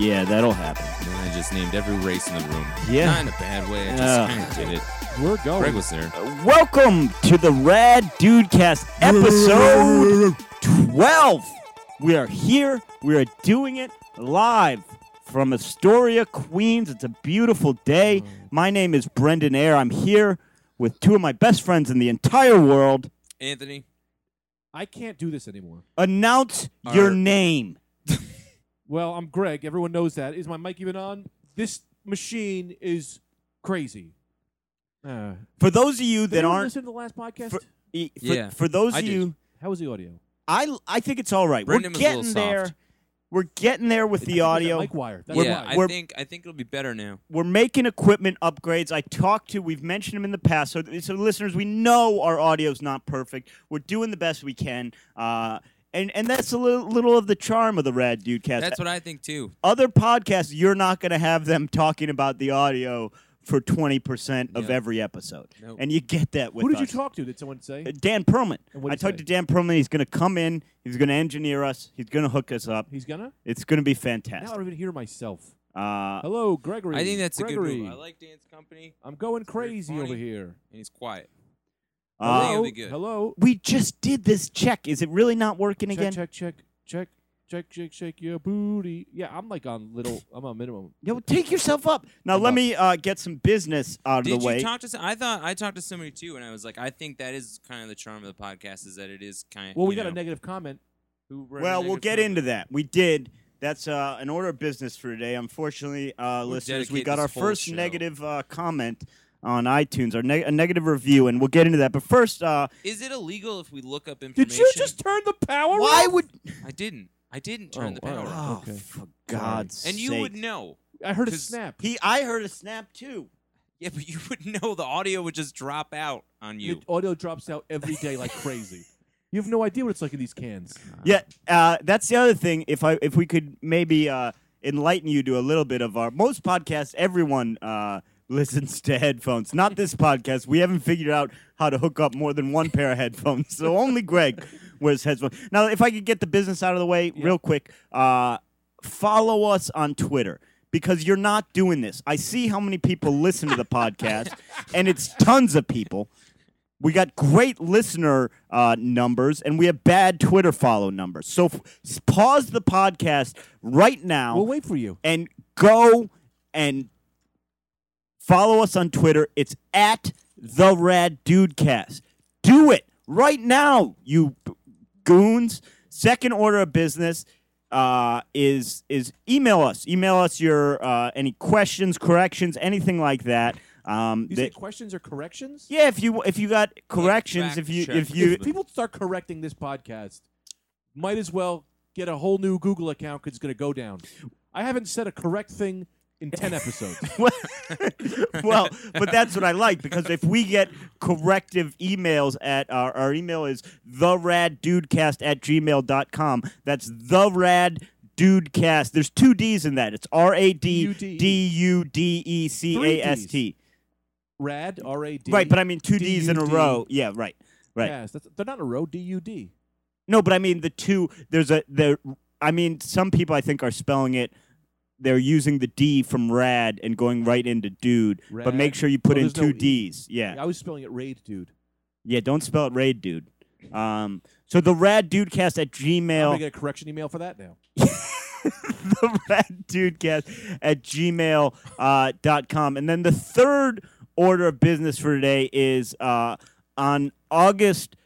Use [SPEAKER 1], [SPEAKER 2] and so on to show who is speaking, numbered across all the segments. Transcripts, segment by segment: [SPEAKER 1] Yeah, that'll happen.
[SPEAKER 2] And then I just named every race in the room.
[SPEAKER 1] Yeah.
[SPEAKER 2] Not in a bad way. I just
[SPEAKER 1] Yeah.
[SPEAKER 2] kind of did it.
[SPEAKER 3] We're going.
[SPEAKER 2] Greg was there.
[SPEAKER 1] Welcome to the Rad Dudecast episode 12. We are here. We are doing it live from Astoria, Queens. It's a beautiful day. My name is Brendan Eyre. I'm here with two of my best friends in the entire world.
[SPEAKER 2] Anthony.
[SPEAKER 3] I can't do this anymore.
[SPEAKER 1] Announce your
[SPEAKER 2] Our-
[SPEAKER 1] name.
[SPEAKER 3] Well, I'm Greg. Everyone knows that. Is my mic even on? This machine is crazy. Uh,
[SPEAKER 1] For those of you
[SPEAKER 3] did
[SPEAKER 1] that
[SPEAKER 3] anyone
[SPEAKER 1] aren't,
[SPEAKER 3] listen to the last podcast?
[SPEAKER 1] for, e- for,
[SPEAKER 2] Yeah,
[SPEAKER 1] for those
[SPEAKER 2] I
[SPEAKER 1] of
[SPEAKER 2] did.
[SPEAKER 1] you,
[SPEAKER 3] How was the audio?
[SPEAKER 1] I I think it's all right.
[SPEAKER 2] Brendan
[SPEAKER 1] We're
[SPEAKER 2] was a little
[SPEAKER 1] getting there.
[SPEAKER 2] soft.
[SPEAKER 1] We're getting there with
[SPEAKER 3] I think
[SPEAKER 1] the
[SPEAKER 3] it's that
[SPEAKER 1] audio.
[SPEAKER 3] Mic wire. That's
[SPEAKER 2] yeah,
[SPEAKER 3] why.
[SPEAKER 2] I
[SPEAKER 1] We're-
[SPEAKER 2] think I think it'll be better now.
[SPEAKER 1] we're making equipment upgrades. I talked to, we've mentioned them in the past. So, so listeners, we know our audio's not perfect. We're doing the best we can. Uh, and, and that's a little, little of the charm of the Rad Dude cast.
[SPEAKER 2] That's what I think too.
[SPEAKER 1] Other podcasts, you're not going to have them talking about the audio for 20% of
[SPEAKER 2] No.
[SPEAKER 1] every episode.
[SPEAKER 2] No.
[SPEAKER 1] And you get that with
[SPEAKER 3] Who did you
[SPEAKER 1] us.
[SPEAKER 3] talk to? Did someone say?
[SPEAKER 1] Uh, Dan Perlman.
[SPEAKER 3] And what'd
[SPEAKER 1] I
[SPEAKER 3] he
[SPEAKER 1] talked to
[SPEAKER 3] say?
[SPEAKER 1] Dan Perlman. He's going to come in. He's going to engineer us. He's going to hook us up.
[SPEAKER 3] He's gonna.
[SPEAKER 1] It's going to be
[SPEAKER 3] Now I
[SPEAKER 1] fantastic.
[SPEAKER 3] don't even hear myself.
[SPEAKER 1] Uh,
[SPEAKER 3] Hello, Gregory.
[SPEAKER 2] I think that's
[SPEAKER 3] Gregory.
[SPEAKER 2] a good move. I like Dan's company,
[SPEAKER 3] I'm going
[SPEAKER 2] It's very
[SPEAKER 3] crazy
[SPEAKER 2] funny.
[SPEAKER 3] over here.
[SPEAKER 2] and he's quiet. I
[SPEAKER 1] uh,
[SPEAKER 2] think it'll
[SPEAKER 3] Hello.
[SPEAKER 2] be good.
[SPEAKER 3] Hello.
[SPEAKER 1] we just did this check. Is it really not working
[SPEAKER 3] Check,
[SPEAKER 1] again?
[SPEAKER 3] check, check, check, check, check, shake your booty. Yeah, I'm like on little. I'm on minimum.
[SPEAKER 1] Yo, take yourself up. Now,
[SPEAKER 3] I'm
[SPEAKER 1] let
[SPEAKER 3] up.
[SPEAKER 1] me uh, get some business out of
[SPEAKER 2] Did
[SPEAKER 1] the way.
[SPEAKER 2] you talk to? Some, I thought I talked to somebody too, and I was like, I think that is kind of the charm of the podcast is that it is kind. of
[SPEAKER 3] Well, we got a negative comment.
[SPEAKER 2] Who wrote a
[SPEAKER 1] well, we'll
[SPEAKER 2] negative
[SPEAKER 1] get
[SPEAKER 2] comment.
[SPEAKER 1] into that. We did. That's uh, an order of business for today. Unfortunately, uh, listeners, we
[SPEAKER 2] dedicate
[SPEAKER 1] got
[SPEAKER 2] this
[SPEAKER 1] our
[SPEAKER 2] whole
[SPEAKER 1] first
[SPEAKER 2] show.
[SPEAKER 1] negative uh, comment on iTunes, or neg a negative review, and we'll get into that. But first, uh,
[SPEAKER 2] Is it illegal if we look up information?
[SPEAKER 3] Did you just turn the power?
[SPEAKER 1] why
[SPEAKER 3] off?
[SPEAKER 1] would?
[SPEAKER 2] I didn't. I didn't turn the
[SPEAKER 3] Oh, all
[SPEAKER 2] power.
[SPEAKER 3] right.
[SPEAKER 2] off.
[SPEAKER 1] Oh,
[SPEAKER 3] Okay.
[SPEAKER 1] for God's
[SPEAKER 2] And you
[SPEAKER 1] sake.
[SPEAKER 2] would know.
[SPEAKER 3] I heard a
[SPEAKER 2] 'Cause
[SPEAKER 3] snap.
[SPEAKER 1] He, I heard a snap too.
[SPEAKER 2] Yeah, but you would know the audio would just drop out on you.
[SPEAKER 3] The audio drops out every day like crazy. You have no idea what it's like in these cans.
[SPEAKER 1] Yeah, uh, that's the other thing. If I if we could maybe uh, enlighten you to a little bit of our most podcasts, everyone uh, listens to headphones. Not this podcast. We haven't figured out how to hook up more than one pair of headphones, so only Greg wears headphones. Now, if I could get the business out of the way real quick, uh, follow us on Twitter. Because you're not doing this. I see how many people listen to the podcast, and it's tons of people. We got great listener uh, numbers, and we have bad Twitter follow numbers. So f- s- pause the podcast right now
[SPEAKER 3] We'll wait for you.
[SPEAKER 1] and go and follow us on Twitter. It's at the Rad Dudecast. Do it right now, you b- goons. Second order of business uh, is is email us. Email us your uh, any questions, corrections, anything like that. Um,
[SPEAKER 3] You
[SPEAKER 1] that-
[SPEAKER 3] say questions or corrections?
[SPEAKER 1] yeah, if you if you got corrections,
[SPEAKER 2] fact
[SPEAKER 1] if you
[SPEAKER 2] check.
[SPEAKER 1] if you
[SPEAKER 3] if people start correcting this podcast, might as well get a whole new Google account because it's going to go down. I haven't said a correct thing in 10 episodes.
[SPEAKER 1] well, but that's what I like because if we get corrective emails at our, our email is the rad dudecast at gmail.com. That's the rad dudecast. There's two D's in that. It's R A D
[SPEAKER 3] E,
[SPEAKER 1] D U D E C A S T.
[SPEAKER 3] Rad, R A D.
[SPEAKER 1] Right, but I mean two D's in a
[SPEAKER 3] D-U-D.
[SPEAKER 1] row. Yeah, right. Right.
[SPEAKER 3] Yes, that's, they're not in a row, D U D.
[SPEAKER 1] No, but I mean the two. There's a the. I mean, some people I think are spelling it. They're using the D from rad and going right into dude. But make
[SPEAKER 3] Rad.
[SPEAKER 1] sure you put
[SPEAKER 3] Oh,
[SPEAKER 1] in
[SPEAKER 3] there's
[SPEAKER 1] two
[SPEAKER 3] no E.
[SPEAKER 1] D's. Yeah.
[SPEAKER 3] I was spelling it raid, dude.
[SPEAKER 1] yeah, Don't spell it raid, dude. Um. So the rad dudecast at
[SPEAKER 3] I'm
[SPEAKER 1] gmail.
[SPEAKER 3] going to get a correction email for that now.
[SPEAKER 1] the rad dudecast at gmail uh, dot com. And then the third order of business for today is uh, on August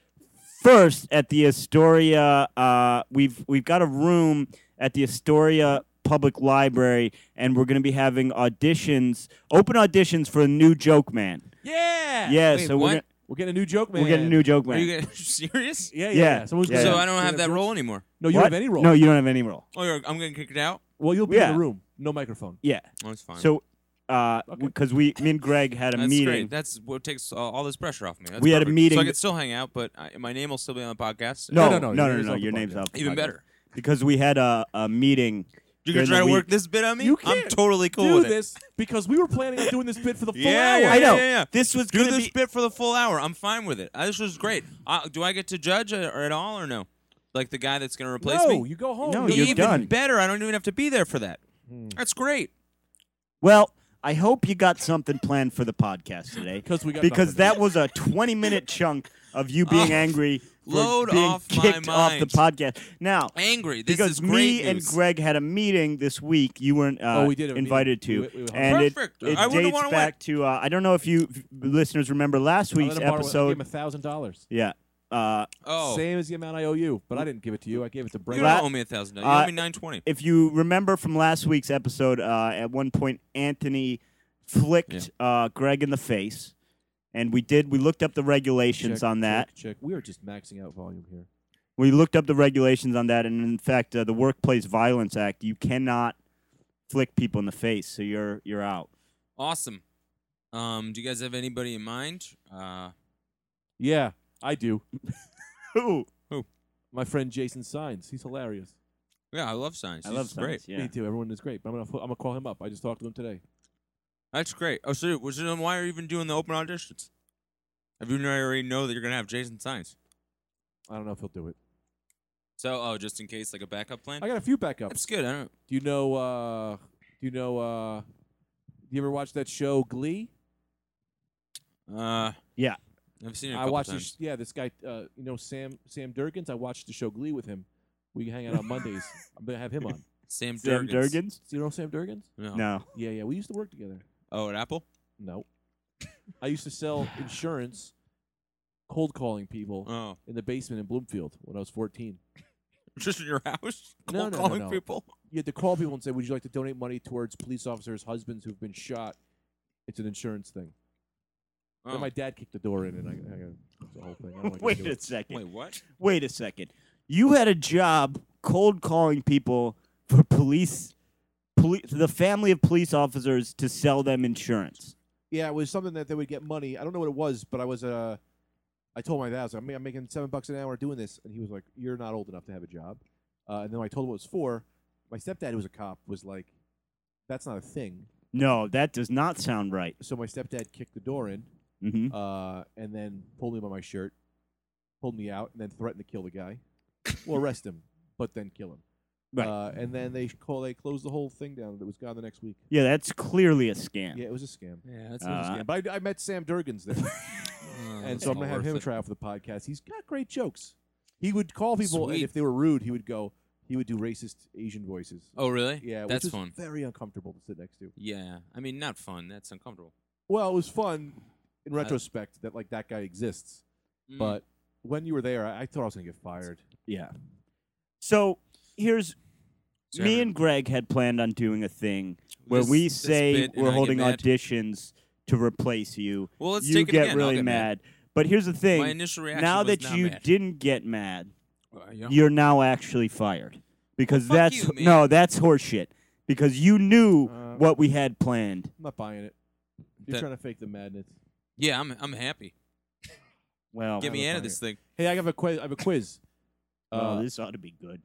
[SPEAKER 1] first at the Astoria. Uh, we've we've got a room at the Astoria Public Library, and we're going to be having auditions, open auditions for a new Joke Man.
[SPEAKER 3] Yeah.
[SPEAKER 1] Yeah,
[SPEAKER 2] Wait,
[SPEAKER 1] so
[SPEAKER 2] what?
[SPEAKER 1] we're gonna,
[SPEAKER 3] We're getting a new joke, man.
[SPEAKER 1] we're getting a new Joke
[SPEAKER 2] Are
[SPEAKER 1] Man.
[SPEAKER 2] you guys serious?
[SPEAKER 3] Yeah, yeah.
[SPEAKER 1] Yeah.
[SPEAKER 3] yeah. Someone's
[SPEAKER 1] Yeah.
[SPEAKER 3] gonna-
[SPEAKER 2] So I don't
[SPEAKER 3] we're
[SPEAKER 2] have
[SPEAKER 3] gonna
[SPEAKER 2] that
[SPEAKER 3] jokes.
[SPEAKER 2] role anymore.
[SPEAKER 3] No, you
[SPEAKER 1] What?
[SPEAKER 3] don't have any role.
[SPEAKER 1] No, you don't have any role.
[SPEAKER 2] Oh, you're, I'm gonna kick it out.
[SPEAKER 3] Well, you'll be in
[SPEAKER 1] Yeah.
[SPEAKER 3] the room. No microphone.
[SPEAKER 1] Yeah.
[SPEAKER 2] Oh, it's fine.
[SPEAKER 1] So, because uh,
[SPEAKER 3] Okay.
[SPEAKER 1] w- 'cause we, me and Greg had a
[SPEAKER 2] that's
[SPEAKER 1] meeting.
[SPEAKER 2] great. That's what takes uh, all this pressure off me. That's
[SPEAKER 1] We had a
[SPEAKER 2] perfect.
[SPEAKER 1] meeting
[SPEAKER 2] so I
[SPEAKER 1] that-
[SPEAKER 2] could still hang out, but I, my name will still be on the podcast.
[SPEAKER 1] No, no,
[SPEAKER 3] No,
[SPEAKER 1] no,
[SPEAKER 3] no,
[SPEAKER 1] no,
[SPEAKER 3] your
[SPEAKER 1] no.
[SPEAKER 3] name's
[SPEAKER 1] your name's
[SPEAKER 3] off the
[SPEAKER 1] Uh,
[SPEAKER 3] podcast.
[SPEAKER 1] off. the
[SPEAKER 2] even
[SPEAKER 1] podcast.
[SPEAKER 2] better.
[SPEAKER 1] because we had a, a meeting.
[SPEAKER 2] You're gonna
[SPEAKER 1] during
[SPEAKER 2] try
[SPEAKER 1] the
[SPEAKER 2] to work
[SPEAKER 1] week.
[SPEAKER 2] this bit on me?
[SPEAKER 3] You
[SPEAKER 2] I'm
[SPEAKER 3] can't
[SPEAKER 2] totally cool
[SPEAKER 3] do
[SPEAKER 2] with it.
[SPEAKER 3] this because we were planning on doing this bit for the full
[SPEAKER 2] Yeah,
[SPEAKER 3] hour.
[SPEAKER 2] yeah,
[SPEAKER 1] I know
[SPEAKER 2] yeah.
[SPEAKER 1] this was
[SPEAKER 2] Do
[SPEAKER 1] gonna
[SPEAKER 2] this
[SPEAKER 1] be-
[SPEAKER 2] bit for the full hour. I'm fine with it. Uh, This was great. Uh, do I get to judge uh, or at all or no? Like the guy that's gonna replace
[SPEAKER 3] no,
[SPEAKER 2] me?
[SPEAKER 3] you go home.
[SPEAKER 1] No,
[SPEAKER 3] You-
[SPEAKER 1] you're
[SPEAKER 2] even
[SPEAKER 1] done. Hmm.
[SPEAKER 2] better. I don't even have to be there for that. That's great.
[SPEAKER 1] Well, I hope you got something planned for the podcast today.
[SPEAKER 3] Because we got
[SPEAKER 1] because that
[SPEAKER 3] nothing.
[SPEAKER 1] was a 20 minute chunk of you being
[SPEAKER 2] Oh,
[SPEAKER 1] angry for
[SPEAKER 2] load
[SPEAKER 1] being
[SPEAKER 2] off my
[SPEAKER 1] kicked off the
[SPEAKER 2] mind.
[SPEAKER 1] podcast. Now,
[SPEAKER 2] Angry. This
[SPEAKER 1] because
[SPEAKER 2] is great
[SPEAKER 1] me and
[SPEAKER 2] news.
[SPEAKER 1] Greg had a meeting this week, you weren't uh,
[SPEAKER 3] Oh, we did have a meeting.
[SPEAKER 1] invited
[SPEAKER 3] We-
[SPEAKER 1] to,
[SPEAKER 3] we- we hung
[SPEAKER 1] and it,
[SPEAKER 2] Perfect.
[SPEAKER 1] it
[SPEAKER 2] I would've
[SPEAKER 1] dates
[SPEAKER 2] wanna
[SPEAKER 1] back to uh, I don't know if you if listeners remember last
[SPEAKER 3] I
[SPEAKER 1] week's
[SPEAKER 3] let him borrow- I gave
[SPEAKER 1] episode.
[SPEAKER 3] him a thousand dollars.
[SPEAKER 1] yeah, uh,
[SPEAKER 2] oh,
[SPEAKER 3] Same as the amount I owe you, but I didn't give it to you. I gave it to
[SPEAKER 2] you
[SPEAKER 3] Brett.
[SPEAKER 2] don't
[SPEAKER 1] La-
[SPEAKER 2] owe me a thousand. You
[SPEAKER 1] uh,
[SPEAKER 2] owe me nine twenty.
[SPEAKER 1] if you remember from last week's episode, uh, at one point Anthony flicked uh, Greg in the face, and we did. We looked up the regulations
[SPEAKER 3] Check,
[SPEAKER 1] on that.
[SPEAKER 3] Check, check. We are just maxing out volume here.
[SPEAKER 1] We looked up the regulations on that, and in fact, uh, the Workplace Violence Act, you cannot flick people in the face, so you're you're out.
[SPEAKER 2] Awesome. Um, do you guys have anybody in mind? Uh,
[SPEAKER 3] Yeah, I do.
[SPEAKER 1] Ooh,
[SPEAKER 3] My friend Jason Signs. He's hilarious.
[SPEAKER 2] yeah, I love science.
[SPEAKER 1] I love
[SPEAKER 2] This is great.
[SPEAKER 1] science. Yeah.
[SPEAKER 3] Me too. Everyone is great. But I'm gonna I'm gonna call him up. I just talked to him today.
[SPEAKER 2] That's great. Oh, so, so then why are you even doing the open auditions? If you already know that you're gonna have Jason Science,
[SPEAKER 3] I don't know if he'll do it.
[SPEAKER 2] so oh, just in case, like a backup plan.
[SPEAKER 3] I got a few backups.
[SPEAKER 2] That's good. I don't.
[SPEAKER 3] Do you know? uh Do you know? uh Do you ever watch that show Glee?
[SPEAKER 2] Uh,
[SPEAKER 1] Yeah.
[SPEAKER 2] I've seen it. I
[SPEAKER 3] I watched.
[SPEAKER 2] times.
[SPEAKER 3] This, yeah, this guy. Uh, you know Sam Sam Durkins. I watched the show Glee with him. We hang out on Mondays. I'm gonna have him on.
[SPEAKER 2] Sam
[SPEAKER 1] Sam
[SPEAKER 2] Durgans.
[SPEAKER 1] Durgans?
[SPEAKER 3] Do you know Sam Durkins?
[SPEAKER 2] No.
[SPEAKER 1] No.
[SPEAKER 3] Yeah, yeah. We used to work together.
[SPEAKER 2] Oh, at Apple.
[SPEAKER 3] No. I used to sell insurance, cold calling people
[SPEAKER 2] Oh,
[SPEAKER 3] in the basement in Bloomfield when I was 14.
[SPEAKER 2] just in your house.
[SPEAKER 3] No,
[SPEAKER 2] Cold
[SPEAKER 3] no, no,
[SPEAKER 2] calling
[SPEAKER 3] no.
[SPEAKER 2] people.
[SPEAKER 3] You had to call people and say, "Would you like to donate money towards police officers' husbands who've been shot?" It's an insurance thing.
[SPEAKER 2] Oh.
[SPEAKER 3] Then my dad kicked the door in, and I, I got the whole thing. I don't like
[SPEAKER 1] Wait
[SPEAKER 3] do
[SPEAKER 1] a
[SPEAKER 3] it.
[SPEAKER 1] second.
[SPEAKER 2] Wait, what?
[SPEAKER 1] Wait a second. You had a job cold calling people for police, police, the family of police officers to sell them insurance.
[SPEAKER 3] Yeah, it was something that they would get money. I don't know what it was, but I was uh, I told my dad, I was like, "I'm ma- I'm making seven bucks an hour doing this, and he was like, "You're not old enough to have a job." Uh, and then when I told him what it was for. My stepdad, who was a cop, was like, "That's not a thing."
[SPEAKER 1] No, that does not sound right.
[SPEAKER 3] So my stepdad kicked the door in,
[SPEAKER 1] hmm
[SPEAKER 3] uh, and then pulled me by my shirt, pulled me out, and then threatened to kill the guy. well, arrest him, but then kill him.
[SPEAKER 1] Right.
[SPEAKER 3] Uh, and then they call they closed the whole thing down. It was gone the next week.
[SPEAKER 1] Yeah, that's clearly a scam.
[SPEAKER 3] Yeah, it was a scam.
[SPEAKER 2] Yeah, that's
[SPEAKER 1] Uh,
[SPEAKER 3] It was a scam. But I, I met Sam Durgans there,
[SPEAKER 2] Oh,
[SPEAKER 3] and so I'm gonna have him try out for the podcast. He's got great jokes. He would call people, and
[SPEAKER 2] Sweet.
[SPEAKER 3] if they were rude, he would go. He would do racist Asian voices.
[SPEAKER 2] Oh, really?
[SPEAKER 3] Yeah, which
[SPEAKER 2] that's
[SPEAKER 3] was
[SPEAKER 2] fun.
[SPEAKER 3] Very uncomfortable to sit next to.
[SPEAKER 2] Yeah, I mean, not fun. That's uncomfortable.
[SPEAKER 3] Well, it was fun in
[SPEAKER 2] I-
[SPEAKER 3] retrospect that like that guy exists.
[SPEAKER 2] Uh, Mm.
[SPEAKER 3] But when you were there, I, I thought I was gonna get fired.
[SPEAKER 1] Yeah. So here's
[SPEAKER 2] So
[SPEAKER 1] me
[SPEAKER 2] every-
[SPEAKER 1] and Greg had planned on doing a thing where
[SPEAKER 2] This-
[SPEAKER 1] we
[SPEAKER 2] this
[SPEAKER 1] say
[SPEAKER 2] bit, and
[SPEAKER 1] we're
[SPEAKER 2] I get
[SPEAKER 1] holding
[SPEAKER 2] mad.
[SPEAKER 1] auditions to replace you.
[SPEAKER 2] Well, let's
[SPEAKER 1] you
[SPEAKER 2] take it
[SPEAKER 1] get
[SPEAKER 2] again. I'll
[SPEAKER 1] really
[SPEAKER 2] get mad.
[SPEAKER 1] mad. But here's the thing:
[SPEAKER 2] My initial reaction
[SPEAKER 1] now
[SPEAKER 2] was
[SPEAKER 1] that
[SPEAKER 2] not
[SPEAKER 1] you
[SPEAKER 2] mad.
[SPEAKER 1] didn't get mad,
[SPEAKER 2] Uh, yeah.
[SPEAKER 1] you're now actually fired because
[SPEAKER 2] fuck
[SPEAKER 1] that's
[SPEAKER 2] you, man.
[SPEAKER 1] no, that's horseshit. Because you knew
[SPEAKER 3] Uh,
[SPEAKER 1] what we had planned.
[SPEAKER 3] I'm not buying it. You're
[SPEAKER 2] That-
[SPEAKER 3] trying to fake the madness.
[SPEAKER 2] Yeah, I'm I'm happy.
[SPEAKER 1] Well,
[SPEAKER 2] Get
[SPEAKER 3] I
[SPEAKER 2] me
[SPEAKER 3] was
[SPEAKER 2] out of
[SPEAKER 3] wondering.
[SPEAKER 2] this thing.
[SPEAKER 3] Hey, I have a quiz. I have a quiz.
[SPEAKER 1] oh,
[SPEAKER 3] Uh,
[SPEAKER 1] this ought to be good.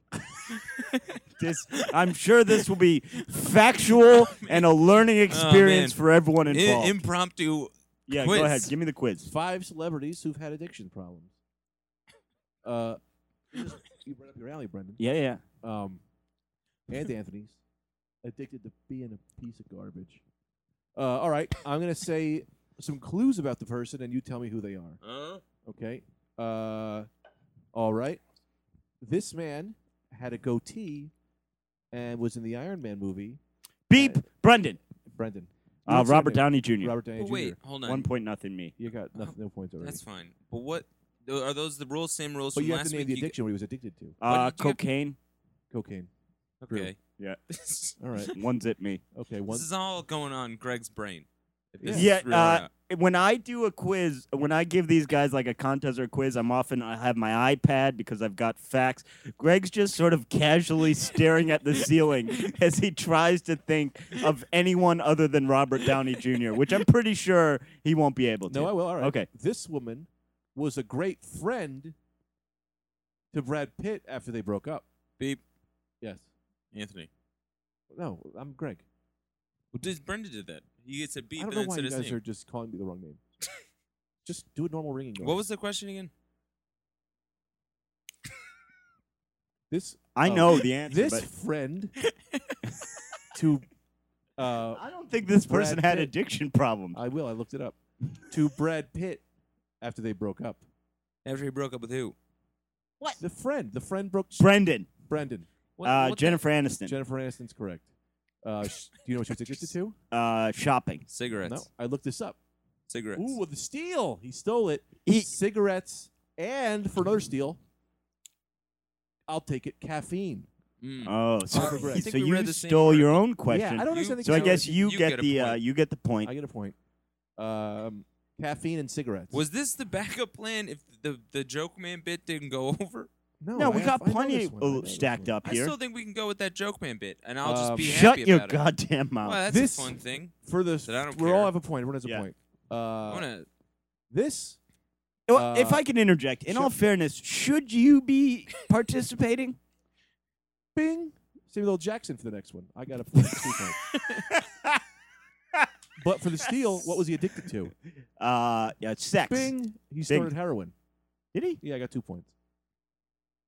[SPEAKER 1] this, I'm sure this will be factual and a learning experience
[SPEAKER 2] Oh, man.
[SPEAKER 1] for everyone
[SPEAKER 2] I-
[SPEAKER 1] involved.
[SPEAKER 2] impromptu.
[SPEAKER 1] yeah,
[SPEAKER 2] quiz.
[SPEAKER 1] go ahead. Give me the quiz.
[SPEAKER 3] five celebrities who've had addiction problems. Uh, you brought up your alley, Brendan.
[SPEAKER 1] Yeah, yeah.
[SPEAKER 3] Um, and Anthony's addicted to being a piece of garbage. Uh, all right, I'm gonna say some clues about the person, and you tell me who they are.
[SPEAKER 2] Uh,
[SPEAKER 3] Okay. Uh, all right. This man had a goatee and was in the Iron Man movie.
[SPEAKER 1] Beep, Brendan.
[SPEAKER 3] Brendan. You
[SPEAKER 1] Uh,
[SPEAKER 3] had said
[SPEAKER 1] Robert
[SPEAKER 3] him.
[SPEAKER 1] Downey Jr.
[SPEAKER 3] Robert Downey
[SPEAKER 2] but
[SPEAKER 3] Jr.
[SPEAKER 2] wait, hold on.
[SPEAKER 1] One point nothing me.
[SPEAKER 3] You got nothing, no points already.
[SPEAKER 2] That's fine. But what tho- are those? The rules? Same rules
[SPEAKER 3] But
[SPEAKER 2] from
[SPEAKER 3] you have
[SPEAKER 2] last
[SPEAKER 3] to name
[SPEAKER 2] week.
[SPEAKER 3] the
[SPEAKER 2] You g-
[SPEAKER 3] addiction what he was addicted to.
[SPEAKER 1] Uh,
[SPEAKER 2] did you have?
[SPEAKER 1] cocaine.
[SPEAKER 3] Cocaine. Drew.
[SPEAKER 2] okay.
[SPEAKER 1] Yeah.
[SPEAKER 2] this
[SPEAKER 3] All right.
[SPEAKER 1] One zip me.
[SPEAKER 3] Okay. One.
[SPEAKER 2] is all going on in Greg's brain. If
[SPEAKER 3] Yeah.
[SPEAKER 2] this is
[SPEAKER 1] Yeah,
[SPEAKER 2] real or
[SPEAKER 1] uh,
[SPEAKER 2] not.
[SPEAKER 1] when I do a quiz, when I give these guys like a contest or a quiz, I'm often I have my iPad because I've got facts. Greg's just sort of casually staring at the ceiling as he tries to think of anyone other than Robert Downey Jr., which I'm pretty sure he won't be able to.
[SPEAKER 3] No, I will. All right.
[SPEAKER 1] Okay.
[SPEAKER 3] This woman was a great friend to Brad Pitt after they broke up.
[SPEAKER 2] beep,
[SPEAKER 3] Yes.
[SPEAKER 2] Anthony.
[SPEAKER 3] No, I'm Greg.
[SPEAKER 2] Well, just Brenda did that. You said beep
[SPEAKER 3] I
[SPEAKER 2] and
[SPEAKER 3] don't know
[SPEAKER 2] then
[SPEAKER 3] why
[SPEAKER 2] said
[SPEAKER 3] you
[SPEAKER 2] his
[SPEAKER 3] guys
[SPEAKER 2] name.
[SPEAKER 3] are just calling me the wrong name. just do a normal ringing.
[SPEAKER 2] What
[SPEAKER 3] noise.
[SPEAKER 2] was the question again?
[SPEAKER 3] this?
[SPEAKER 1] I
[SPEAKER 3] Oh.
[SPEAKER 1] know the answer.
[SPEAKER 3] This
[SPEAKER 1] but
[SPEAKER 3] friend to uh,
[SPEAKER 1] I don't think this person
[SPEAKER 3] Brad
[SPEAKER 1] had
[SPEAKER 3] Pitt. Uh,
[SPEAKER 1] addiction problems.
[SPEAKER 3] I will. I looked it up. To Brad Pitt after they broke up.
[SPEAKER 2] After he broke up with who?
[SPEAKER 4] What?
[SPEAKER 3] The friend. The friend broke.
[SPEAKER 1] Brendan,
[SPEAKER 3] Brendan.
[SPEAKER 4] What-
[SPEAKER 1] uh,
[SPEAKER 4] what the-
[SPEAKER 1] Jennifer Aniston,
[SPEAKER 3] Jennifer Aniston's correct. Uh, sh- do you know what she was addicted to?
[SPEAKER 1] uh, shopping.
[SPEAKER 2] Cigarettes.
[SPEAKER 3] No. I looked this up.
[SPEAKER 2] Cigarettes.
[SPEAKER 3] Ooh, with the steal. He stole it.
[SPEAKER 1] He,
[SPEAKER 3] Cigarettes and for another steal, I'll take it. Caffeine.
[SPEAKER 2] Mm.
[SPEAKER 1] oh,
[SPEAKER 2] I
[SPEAKER 1] so,
[SPEAKER 2] think
[SPEAKER 1] so
[SPEAKER 2] we read
[SPEAKER 1] you
[SPEAKER 2] the same
[SPEAKER 1] stole
[SPEAKER 2] word.
[SPEAKER 1] your own question.
[SPEAKER 3] Yeah, I don't
[SPEAKER 2] You-
[SPEAKER 3] understand. the
[SPEAKER 1] so I
[SPEAKER 2] Tyler,
[SPEAKER 1] guess
[SPEAKER 3] calculus.
[SPEAKER 1] you,
[SPEAKER 2] you
[SPEAKER 1] get,
[SPEAKER 2] get a
[SPEAKER 1] the uh,
[SPEAKER 2] point.
[SPEAKER 1] you get the point.
[SPEAKER 3] I get a point. Um, caffeine and cigarettes.
[SPEAKER 2] Was this the backup plan if the the joke man bit didn't go over?
[SPEAKER 3] no,
[SPEAKER 1] no, we
[SPEAKER 3] I-
[SPEAKER 1] got
[SPEAKER 3] I know
[SPEAKER 1] plenty
[SPEAKER 3] this one. I know
[SPEAKER 1] uh,
[SPEAKER 3] this
[SPEAKER 1] stacked
[SPEAKER 3] one.
[SPEAKER 1] up
[SPEAKER 2] I
[SPEAKER 1] here. Um,
[SPEAKER 2] still think we can go with that joke man bit, and I'll
[SPEAKER 3] Uh,
[SPEAKER 2] just be
[SPEAKER 1] Shut
[SPEAKER 2] happy
[SPEAKER 1] your
[SPEAKER 2] about it.
[SPEAKER 1] goddamn
[SPEAKER 2] Well,
[SPEAKER 1] mouth.
[SPEAKER 2] that's
[SPEAKER 3] This-
[SPEAKER 2] a fun thing.
[SPEAKER 3] For the
[SPEAKER 2] That I don't
[SPEAKER 3] we
[SPEAKER 2] care.
[SPEAKER 3] all have a point. Everyone has a
[SPEAKER 1] Yeah.
[SPEAKER 3] point.
[SPEAKER 2] I
[SPEAKER 3] Uh,
[SPEAKER 2] wanna,
[SPEAKER 3] this
[SPEAKER 1] Well, if
[SPEAKER 3] Uh,
[SPEAKER 1] I can interject, in all fairness, should you be participating?
[SPEAKER 3] Bing. Samuel L. Jackson for the next one. I got a point. two points. But for the steal, what was he addicted to?
[SPEAKER 1] uh, yeah, sex.
[SPEAKER 3] Bing. He started heroin.
[SPEAKER 1] Did he?
[SPEAKER 3] Yeah, I got two points.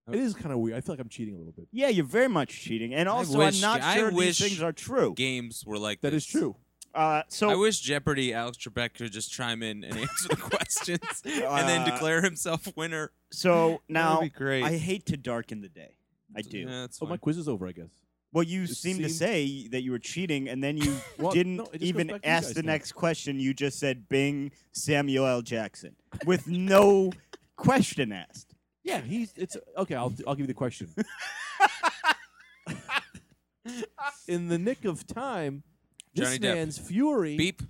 [SPEAKER 2] Okay.
[SPEAKER 3] It is kind of weird. I feel like I'm cheating a little bit.
[SPEAKER 1] Yeah, you're very much cheating, and also
[SPEAKER 2] wish-
[SPEAKER 1] I'm not
[SPEAKER 2] I
[SPEAKER 1] sure
[SPEAKER 2] wish-
[SPEAKER 1] these things are true.
[SPEAKER 2] games were like
[SPEAKER 3] That
[SPEAKER 2] this.
[SPEAKER 3] is true.
[SPEAKER 1] Uh, so
[SPEAKER 2] I wish Jeopardy Alex Trebek could just chime in and answer the questions and
[SPEAKER 1] Uh,
[SPEAKER 2] then declare himself winner.
[SPEAKER 1] so
[SPEAKER 2] that
[SPEAKER 1] now
[SPEAKER 2] would be great.
[SPEAKER 1] I hate to darken the day. I do.
[SPEAKER 2] Yeah, that's
[SPEAKER 3] Oh, my
[SPEAKER 2] fine.
[SPEAKER 3] quiz is over, I guess.
[SPEAKER 1] Well, you
[SPEAKER 3] It
[SPEAKER 1] seem to
[SPEAKER 3] seemed-
[SPEAKER 1] say that you were cheating, and then you
[SPEAKER 3] Well,
[SPEAKER 1] didn't
[SPEAKER 3] no, it just goes
[SPEAKER 1] even
[SPEAKER 3] back to you
[SPEAKER 1] ask
[SPEAKER 3] guys
[SPEAKER 1] the
[SPEAKER 3] now.
[SPEAKER 1] next question. You just said Bing Samuel L. Jackson with no question asked.
[SPEAKER 3] Yeah, he's. It's okay. I'll I'll give you the question. In the nick of time, this
[SPEAKER 2] Johnny Depp.
[SPEAKER 3] man's fury.
[SPEAKER 2] Beep.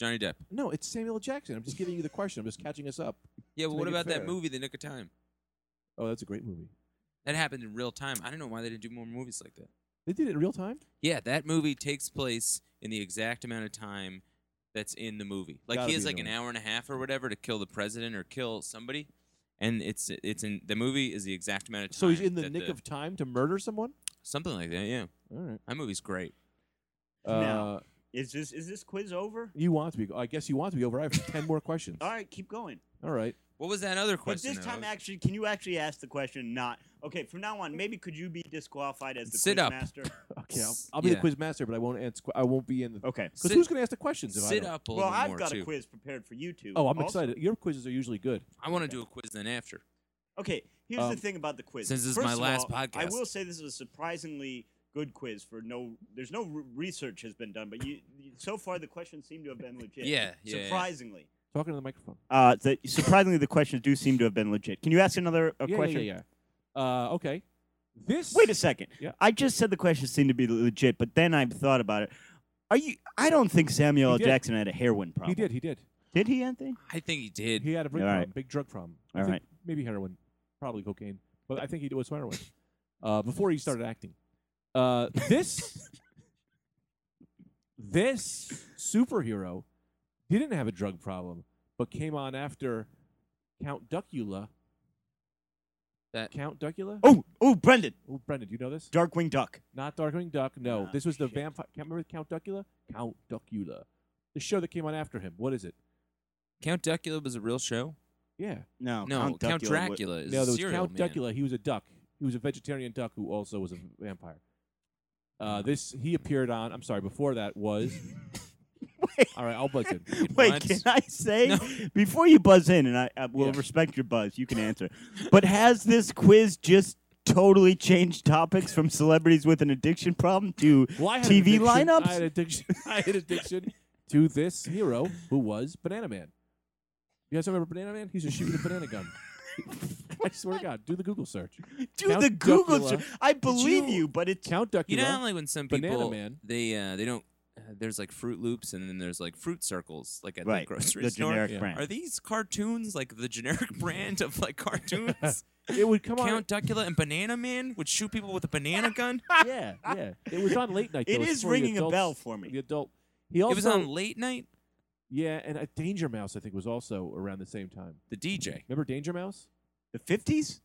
[SPEAKER 2] Johnny Depp.
[SPEAKER 3] No, it's Samuel L. Jackson. I'm just giving you the question. I'm just catching us up.
[SPEAKER 2] Yeah,
[SPEAKER 3] To
[SPEAKER 2] but
[SPEAKER 3] make
[SPEAKER 2] what
[SPEAKER 3] it
[SPEAKER 2] about
[SPEAKER 3] fair.
[SPEAKER 2] that movie, The Nick of Time?
[SPEAKER 3] Oh, that's a great movie.
[SPEAKER 2] That happened in real time. I don't know why they didn't do more movies like that.
[SPEAKER 3] They did it in real time.
[SPEAKER 2] Yeah, that movie takes place in the exact amount of time that's in the movie. Like
[SPEAKER 3] Gotta
[SPEAKER 2] he
[SPEAKER 3] be
[SPEAKER 2] has like an
[SPEAKER 3] annoying.
[SPEAKER 2] hour and a half or whatever to kill the president or kill somebody, and it's it's in the movie is the exact amount of time.
[SPEAKER 3] So he's in the
[SPEAKER 2] that
[SPEAKER 3] nick of time to murder someone.
[SPEAKER 2] something like that. Yeah,
[SPEAKER 3] All right.
[SPEAKER 2] that movie's great.
[SPEAKER 3] Uh,
[SPEAKER 1] Now. Is this is this quiz over?
[SPEAKER 3] You want to be? I guess you want to be over. I have ten more questions.
[SPEAKER 1] All right, keep going.
[SPEAKER 3] All right.
[SPEAKER 2] What was that other
[SPEAKER 1] But
[SPEAKER 2] question?
[SPEAKER 1] this
[SPEAKER 2] though?
[SPEAKER 1] time, actually, can you actually ask the question? Not okay. From now on, maybe could you be disqualified as the
[SPEAKER 2] Sit
[SPEAKER 1] quiz
[SPEAKER 2] up.
[SPEAKER 1] master?
[SPEAKER 3] Okay. I'll,
[SPEAKER 2] S-
[SPEAKER 3] I'll be the
[SPEAKER 2] yeah.
[SPEAKER 3] quiz master, but I won't answer. I won't be in the.
[SPEAKER 1] Okay.
[SPEAKER 3] Because
[SPEAKER 2] Sit-
[SPEAKER 3] who's going to ask the questions? If I
[SPEAKER 2] sit
[SPEAKER 3] don't?
[SPEAKER 2] up a
[SPEAKER 1] Well,
[SPEAKER 2] little
[SPEAKER 1] I've
[SPEAKER 2] more
[SPEAKER 1] got
[SPEAKER 2] too.
[SPEAKER 1] a quiz prepared for you two.
[SPEAKER 3] Oh, I'm
[SPEAKER 1] also.
[SPEAKER 3] excited. Your quizzes are usually good.
[SPEAKER 2] I want to do a quiz then after.
[SPEAKER 1] Okay, here's
[SPEAKER 3] Um,
[SPEAKER 1] the thing about the quiz.
[SPEAKER 2] since this is
[SPEAKER 1] First
[SPEAKER 2] my
[SPEAKER 1] of
[SPEAKER 2] last
[SPEAKER 1] all, I
[SPEAKER 2] podcast.
[SPEAKER 1] will say this is a surprisingly good quiz for no. There's no r- research has been done, but you, you so far the questions seem to have been legit.
[SPEAKER 2] Yeah, yeah, yeah.
[SPEAKER 1] surprisingly.
[SPEAKER 3] Talking to the microphone.
[SPEAKER 1] Uh, the, surprisingly, the questions do seem to have been legit. Can you ask another uh,
[SPEAKER 3] yeah,
[SPEAKER 1] question?
[SPEAKER 3] yeah, yeah, yeah. Uh, okay. This.
[SPEAKER 1] Wait a second.
[SPEAKER 3] Yeah.
[SPEAKER 1] I just said the questions seem to be legit, but then I thought about it. Are you? I don't think Samuel
[SPEAKER 3] He
[SPEAKER 1] L.
[SPEAKER 3] did.
[SPEAKER 1] Jackson had a heroin problem.
[SPEAKER 3] He did. He did.
[SPEAKER 1] Did he, Anthony?
[SPEAKER 2] I think he did.
[SPEAKER 3] He had a big
[SPEAKER 1] All right.
[SPEAKER 3] problem, big drug problem. I
[SPEAKER 1] All
[SPEAKER 3] think
[SPEAKER 1] right.
[SPEAKER 3] Maybe heroin, probably cocaine, but I think he was heroin uh, before he started acting. Uh, this this superhero didn't have a drug problem, but came on after Count Duckula.
[SPEAKER 2] That-
[SPEAKER 3] Count Duckula?
[SPEAKER 1] Oh, oh, Brendan,
[SPEAKER 3] Oh, Brendan, do you know this?
[SPEAKER 1] Darkwing Duck.
[SPEAKER 3] Not Darkwing Duck. No,
[SPEAKER 1] Ah,
[SPEAKER 3] this was the
[SPEAKER 1] shit.
[SPEAKER 3] vampire. Can't remember Count Duckula. Count Duckula, the show that came on after him. What is it?
[SPEAKER 2] Count Duckula was a real show.
[SPEAKER 3] Yeah.
[SPEAKER 1] No,
[SPEAKER 2] no, Count,
[SPEAKER 1] Duckula would-
[SPEAKER 2] Dracula is
[SPEAKER 3] No,
[SPEAKER 2] a
[SPEAKER 3] there was
[SPEAKER 2] serial
[SPEAKER 3] Count
[SPEAKER 2] man.
[SPEAKER 3] Duckula. He was a duck. He was a vegetarian duck who also was a vampire. Uh, this he appeared on. I'm sorry. Before that was. All right, I'll buzz in.
[SPEAKER 1] Wait,
[SPEAKER 2] What?
[SPEAKER 1] can I say
[SPEAKER 2] No.
[SPEAKER 1] before you buzz in, and I, I will
[SPEAKER 3] Yeah.
[SPEAKER 1] respect your buzz. You can answer, but has this quiz just totally changed topics from celebrities with an addiction problem to?
[SPEAKER 3] Well, I had
[SPEAKER 1] TV
[SPEAKER 3] an addiction-
[SPEAKER 1] lineups?
[SPEAKER 3] I had addiction. I had addiction to this hero who was Banana Man. You guys remember Banana Man? He's just shooting a banana gun. I swear to God, do the Google search.
[SPEAKER 1] Do
[SPEAKER 3] Count
[SPEAKER 1] the Google
[SPEAKER 3] Duckula.
[SPEAKER 1] search? I believe
[SPEAKER 2] you-
[SPEAKER 1] you, but it's
[SPEAKER 3] Count Duckula.
[SPEAKER 2] You know, how, like when some
[SPEAKER 3] Banana
[SPEAKER 2] people
[SPEAKER 3] Man.
[SPEAKER 2] they uh, they don't. Uh, there's like Fruit Loops and then there's like fruit circles, like at
[SPEAKER 1] right.
[SPEAKER 2] the grocery
[SPEAKER 1] the
[SPEAKER 2] store.
[SPEAKER 1] generic
[SPEAKER 3] Yeah.
[SPEAKER 1] brand.
[SPEAKER 2] Are these cartoons like the generic brand of like cartoons?
[SPEAKER 3] it would come
[SPEAKER 2] Count Duckula and Banana Man would shoot people with a banana gun.
[SPEAKER 3] on. Yeah, yeah. It was on late night.
[SPEAKER 1] It
[SPEAKER 3] though. It's
[SPEAKER 1] is
[SPEAKER 3] for the
[SPEAKER 1] ringing a
[SPEAKER 3] adults-
[SPEAKER 1] bell for
[SPEAKER 3] The
[SPEAKER 1] me.
[SPEAKER 3] adult. He also
[SPEAKER 2] it was on late night.
[SPEAKER 3] Yeah, and a Danger Mouse I think was also around the same time.
[SPEAKER 2] The DJ.
[SPEAKER 3] Remember Danger Mouse?
[SPEAKER 1] The fifties?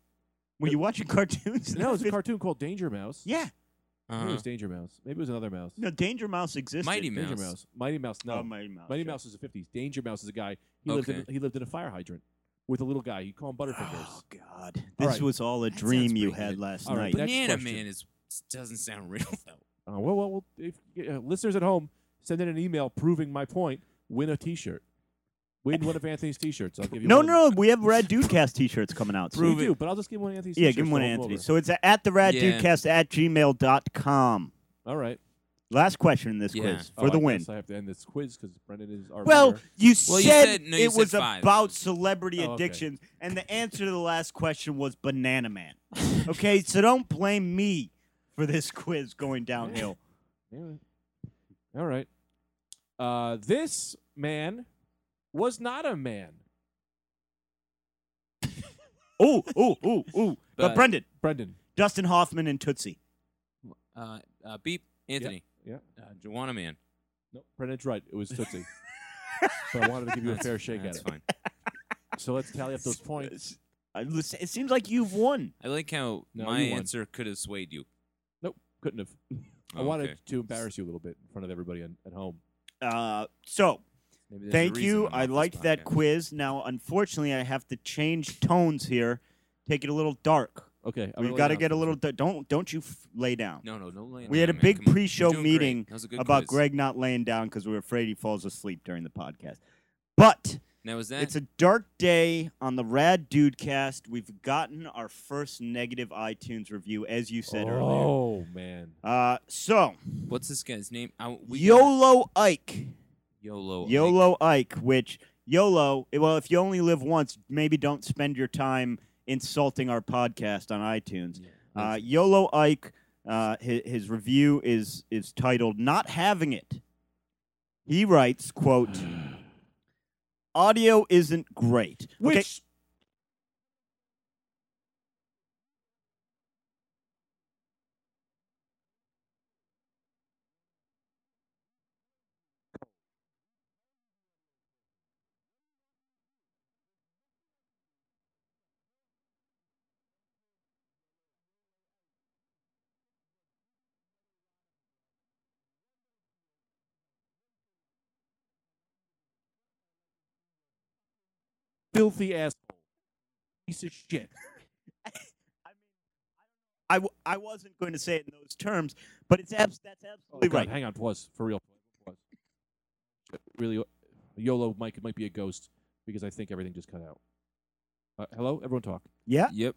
[SPEAKER 1] Were you watching cartoons? in
[SPEAKER 3] No,
[SPEAKER 1] the
[SPEAKER 3] it's a
[SPEAKER 1] 50s?
[SPEAKER 3] cartoon called Danger Mouse.
[SPEAKER 1] Yeah,
[SPEAKER 3] I think it
[SPEAKER 2] Uh-huh.
[SPEAKER 3] was Danger Mouse. Maybe it was another mouse.
[SPEAKER 1] no, Danger Mouse existed.
[SPEAKER 2] Mighty
[SPEAKER 3] Danger
[SPEAKER 2] Mouse.
[SPEAKER 3] Mouse. Mighty Mouse. No,
[SPEAKER 1] Oh, Mighty Mouse.
[SPEAKER 3] Mighty
[SPEAKER 1] yeah.
[SPEAKER 3] Mouse is the fifties. Danger Mouse is a guy. He lived in
[SPEAKER 2] Okay.
[SPEAKER 3] he lived in a fire hydrant with a little guy. You call him Butterfingers.
[SPEAKER 1] Oh God, this
[SPEAKER 3] All right.
[SPEAKER 1] was all a
[SPEAKER 2] That sounds
[SPEAKER 1] dream you
[SPEAKER 2] pretty
[SPEAKER 1] had
[SPEAKER 2] good.
[SPEAKER 1] last
[SPEAKER 3] All right,
[SPEAKER 1] night.
[SPEAKER 3] next
[SPEAKER 2] Banana
[SPEAKER 3] question.
[SPEAKER 2] Man is doesn't sound real though.
[SPEAKER 3] Uh, well, well, well if, uh, listeners at home, send in an email proving my point. Win a T-shirt. Win one of Anthony's T-shirts. I'll give you.
[SPEAKER 1] No,
[SPEAKER 3] one
[SPEAKER 1] no, no. We have Rad Dudecast t-shirts coming out.
[SPEAKER 3] We
[SPEAKER 1] Soon.
[SPEAKER 2] Prove it.
[SPEAKER 3] do, but I'll just give one of Anthony's.
[SPEAKER 1] Yeah,
[SPEAKER 3] T-shirts
[SPEAKER 1] give him one,
[SPEAKER 3] to him
[SPEAKER 1] Anthony.
[SPEAKER 3] over.
[SPEAKER 1] So it's at the Rad
[SPEAKER 2] Yeah.
[SPEAKER 1] Dudecast at gmail.com.
[SPEAKER 3] All right.
[SPEAKER 1] Last question in this
[SPEAKER 2] Yeah.
[SPEAKER 1] quiz for
[SPEAKER 3] Oh,
[SPEAKER 1] the
[SPEAKER 3] I
[SPEAKER 1] win.
[SPEAKER 3] guess I have to end this quiz because Brendan is our.
[SPEAKER 1] Well,
[SPEAKER 3] winner.
[SPEAKER 1] you
[SPEAKER 2] Well,
[SPEAKER 1] said,
[SPEAKER 2] you said- no, you
[SPEAKER 1] it
[SPEAKER 2] said
[SPEAKER 1] was
[SPEAKER 2] five.
[SPEAKER 1] about celebrity
[SPEAKER 3] Oh, okay.
[SPEAKER 1] addictions, and the answer to the last question was Banana Man. Okay, so don't blame me for this quiz going downhill.
[SPEAKER 3] Yeah. All right. Uh, this man was not a man.
[SPEAKER 1] ooh, ooh, ooh, ooh. But
[SPEAKER 2] But-
[SPEAKER 1] Brendan,
[SPEAKER 3] Brendan.
[SPEAKER 1] Dustin Hoffman, and Tootsie.
[SPEAKER 2] Uh, uh, beep, Anthony.
[SPEAKER 3] Yeah.
[SPEAKER 2] Uh, Juana Man.
[SPEAKER 3] No, Brendan's right. It was Tootsie. but I wanted to give you a
[SPEAKER 2] That's-
[SPEAKER 3] fair shake at
[SPEAKER 2] that's
[SPEAKER 3] it.
[SPEAKER 2] fine.
[SPEAKER 3] So let's tally up those points.
[SPEAKER 1] I lis- Uh, It seems like you've won.
[SPEAKER 2] I like how
[SPEAKER 3] No,
[SPEAKER 2] my
[SPEAKER 3] you won.
[SPEAKER 2] answer could have swayed you.
[SPEAKER 3] Nope, couldn't have. I
[SPEAKER 2] Oh,
[SPEAKER 3] wanted
[SPEAKER 2] okay.
[SPEAKER 3] to embarrass you a little bit in front of everybody on, at home.
[SPEAKER 1] Uh, so
[SPEAKER 3] Maybe there's a
[SPEAKER 1] Thank
[SPEAKER 2] reason
[SPEAKER 1] you.
[SPEAKER 2] I'm
[SPEAKER 1] I
[SPEAKER 2] on this
[SPEAKER 1] liked that
[SPEAKER 2] podcast.
[SPEAKER 1] quiz. Now, unfortunately, I have to change tones here. Take it a little dark.
[SPEAKER 3] re- okay. I'm
[SPEAKER 1] We've
[SPEAKER 3] gonna
[SPEAKER 1] got to
[SPEAKER 3] lay down
[SPEAKER 1] get a
[SPEAKER 3] for
[SPEAKER 1] little.
[SPEAKER 3] this
[SPEAKER 1] Da- don't don't you f- lay down
[SPEAKER 2] No, no, no. Laying
[SPEAKER 1] We
[SPEAKER 2] down,
[SPEAKER 1] had a
[SPEAKER 2] man.
[SPEAKER 1] big
[SPEAKER 2] Come on.
[SPEAKER 1] pre-show
[SPEAKER 2] You're doing great.
[SPEAKER 1] meeting
[SPEAKER 2] That was a good
[SPEAKER 1] about
[SPEAKER 2] quiz.
[SPEAKER 1] Greg not laying down because we were afraid he falls asleep during the podcast. But
[SPEAKER 2] Now was that?
[SPEAKER 1] it's a dark day on the Rad Dudecast. We've gotten our first negative iTunes review, as you
[SPEAKER 3] one.
[SPEAKER 1] said earlier.
[SPEAKER 3] Oh man.
[SPEAKER 1] Uh, so
[SPEAKER 2] What's this guy's name? I, we
[SPEAKER 1] YOLO Ike.
[SPEAKER 2] Yolo.
[SPEAKER 1] YOLO Ike, which YOLO, well, if you only live once, maybe don't spend your time insulting our podcast on iTunes. Uh, YOLO Ike, uh, his, his review is is titled "Not Having It." He writes, "Quote: Audio isn't great." Okay,
[SPEAKER 3] Which filthy asshole. Piece of shit.
[SPEAKER 1] I, w- I wasn't going to say it in those terms, but it's abs- that's absolutely
[SPEAKER 3] Oh, God,
[SPEAKER 1] right.
[SPEAKER 3] Hang on, pause for real. Pause. Really, YOLO Mike might be a ghost because I think everything just cut out. Uh, hello, everyone, talk.
[SPEAKER 1] Yeah.
[SPEAKER 2] Yep.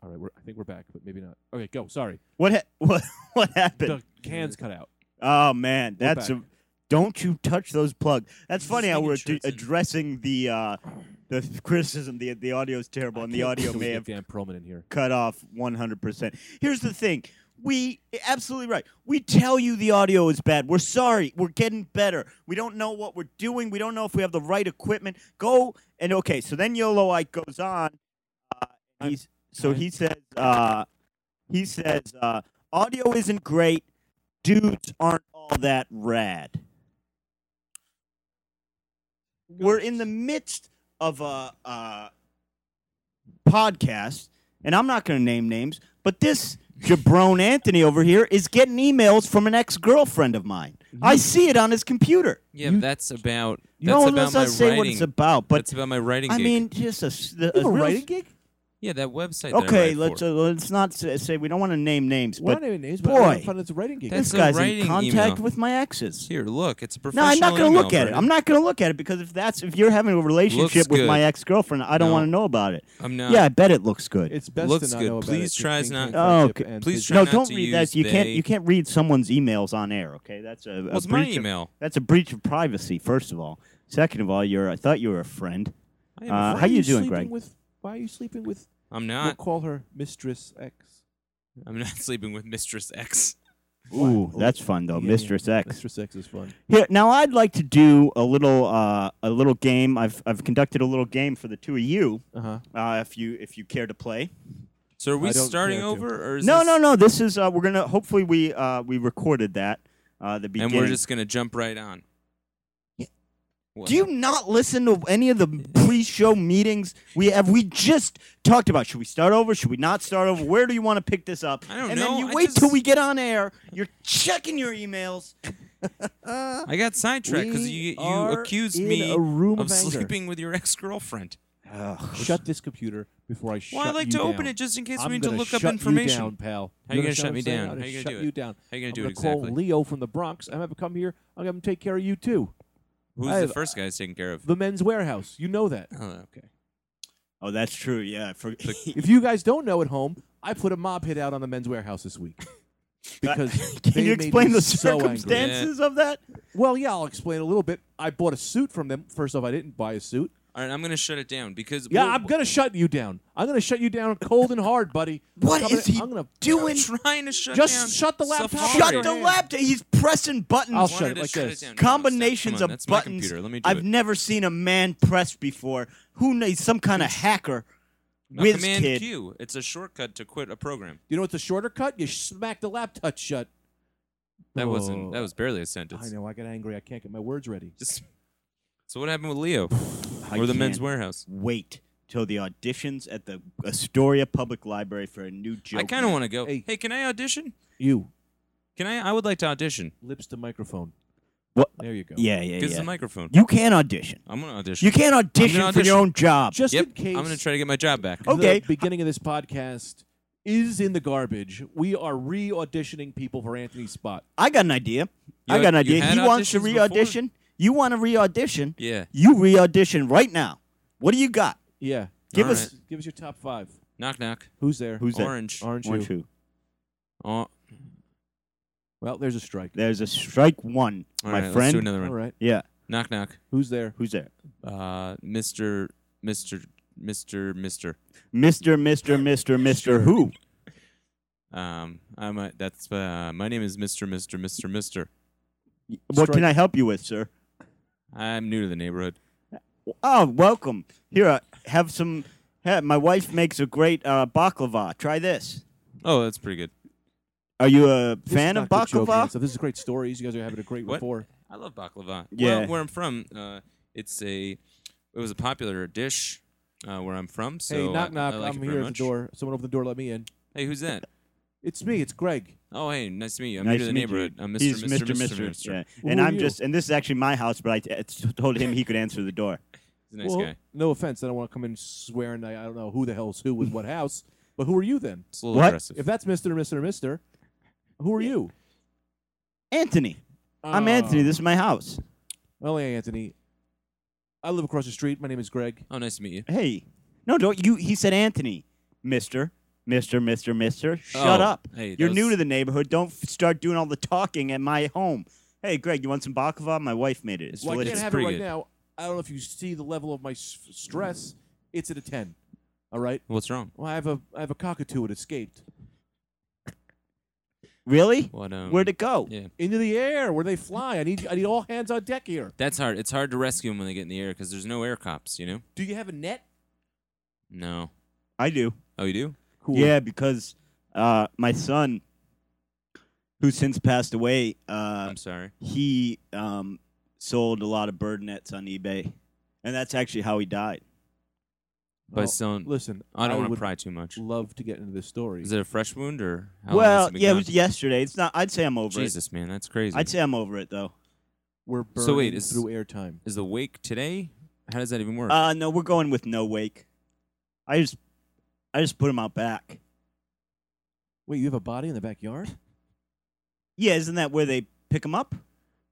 [SPEAKER 3] All right, we're, I think we're back, but maybe not. Okay, go. Sorry,
[SPEAKER 1] What ha- what what happened?
[SPEAKER 3] the cans cut out.
[SPEAKER 1] Oh man,
[SPEAKER 3] We're
[SPEAKER 1] that's
[SPEAKER 3] back.
[SPEAKER 1] a, don't you touch those plugs. That's
[SPEAKER 2] Just
[SPEAKER 1] funny how
[SPEAKER 2] making
[SPEAKER 1] we're
[SPEAKER 2] sure
[SPEAKER 1] d-
[SPEAKER 2] it's in.
[SPEAKER 1] addressing the uh, the criticism. The the audio is terrible,
[SPEAKER 3] I
[SPEAKER 1] and the
[SPEAKER 3] can't
[SPEAKER 1] audio
[SPEAKER 3] wait till we
[SPEAKER 1] may
[SPEAKER 3] get
[SPEAKER 1] have
[SPEAKER 3] Dan Perlman in here.
[SPEAKER 1] cut off 100%. Here's the thing. We absolutely right. We tell you the audio is bad. We're sorry. We're getting better. We don't know what we're doing. We don't know if we have the right equipment. Go and okay. So then Yolo Ike goes on. Uh, he's so he says uh, he says uh, audio isn't great. Dudes aren't all that rad. We're in the midst of a. Uh, podcast, and I'm not going to name names, but this jabron Anthony over here is getting emails from an ex girlfriend of mine. I see it on his computer.
[SPEAKER 2] Yeah,
[SPEAKER 3] You-
[SPEAKER 2] that's about.
[SPEAKER 1] You
[SPEAKER 2] that's
[SPEAKER 1] know,
[SPEAKER 2] about
[SPEAKER 1] let's
[SPEAKER 2] my
[SPEAKER 1] not say
[SPEAKER 2] writing.
[SPEAKER 1] what it's about, but
[SPEAKER 2] that's about my writing.
[SPEAKER 1] I
[SPEAKER 2] gig.
[SPEAKER 1] mean, just a, s- the-
[SPEAKER 3] You have a
[SPEAKER 1] real-
[SPEAKER 3] writing gig?
[SPEAKER 2] yeah, that website. that I
[SPEAKER 1] Okay,
[SPEAKER 2] write
[SPEAKER 1] let's
[SPEAKER 2] for.
[SPEAKER 1] uh, let's not say, say we don't want to name names,
[SPEAKER 3] We're
[SPEAKER 1] but
[SPEAKER 3] not even names, but I
[SPEAKER 1] boy.
[SPEAKER 3] found it's a writing gig.
[SPEAKER 2] That's
[SPEAKER 1] this
[SPEAKER 2] a
[SPEAKER 1] guy's in
[SPEAKER 2] writing
[SPEAKER 1] contact
[SPEAKER 2] email.
[SPEAKER 1] with my exes.
[SPEAKER 2] Here, look, it's a
[SPEAKER 1] No,
[SPEAKER 2] professional.
[SPEAKER 1] I'm not
[SPEAKER 2] going
[SPEAKER 1] going
[SPEAKER 2] to
[SPEAKER 1] to look at it. I'm not going to look at it because if that's if you're having a relationship with
[SPEAKER 2] good.
[SPEAKER 1] my ex girlfriend, I don't
[SPEAKER 2] No.
[SPEAKER 1] want to know about it.
[SPEAKER 2] I'm not.
[SPEAKER 1] Yeah, I bet it looks good.
[SPEAKER 3] It's best
[SPEAKER 2] Looks
[SPEAKER 3] to not
[SPEAKER 2] good.
[SPEAKER 3] know about
[SPEAKER 2] Please
[SPEAKER 3] it.
[SPEAKER 2] try
[SPEAKER 3] Just
[SPEAKER 2] not-
[SPEAKER 3] maintain friendship
[SPEAKER 1] Okay.
[SPEAKER 3] and
[SPEAKER 2] Please
[SPEAKER 3] business.
[SPEAKER 2] try
[SPEAKER 1] no,
[SPEAKER 2] not
[SPEAKER 1] don't
[SPEAKER 2] to
[SPEAKER 1] read
[SPEAKER 2] use
[SPEAKER 1] that. You can't
[SPEAKER 2] they.
[SPEAKER 1] you can't read someone's emails on air. Okay, that's a, a
[SPEAKER 2] What's my
[SPEAKER 1] breach of-
[SPEAKER 2] email?
[SPEAKER 1] that's a breach of privacy. First of all, second of all, you're I thought you were a friend.
[SPEAKER 2] I am
[SPEAKER 1] Uh,
[SPEAKER 2] a
[SPEAKER 1] how
[SPEAKER 3] Why
[SPEAKER 2] fr-
[SPEAKER 3] are
[SPEAKER 1] you doing,
[SPEAKER 3] sleeping
[SPEAKER 1] Greg?
[SPEAKER 3] With, why are you sleeping with?
[SPEAKER 2] I'm
[SPEAKER 3] We'll
[SPEAKER 2] not.
[SPEAKER 3] call her Mistress X.
[SPEAKER 2] I'm not sleeping with Mistress X.
[SPEAKER 1] Ooh, that's fun though,
[SPEAKER 3] Yeah, yeah.
[SPEAKER 1] Oh, Mistress X.
[SPEAKER 3] Mistress X is fun.
[SPEAKER 1] Here, now I'd like to do a little uh, a little game. I've I've conducted a little game for the two of you.
[SPEAKER 3] Uh huh.
[SPEAKER 1] Uh, if you if you care to play.
[SPEAKER 2] So are we
[SPEAKER 3] I don't
[SPEAKER 2] starting
[SPEAKER 3] care to.
[SPEAKER 2] over, or is
[SPEAKER 1] No,
[SPEAKER 2] this-
[SPEAKER 1] no, no. This is uh, we're gonna. Hopefully, we uh, we recorded that. Uh, the
[SPEAKER 2] And
[SPEAKER 1] beginning.
[SPEAKER 2] we're just gonna jump right on. What?
[SPEAKER 1] Do you not listen to any of the pre-show meetings we have? We just talked about. Should we start over? Should we not start over? Where do you want to pick this up?
[SPEAKER 2] I don't
[SPEAKER 1] and
[SPEAKER 2] know.
[SPEAKER 1] then you
[SPEAKER 2] I
[SPEAKER 1] wait till
[SPEAKER 2] just-
[SPEAKER 1] we get on air. You're checking your emails.
[SPEAKER 2] I got sidetracked because
[SPEAKER 3] We
[SPEAKER 2] you you
[SPEAKER 3] are
[SPEAKER 2] accused
[SPEAKER 3] in
[SPEAKER 2] me
[SPEAKER 3] a room
[SPEAKER 2] of
[SPEAKER 3] of anger.
[SPEAKER 2] sleeping with your ex girlfriend.
[SPEAKER 3] shut this computer before I shut
[SPEAKER 2] Well, I like
[SPEAKER 3] you
[SPEAKER 2] to
[SPEAKER 3] down.
[SPEAKER 2] open it just in case
[SPEAKER 3] I'm
[SPEAKER 2] we need to
[SPEAKER 3] gonna
[SPEAKER 2] look up
[SPEAKER 3] shut
[SPEAKER 2] information.
[SPEAKER 3] You down, pal.
[SPEAKER 2] How you gonna shut
[SPEAKER 3] understand what
[SPEAKER 2] me
[SPEAKER 3] I'm saying?
[SPEAKER 2] down?
[SPEAKER 3] I'm
[SPEAKER 2] How you gonna
[SPEAKER 3] shut
[SPEAKER 2] do it?
[SPEAKER 3] you down.
[SPEAKER 2] How you gonna
[SPEAKER 3] I'm
[SPEAKER 2] do
[SPEAKER 3] gonna
[SPEAKER 2] it exactly?
[SPEAKER 3] call Leo from the Bronx. I'm gonna come here. I'm gonna have him take care of you too.
[SPEAKER 2] Who's
[SPEAKER 3] I
[SPEAKER 2] the
[SPEAKER 3] have-
[SPEAKER 2] first guy it's taken care of?
[SPEAKER 3] The men's warehouse. You know that.
[SPEAKER 2] Oh, okay.
[SPEAKER 1] Oh, that's true. Yeah, I for-
[SPEAKER 3] If you guys don't know at home, I put a mob hit out on the men's warehouse this week. Because they
[SPEAKER 1] can you
[SPEAKER 3] made
[SPEAKER 1] explain
[SPEAKER 3] me
[SPEAKER 1] the
[SPEAKER 3] so angry.
[SPEAKER 1] circumstances of that?
[SPEAKER 3] Well, yeah, I'll explain a little bit. I bought a suit from them. First off, I didn't buy a suit.
[SPEAKER 2] All right, I'm gonna shut it down because
[SPEAKER 3] Yeah,
[SPEAKER 2] we'll-
[SPEAKER 3] I'm gonna shut you down. I'm gonna shut you down cold and hard, buddy. I'm
[SPEAKER 1] What
[SPEAKER 3] coming-
[SPEAKER 1] is he
[SPEAKER 3] I'm gonna
[SPEAKER 1] doing?
[SPEAKER 2] trying to shut
[SPEAKER 3] Just
[SPEAKER 2] down.
[SPEAKER 3] shut the laptop
[SPEAKER 2] Safari.
[SPEAKER 3] off
[SPEAKER 1] Shut the
[SPEAKER 3] hand.
[SPEAKER 1] laptop. He's pressing buttons.
[SPEAKER 3] I'll
[SPEAKER 2] Wanted
[SPEAKER 3] shut it
[SPEAKER 2] to
[SPEAKER 3] like
[SPEAKER 2] shut
[SPEAKER 3] this.
[SPEAKER 2] down. No,
[SPEAKER 1] combinations
[SPEAKER 2] it's not.
[SPEAKER 1] of
[SPEAKER 2] Come on, that's my
[SPEAKER 1] buttons.
[SPEAKER 2] computer. Let me do
[SPEAKER 1] I've
[SPEAKER 2] it.
[SPEAKER 1] never seen a man press before. Who knows? Some kind of hacker.
[SPEAKER 2] No,
[SPEAKER 1] Whiz
[SPEAKER 2] Command
[SPEAKER 1] kid.
[SPEAKER 2] Q. It's a shortcut to quit a program.
[SPEAKER 3] You know what's a shorter cut? You smack the laptop shut.
[SPEAKER 2] That wasn't.
[SPEAKER 3] Oh.
[SPEAKER 2] That was barely a sentence.
[SPEAKER 3] I know. I get angry. I can't get my words ready.
[SPEAKER 2] Just. So what happened with Leo
[SPEAKER 1] I
[SPEAKER 2] or the men's
[SPEAKER 1] can't
[SPEAKER 2] warehouse?
[SPEAKER 1] Wait till the auditions at the Astoria Public Library for a new joke.
[SPEAKER 2] I kind of want to go. Hey.
[SPEAKER 3] Hey.
[SPEAKER 2] can I audition?
[SPEAKER 3] You
[SPEAKER 2] Can I? I would like to audition.
[SPEAKER 3] lips to microphone.
[SPEAKER 1] What?
[SPEAKER 3] There you go.
[SPEAKER 1] Yeah, yeah,
[SPEAKER 2] Gives
[SPEAKER 1] yeah.
[SPEAKER 2] the microphone.
[SPEAKER 1] you can audition.
[SPEAKER 2] I'm gonna audition.
[SPEAKER 1] You can't audition, for
[SPEAKER 2] audition.
[SPEAKER 1] your own job.
[SPEAKER 3] Just
[SPEAKER 2] Yep.
[SPEAKER 3] in case.
[SPEAKER 2] I'm gonna try to get my job back.
[SPEAKER 1] Oh. Okay.
[SPEAKER 3] The beginning of this podcast is in the garbage. We are re-auditioning people for Anthony's spot.
[SPEAKER 1] I got an idea.
[SPEAKER 2] You
[SPEAKER 1] I got an
[SPEAKER 2] had- you
[SPEAKER 1] idea.
[SPEAKER 2] had
[SPEAKER 1] He wants to
[SPEAKER 2] auditions
[SPEAKER 1] re audition. You want to re audition.
[SPEAKER 2] Yeah.
[SPEAKER 1] You re audition right now. What do you got?
[SPEAKER 3] Yeah.
[SPEAKER 1] Give
[SPEAKER 2] All
[SPEAKER 1] us.
[SPEAKER 2] right.
[SPEAKER 3] Give us your top five.
[SPEAKER 2] Knock knock.
[SPEAKER 3] Who's there?
[SPEAKER 1] Who's that?
[SPEAKER 2] Orange.
[SPEAKER 3] Orange.
[SPEAKER 1] Orange
[SPEAKER 3] who?
[SPEAKER 1] who?
[SPEAKER 2] Oh,
[SPEAKER 3] Well, there's a strike.
[SPEAKER 1] There's a strike one,
[SPEAKER 2] all
[SPEAKER 1] my
[SPEAKER 2] right, Let's do
[SPEAKER 1] friend.
[SPEAKER 2] another
[SPEAKER 3] All
[SPEAKER 2] one.
[SPEAKER 3] right.
[SPEAKER 1] Yeah.
[SPEAKER 2] Knock knock.
[SPEAKER 3] Who's there?
[SPEAKER 1] Who's there?
[SPEAKER 2] Uh, Mister, Mister, Mister, Mister.
[SPEAKER 1] Mr. Mr. Mr. Mr. Who?
[SPEAKER 2] Um, I'm a, that's uh, my name is Mister, Mister, Mister, Mister.
[SPEAKER 1] What can
[SPEAKER 3] Strike.
[SPEAKER 1] I help you with, sir?
[SPEAKER 2] I'm new to the neighborhood.
[SPEAKER 1] Oh, welcome. Here, uh, have some. ha my wife makes a great uh, baklava. Try this.
[SPEAKER 2] Oh, that's pretty good.
[SPEAKER 1] Are you a
[SPEAKER 3] This is
[SPEAKER 1] fan of
[SPEAKER 3] not good joking and
[SPEAKER 1] baklava?
[SPEAKER 3] stuff. This is great stories. You guys are having a great
[SPEAKER 2] What?
[SPEAKER 3] rapport.
[SPEAKER 2] I love baklava.
[SPEAKER 1] Yeah.
[SPEAKER 2] Well, where I'm from, uh, it's a it was a popular dish uh, where I'm from. So
[SPEAKER 3] hey, knock
[SPEAKER 2] I-
[SPEAKER 3] knock.
[SPEAKER 2] I like it
[SPEAKER 3] I'm
[SPEAKER 2] very
[SPEAKER 3] here at the
[SPEAKER 2] much.
[SPEAKER 3] door. Someone open the door. Let me in.
[SPEAKER 2] Hey, who's that?
[SPEAKER 3] It's me. It's Greg.
[SPEAKER 2] Oh, hey, nice to meet you. I'm
[SPEAKER 1] Nice
[SPEAKER 2] new to the
[SPEAKER 1] to meet
[SPEAKER 2] neighborhood. uh,
[SPEAKER 1] you.
[SPEAKER 2] I'm Mr.
[SPEAKER 1] He's
[SPEAKER 2] Mr. Mr. Mr.
[SPEAKER 1] Yeah.
[SPEAKER 3] Who
[SPEAKER 1] And
[SPEAKER 3] are
[SPEAKER 1] I'm
[SPEAKER 3] you?
[SPEAKER 1] just, and this is actually my house, but I t- t- told him he could answer the door.
[SPEAKER 2] He's a nice
[SPEAKER 3] well,
[SPEAKER 2] guy.
[SPEAKER 3] no offense. I don't want to come in swearing. I, I don't know who the hell's who with what house. But who are you then?
[SPEAKER 2] It's a little
[SPEAKER 1] What?
[SPEAKER 2] aggressive.
[SPEAKER 3] If that's Mister, Mister, Mister, who are you?
[SPEAKER 1] Anthony. I'm
[SPEAKER 2] Ah.
[SPEAKER 3] Uh,
[SPEAKER 1] Anthony. This is my house.
[SPEAKER 3] Well, hey, Anthony. I live across the street. My name is Greg.
[SPEAKER 2] oh, nice to meet you.
[SPEAKER 1] Hey. No, don't you. He said Anthony. Mister. Mister, Mister, Mister. Shut
[SPEAKER 2] Oh,
[SPEAKER 1] up.
[SPEAKER 2] hey, that
[SPEAKER 1] You're new
[SPEAKER 2] was-
[SPEAKER 1] to the neighborhood. Don't f- start doing all the talking at my home. Hey, Greg, you want some baklava? My wife made it. It's
[SPEAKER 3] Well, I
[SPEAKER 1] delicious.
[SPEAKER 3] can't have it
[SPEAKER 2] pretty
[SPEAKER 3] right
[SPEAKER 2] good.
[SPEAKER 3] now. I don't know if you see the level of my s- stress. It's at a ten. All right.
[SPEAKER 2] What's wrong?
[SPEAKER 3] Well, I have a I have a cockatoo. It escaped
[SPEAKER 1] Really?
[SPEAKER 2] What? Um,
[SPEAKER 1] Where'd it go?
[SPEAKER 2] Yeah.
[SPEAKER 3] into the air where they fly. I need I need all hands on deck here.
[SPEAKER 2] That's hard. It's hard to rescue them when they get in the air because there's no air cops. You know.
[SPEAKER 3] Do you have a net?
[SPEAKER 2] No.
[SPEAKER 1] I do.
[SPEAKER 2] Oh, you do?
[SPEAKER 3] Cool.
[SPEAKER 1] Yeah, because uh, my son, who since passed away, uh,
[SPEAKER 2] I'm sorry.
[SPEAKER 1] he um, sold a lot of bird nets on eBay, and that's actually how he died.
[SPEAKER 2] By
[SPEAKER 3] Well,
[SPEAKER 2] selling.
[SPEAKER 3] Listen,
[SPEAKER 2] I don't want to
[SPEAKER 3] would
[SPEAKER 2] pry too much.
[SPEAKER 3] Love to get into this story.
[SPEAKER 2] Is it a fresh wound or? How long
[SPEAKER 1] well,
[SPEAKER 2] has been
[SPEAKER 1] yeah, it
[SPEAKER 2] gone? Oh,
[SPEAKER 1] was yesterday. It's not. I'd say I'm over
[SPEAKER 2] Jesus, man, that's crazy.
[SPEAKER 1] it. I'd say I'm over it though.
[SPEAKER 3] We're burning
[SPEAKER 2] So wait, is-
[SPEAKER 3] through airtime.
[SPEAKER 2] Is the wake today? How does that even work?
[SPEAKER 1] Uh, no, we're going with no wake. I just, I just put him out back.
[SPEAKER 3] Wait, you have a body in the backyard?
[SPEAKER 1] Yeah, isn't that where they pick him up?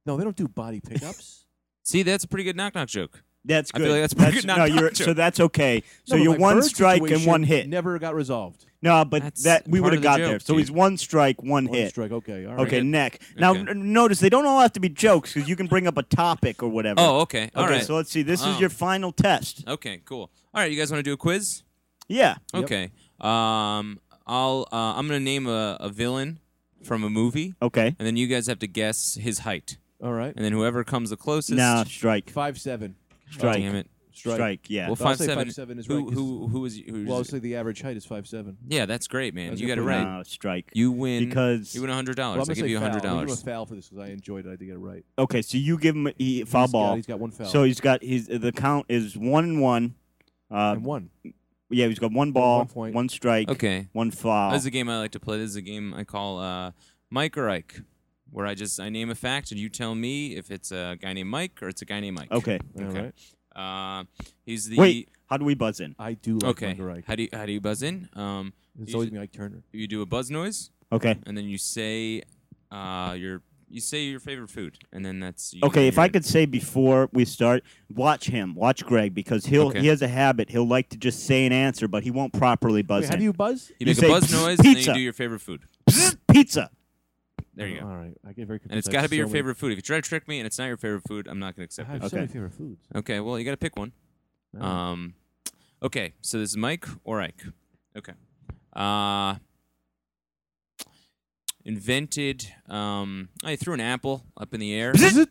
[SPEAKER 3] No, they don't do body pickups.
[SPEAKER 2] See, that's a pretty good knock knock joke.
[SPEAKER 1] That's
[SPEAKER 2] I
[SPEAKER 1] good.
[SPEAKER 2] feel like that's pretty good
[SPEAKER 1] no,
[SPEAKER 2] not
[SPEAKER 1] you're,
[SPEAKER 2] to.
[SPEAKER 1] so that's okay. So
[SPEAKER 3] No, but
[SPEAKER 1] you're
[SPEAKER 3] my
[SPEAKER 1] one
[SPEAKER 3] bird
[SPEAKER 1] strike and one
[SPEAKER 3] situation
[SPEAKER 1] hit.
[SPEAKER 3] Never got resolved.
[SPEAKER 1] No, but
[SPEAKER 2] That's
[SPEAKER 1] that we
[SPEAKER 2] part
[SPEAKER 1] would have
[SPEAKER 2] of the
[SPEAKER 1] got
[SPEAKER 2] joke,
[SPEAKER 1] there. So
[SPEAKER 2] dude.
[SPEAKER 1] he's one strike, one,
[SPEAKER 3] One
[SPEAKER 1] hit.
[SPEAKER 3] strike. Okay. All right.
[SPEAKER 1] Okay,
[SPEAKER 2] Hit.
[SPEAKER 1] neck. Now
[SPEAKER 2] Okay.
[SPEAKER 1] n- notice they don't all have to be jokes because you can bring up a topic or whatever.
[SPEAKER 2] Oh, okay. All
[SPEAKER 1] okay.
[SPEAKER 2] right.
[SPEAKER 1] So let's see. This
[SPEAKER 2] Oh.
[SPEAKER 1] is your final test.
[SPEAKER 2] okay, cool. All right, you guys want to do a quiz?
[SPEAKER 1] Yeah.
[SPEAKER 3] Yep.
[SPEAKER 2] Okay. Um, I'll uh, I'm gonna name a, a villain from a movie,
[SPEAKER 1] Okay.
[SPEAKER 2] and then you guys have to guess his height,
[SPEAKER 3] All right.
[SPEAKER 2] and then whoever comes the closest.
[SPEAKER 1] Nah, strike.
[SPEAKER 3] Five seven.
[SPEAKER 1] Strike.
[SPEAKER 2] Damn it.
[SPEAKER 1] Strike.
[SPEAKER 3] Strike.
[SPEAKER 1] Yeah.
[SPEAKER 2] Well,
[SPEAKER 3] But I'll
[SPEAKER 2] five
[SPEAKER 3] say
[SPEAKER 2] seven.
[SPEAKER 3] 5'7" is
[SPEAKER 2] who,
[SPEAKER 3] right, 'cause-
[SPEAKER 2] who who is who?
[SPEAKER 3] Well, obviously the average height is five seven.
[SPEAKER 2] yeah, that's great, man.
[SPEAKER 3] That's
[SPEAKER 2] You got it
[SPEAKER 3] good
[SPEAKER 2] right.
[SPEAKER 3] point.
[SPEAKER 1] Nah, strike.
[SPEAKER 2] You win
[SPEAKER 1] Because-
[SPEAKER 2] you win a hundred
[SPEAKER 3] Well, I'm
[SPEAKER 2] dollars. I
[SPEAKER 3] gonna
[SPEAKER 2] give
[SPEAKER 3] say
[SPEAKER 2] you a
[SPEAKER 3] foul.
[SPEAKER 2] hundred
[SPEAKER 3] I'll give him a
[SPEAKER 2] dollars.
[SPEAKER 3] foul for this because I enjoyed it. I did get it right.
[SPEAKER 1] okay. So you give him a foul
[SPEAKER 3] He's got-
[SPEAKER 1] ball.
[SPEAKER 3] he's got one foul.
[SPEAKER 1] So he's got his the count is one and one. Uh,
[SPEAKER 3] and one.
[SPEAKER 1] yeah, he's got one
[SPEAKER 3] one
[SPEAKER 1] ball, one,
[SPEAKER 3] point.
[SPEAKER 1] strike,
[SPEAKER 2] Okay.
[SPEAKER 1] one foul.
[SPEAKER 2] This is a game I like to play. This is a game I call uh, Mike or Ike, where I just I name a fact and you tell me if it's a guy named Mike or it's a guy named Mike.
[SPEAKER 1] Okay.
[SPEAKER 3] All
[SPEAKER 2] Okay.
[SPEAKER 3] right.
[SPEAKER 2] Uh, he's the
[SPEAKER 1] Wait, How do we buzz in?
[SPEAKER 3] I do like
[SPEAKER 2] Okay.
[SPEAKER 3] Edgar Wright.
[SPEAKER 2] How do you how do you buzz in? Um,
[SPEAKER 3] It's
[SPEAKER 2] you
[SPEAKER 3] always
[SPEAKER 2] should-
[SPEAKER 3] me, Ike Turner.
[SPEAKER 2] you do a buzz noise,
[SPEAKER 1] Okay.
[SPEAKER 2] and then you say uh your you say your favorite food, and then that's you
[SPEAKER 1] Okay,
[SPEAKER 2] get
[SPEAKER 1] if I
[SPEAKER 2] your-
[SPEAKER 1] could say before we start, watch him, watch Greg, because he'll
[SPEAKER 2] Okay.
[SPEAKER 1] he has a habit. He'll like to just say an answer, but he won't properly buzz
[SPEAKER 3] Wait, how
[SPEAKER 1] in.
[SPEAKER 3] do you buzz?
[SPEAKER 2] you
[SPEAKER 1] you
[SPEAKER 2] make
[SPEAKER 1] say,
[SPEAKER 2] a buzz
[SPEAKER 1] "Psst,
[SPEAKER 2] noise, and then
[SPEAKER 1] pizza."
[SPEAKER 2] you do your favorite food.
[SPEAKER 1] Pizza.
[SPEAKER 2] There you go.
[SPEAKER 3] All right, I get very.
[SPEAKER 2] And it's got to be your favorite food. If you try to trick me and it's not your favorite food, I'm not gonna
[SPEAKER 3] I
[SPEAKER 2] accept
[SPEAKER 3] have
[SPEAKER 2] it.
[SPEAKER 3] so
[SPEAKER 1] Okay.
[SPEAKER 3] many favorite foods.
[SPEAKER 2] Okay, well you got to pick one.
[SPEAKER 3] Yeah.
[SPEAKER 2] Um, okay, so this is Mike or Ike. Okay. Uh, invented. Um, I threw an apple up in the air.
[SPEAKER 3] Is it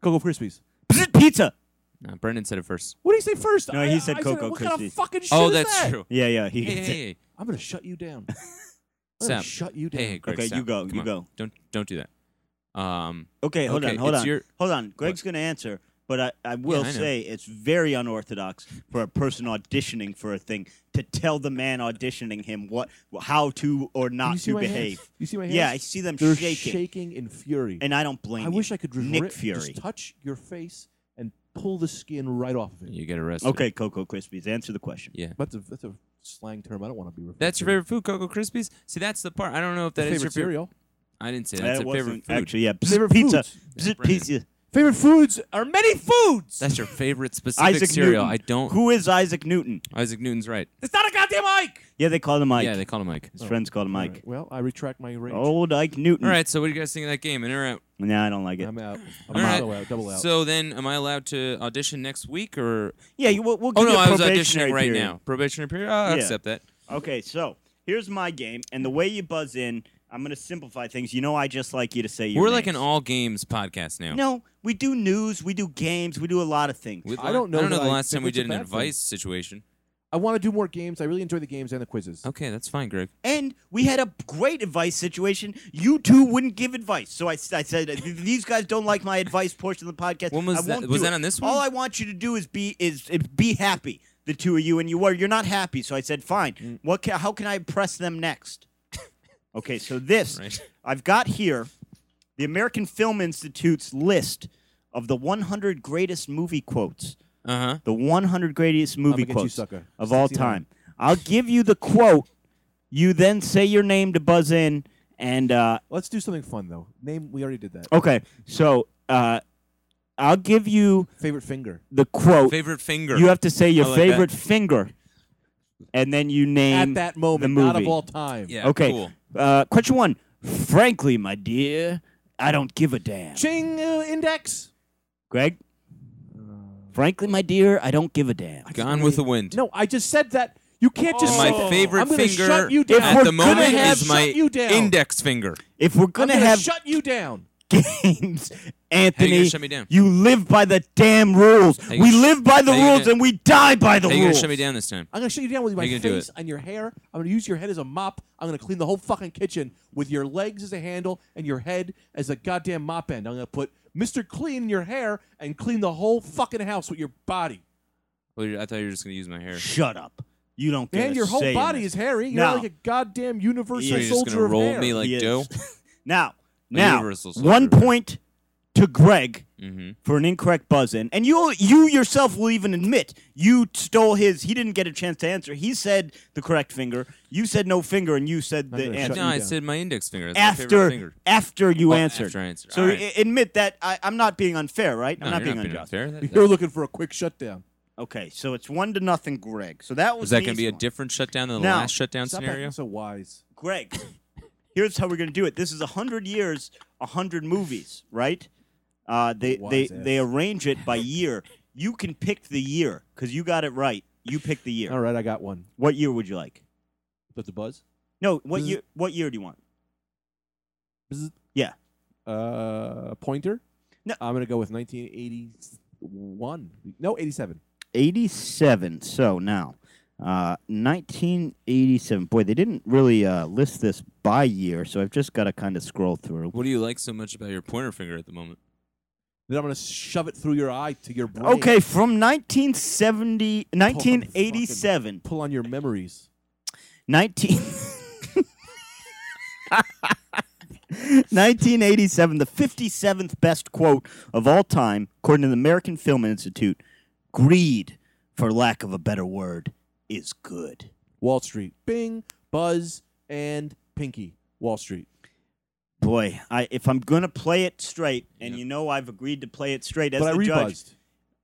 [SPEAKER 3] Cocoa Krispies?
[SPEAKER 1] Pizza.
[SPEAKER 2] No, Brendan said it first.
[SPEAKER 3] What did he say first?
[SPEAKER 1] No,
[SPEAKER 3] I-
[SPEAKER 1] he said
[SPEAKER 3] I
[SPEAKER 1] Cocoa
[SPEAKER 3] What kind
[SPEAKER 1] Krispies.
[SPEAKER 3] of fucking shit
[SPEAKER 2] oh,
[SPEAKER 3] is
[SPEAKER 2] that's
[SPEAKER 3] that?
[SPEAKER 2] true.
[SPEAKER 1] Yeah, yeah. He
[SPEAKER 2] Hey, hey,
[SPEAKER 1] gets it.
[SPEAKER 2] hey,
[SPEAKER 3] I'm gonna shut you down. I'm
[SPEAKER 2] Sam.
[SPEAKER 3] gonna shut you down.
[SPEAKER 2] hey, hey, Greg,
[SPEAKER 1] Okay,
[SPEAKER 2] stop.
[SPEAKER 1] you go,
[SPEAKER 2] Come
[SPEAKER 1] you
[SPEAKER 2] on.
[SPEAKER 1] go.
[SPEAKER 2] Don't don't do that. Um,
[SPEAKER 1] Okay, hold
[SPEAKER 2] okay,
[SPEAKER 1] on, hold
[SPEAKER 2] it's
[SPEAKER 1] on,
[SPEAKER 2] your-
[SPEAKER 1] hold on. Greg's gonna answer, but I, I will
[SPEAKER 2] I know.
[SPEAKER 1] say it's very unorthodox for a person auditioning for a thing to tell the man auditioning him what how to or
[SPEAKER 3] you
[SPEAKER 1] not
[SPEAKER 3] see
[SPEAKER 1] to
[SPEAKER 3] my hands?
[SPEAKER 1] behave.
[SPEAKER 3] You see my hands?
[SPEAKER 1] Yeah, I see them
[SPEAKER 3] They're
[SPEAKER 1] shaking,
[SPEAKER 3] in fury.
[SPEAKER 1] and I don't blame.
[SPEAKER 3] I wish
[SPEAKER 1] you.
[SPEAKER 3] I could
[SPEAKER 1] Nick
[SPEAKER 3] rip-
[SPEAKER 1] Fury.
[SPEAKER 3] just touch your face and pull the skin right off of it.
[SPEAKER 2] you get arrested.
[SPEAKER 1] Okay, Cocoa Krispies, answer the question.
[SPEAKER 2] Yeah.
[SPEAKER 3] That's a that's a slang term. I don't want to be. referred
[SPEAKER 2] That's your
[SPEAKER 3] to.
[SPEAKER 2] favorite food, Cocoa Krispies. See, that's the part. I don't know if that
[SPEAKER 3] favorite
[SPEAKER 2] is your favorite.
[SPEAKER 3] cereal.
[SPEAKER 2] I didn't say
[SPEAKER 1] That
[SPEAKER 2] that's your favorite
[SPEAKER 1] wasn't-
[SPEAKER 2] food.
[SPEAKER 1] Actually, yeah, Bzz,
[SPEAKER 3] Favorite
[SPEAKER 1] pizza,
[SPEAKER 3] foods.
[SPEAKER 1] Bzz,
[SPEAKER 2] Brennan.
[SPEAKER 1] pizza.
[SPEAKER 3] Favorite foods are many foods.
[SPEAKER 2] That's your favorite specific
[SPEAKER 1] Isaac
[SPEAKER 2] cereal.
[SPEAKER 1] Newton.
[SPEAKER 2] I don't.
[SPEAKER 1] Who is Isaac Newton?
[SPEAKER 2] Isaac Newton's right.
[SPEAKER 3] It's not a goddamn Ike.
[SPEAKER 1] Yeah, they call him Mike.
[SPEAKER 2] Yeah, they call him Mike.
[SPEAKER 1] His friends call him
[SPEAKER 3] All
[SPEAKER 1] Mike.
[SPEAKER 3] right, Well, I retract my rage.
[SPEAKER 1] Old Ike Newton.
[SPEAKER 2] All right, so what do you guys think of that game? And all right,
[SPEAKER 1] Nah, I don't like it.
[SPEAKER 3] I'm out. I'm
[SPEAKER 2] All right.
[SPEAKER 3] also out. Double out.
[SPEAKER 2] So then, am I allowed to audition next week or?
[SPEAKER 1] yeah, you, we'll, we'll
[SPEAKER 2] Oh
[SPEAKER 1] give
[SPEAKER 2] no,
[SPEAKER 1] you a
[SPEAKER 2] I was
[SPEAKER 1] probationary
[SPEAKER 2] auditioning right
[SPEAKER 1] period.
[SPEAKER 2] now. Probationary period. I'll
[SPEAKER 1] Yeah.
[SPEAKER 2] accept that.
[SPEAKER 1] Okay, so here's my game, and the way you buzz in, I'm gonna simplify things. You know, I just like you to say your.
[SPEAKER 2] We're like an
[SPEAKER 1] names.
[SPEAKER 2] all games podcast now.
[SPEAKER 1] No, we do news, we do games, we do a lot of things.
[SPEAKER 2] We'd
[SPEAKER 3] I
[SPEAKER 2] li-
[SPEAKER 3] don't know
[SPEAKER 2] I don't know
[SPEAKER 3] that
[SPEAKER 2] the
[SPEAKER 3] I
[SPEAKER 2] last
[SPEAKER 3] think
[SPEAKER 2] time we
[SPEAKER 3] it's a
[SPEAKER 2] did an
[SPEAKER 3] bad
[SPEAKER 2] advice situation.
[SPEAKER 3] I want to do more games. I really enjoy the games and the quizzes.
[SPEAKER 2] Okay, that's fine, Greg.
[SPEAKER 1] and we had a great advice situation. You two wouldn't give advice, so I, s- I said these guys don't like my advice portion of the podcast.
[SPEAKER 2] When was
[SPEAKER 1] I
[SPEAKER 2] that-
[SPEAKER 1] won't
[SPEAKER 2] was
[SPEAKER 1] do
[SPEAKER 2] that
[SPEAKER 1] it.
[SPEAKER 2] on this
[SPEAKER 1] All
[SPEAKER 2] one?
[SPEAKER 1] I want you to do is be is, is be happy. The two of you and you were you're not happy, so I said fine.
[SPEAKER 2] Mm.
[SPEAKER 1] What ca how can I impress them next? okay, so this
[SPEAKER 2] Right.
[SPEAKER 1] I've got here the American Film Institute's list of the 100 greatest movie quotes.
[SPEAKER 2] Uh huh.
[SPEAKER 1] The 100 greatest movie
[SPEAKER 3] get you,
[SPEAKER 1] quotes
[SPEAKER 3] sucker.
[SPEAKER 1] of all
[SPEAKER 3] 69.
[SPEAKER 1] time. I'll give you the quote. You then say your name to buzz in, and uh,
[SPEAKER 3] Let's do something fun though. Name. We already did that.
[SPEAKER 1] okay. So uh, I'll give you
[SPEAKER 3] Favorite finger.
[SPEAKER 1] the quote.
[SPEAKER 2] Favorite finger.
[SPEAKER 1] You have to say your
[SPEAKER 2] I like that.
[SPEAKER 1] favorite finger, and then you name
[SPEAKER 3] At that moment,
[SPEAKER 1] the
[SPEAKER 3] not of
[SPEAKER 1] movie.
[SPEAKER 3] all time.
[SPEAKER 2] yeah.
[SPEAKER 1] okay.
[SPEAKER 2] Cool.
[SPEAKER 1] Uh, question one. Frankly, my dear, I don't give a damn.
[SPEAKER 3] Ching uh, index.
[SPEAKER 1] Greg. Frankly, my dear, I don't give a damn.
[SPEAKER 2] Gone with the wind.
[SPEAKER 3] No, I just said that. You can't just
[SPEAKER 2] And
[SPEAKER 3] say
[SPEAKER 2] my favorite
[SPEAKER 3] I'm gonna
[SPEAKER 2] finger
[SPEAKER 3] shut you down.
[SPEAKER 1] If we're
[SPEAKER 2] at
[SPEAKER 1] gonna
[SPEAKER 2] the moment
[SPEAKER 1] have-
[SPEAKER 2] is my
[SPEAKER 3] shut you down.
[SPEAKER 2] index finger.
[SPEAKER 1] If we're
[SPEAKER 3] I'm
[SPEAKER 1] gonna,
[SPEAKER 3] gonna
[SPEAKER 1] have
[SPEAKER 3] shut you down.
[SPEAKER 1] games,
[SPEAKER 2] How you
[SPEAKER 1] Anthony,
[SPEAKER 2] gonna shut me down?
[SPEAKER 1] you live by the damn rules.
[SPEAKER 2] you
[SPEAKER 1] We
[SPEAKER 2] gonna sh-
[SPEAKER 1] live by the
[SPEAKER 2] how you gonna-
[SPEAKER 1] rules and we die by the
[SPEAKER 2] Are you gonna
[SPEAKER 1] rules.
[SPEAKER 2] shut me down this time?
[SPEAKER 3] I'm gonna shut you down with
[SPEAKER 2] you
[SPEAKER 3] my
[SPEAKER 2] gonna do
[SPEAKER 3] face and your hair. I'm gonna use your head as a mop. I'm gonna clean the whole fucking kitchen with your legs as a handle and your head as a goddamn mop end. I'm gonna put Mr. Clean in your hair and clean the whole fucking house with your body.
[SPEAKER 2] Well, you- I thought you were just gonna use my hair.
[SPEAKER 1] Shut up. You don't get
[SPEAKER 3] And
[SPEAKER 1] a
[SPEAKER 3] your whole
[SPEAKER 1] say in
[SPEAKER 3] body
[SPEAKER 1] this.
[SPEAKER 3] is hairy. You're
[SPEAKER 1] No.
[SPEAKER 3] like a goddamn
[SPEAKER 2] So
[SPEAKER 3] universal
[SPEAKER 2] you're just
[SPEAKER 3] soldier
[SPEAKER 2] gonna
[SPEAKER 3] of
[SPEAKER 2] roll
[SPEAKER 3] hair.
[SPEAKER 2] me like
[SPEAKER 1] Yes.
[SPEAKER 2] dough.
[SPEAKER 1] Now, now,
[SPEAKER 2] universal soldier.
[SPEAKER 1] one point to Greg
[SPEAKER 2] Mm-hmm.
[SPEAKER 1] for an incorrect buzz in, and you you yourself will even admit you stole his. He didn't get a chance to answer. He said the correct finger. You said no finger, and you said
[SPEAKER 3] I'm
[SPEAKER 1] the
[SPEAKER 3] gonna
[SPEAKER 1] answer.
[SPEAKER 3] shut
[SPEAKER 2] No,
[SPEAKER 3] you
[SPEAKER 2] I
[SPEAKER 3] down.
[SPEAKER 2] said my index finger. That's my favorite
[SPEAKER 1] after
[SPEAKER 2] finger.
[SPEAKER 1] after you
[SPEAKER 2] Oh,
[SPEAKER 1] answered.
[SPEAKER 2] after I answered.
[SPEAKER 1] So
[SPEAKER 2] All right.
[SPEAKER 1] a- admit that I, I'm not being unfair, right?
[SPEAKER 2] No,
[SPEAKER 1] I'm not
[SPEAKER 2] you're
[SPEAKER 1] being unjust.
[SPEAKER 2] unfair. That- that-
[SPEAKER 3] You're looking for a quick shutdown.
[SPEAKER 1] Okay, so it's one to nothing, Greg. So that was
[SPEAKER 2] Was that
[SPEAKER 1] an
[SPEAKER 2] going to be
[SPEAKER 1] easy
[SPEAKER 2] a
[SPEAKER 1] one.
[SPEAKER 2] different shutdown than the
[SPEAKER 1] Now,
[SPEAKER 2] last shutdown
[SPEAKER 3] Stop
[SPEAKER 2] scenario?
[SPEAKER 3] acting so wise.
[SPEAKER 1] Greg? Here's how we're gonna do it. This is hundred years, hundred movies, right? Uh, they
[SPEAKER 3] Wise
[SPEAKER 1] they
[SPEAKER 3] ass.
[SPEAKER 1] they arrange it by year. You can pick the year because you got it right. You pick the year.
[SPEAKER 3] All right, I got one.
[SPEAKER 1] What year would you like?
[SPEAKER 3] That's a buzz.
[SPEAKER 1] No, what
[SPEAKER 3] Bzz.
[SPEAKER 1] year? What year do you want?
[SPEAKER 3] Bzz.
[SPEAKER 1] Yeah.
[SPEAKER 3] Uh, pointer.
[SPEAKER 1] No.
[SPEAKER 3] I'm gonna go with 1981. No, 87.
[SPEAKER 1] Eighty-seven. So now, uh, nineteen eighty-seven. Boy, they didn't really uh, list this by year, so I've just got to kind of scroll through.
[SPEAKER 2] What do you like so much about your pointer finger at the moment?
[SPEAKER 3] Then I'm gonna shove it through your eye to your brain.
[SPEAKER 1] Okay, from 1970, 1987,
[SPEAKER 3] Pull on your memories.
[SPEAKER 1] 19 1987, the 57th best quote of all time, according to the American Film Institute, greed. for lack of a better word, is good.
[SPEAKER 3] Wall Street, Bing, Buzz, and Pinky. Wall Street.
[SPEAKER 1] Boy, I if I'm gonna play it straight, and
[SPEAKER 2] Yep.
[SPEAKER 1] you know I've agreed to play it straight as
[SPEAKER 3] but I
[SPEAKER 1] the judge.
[SPEAKER 3] rebuzzed.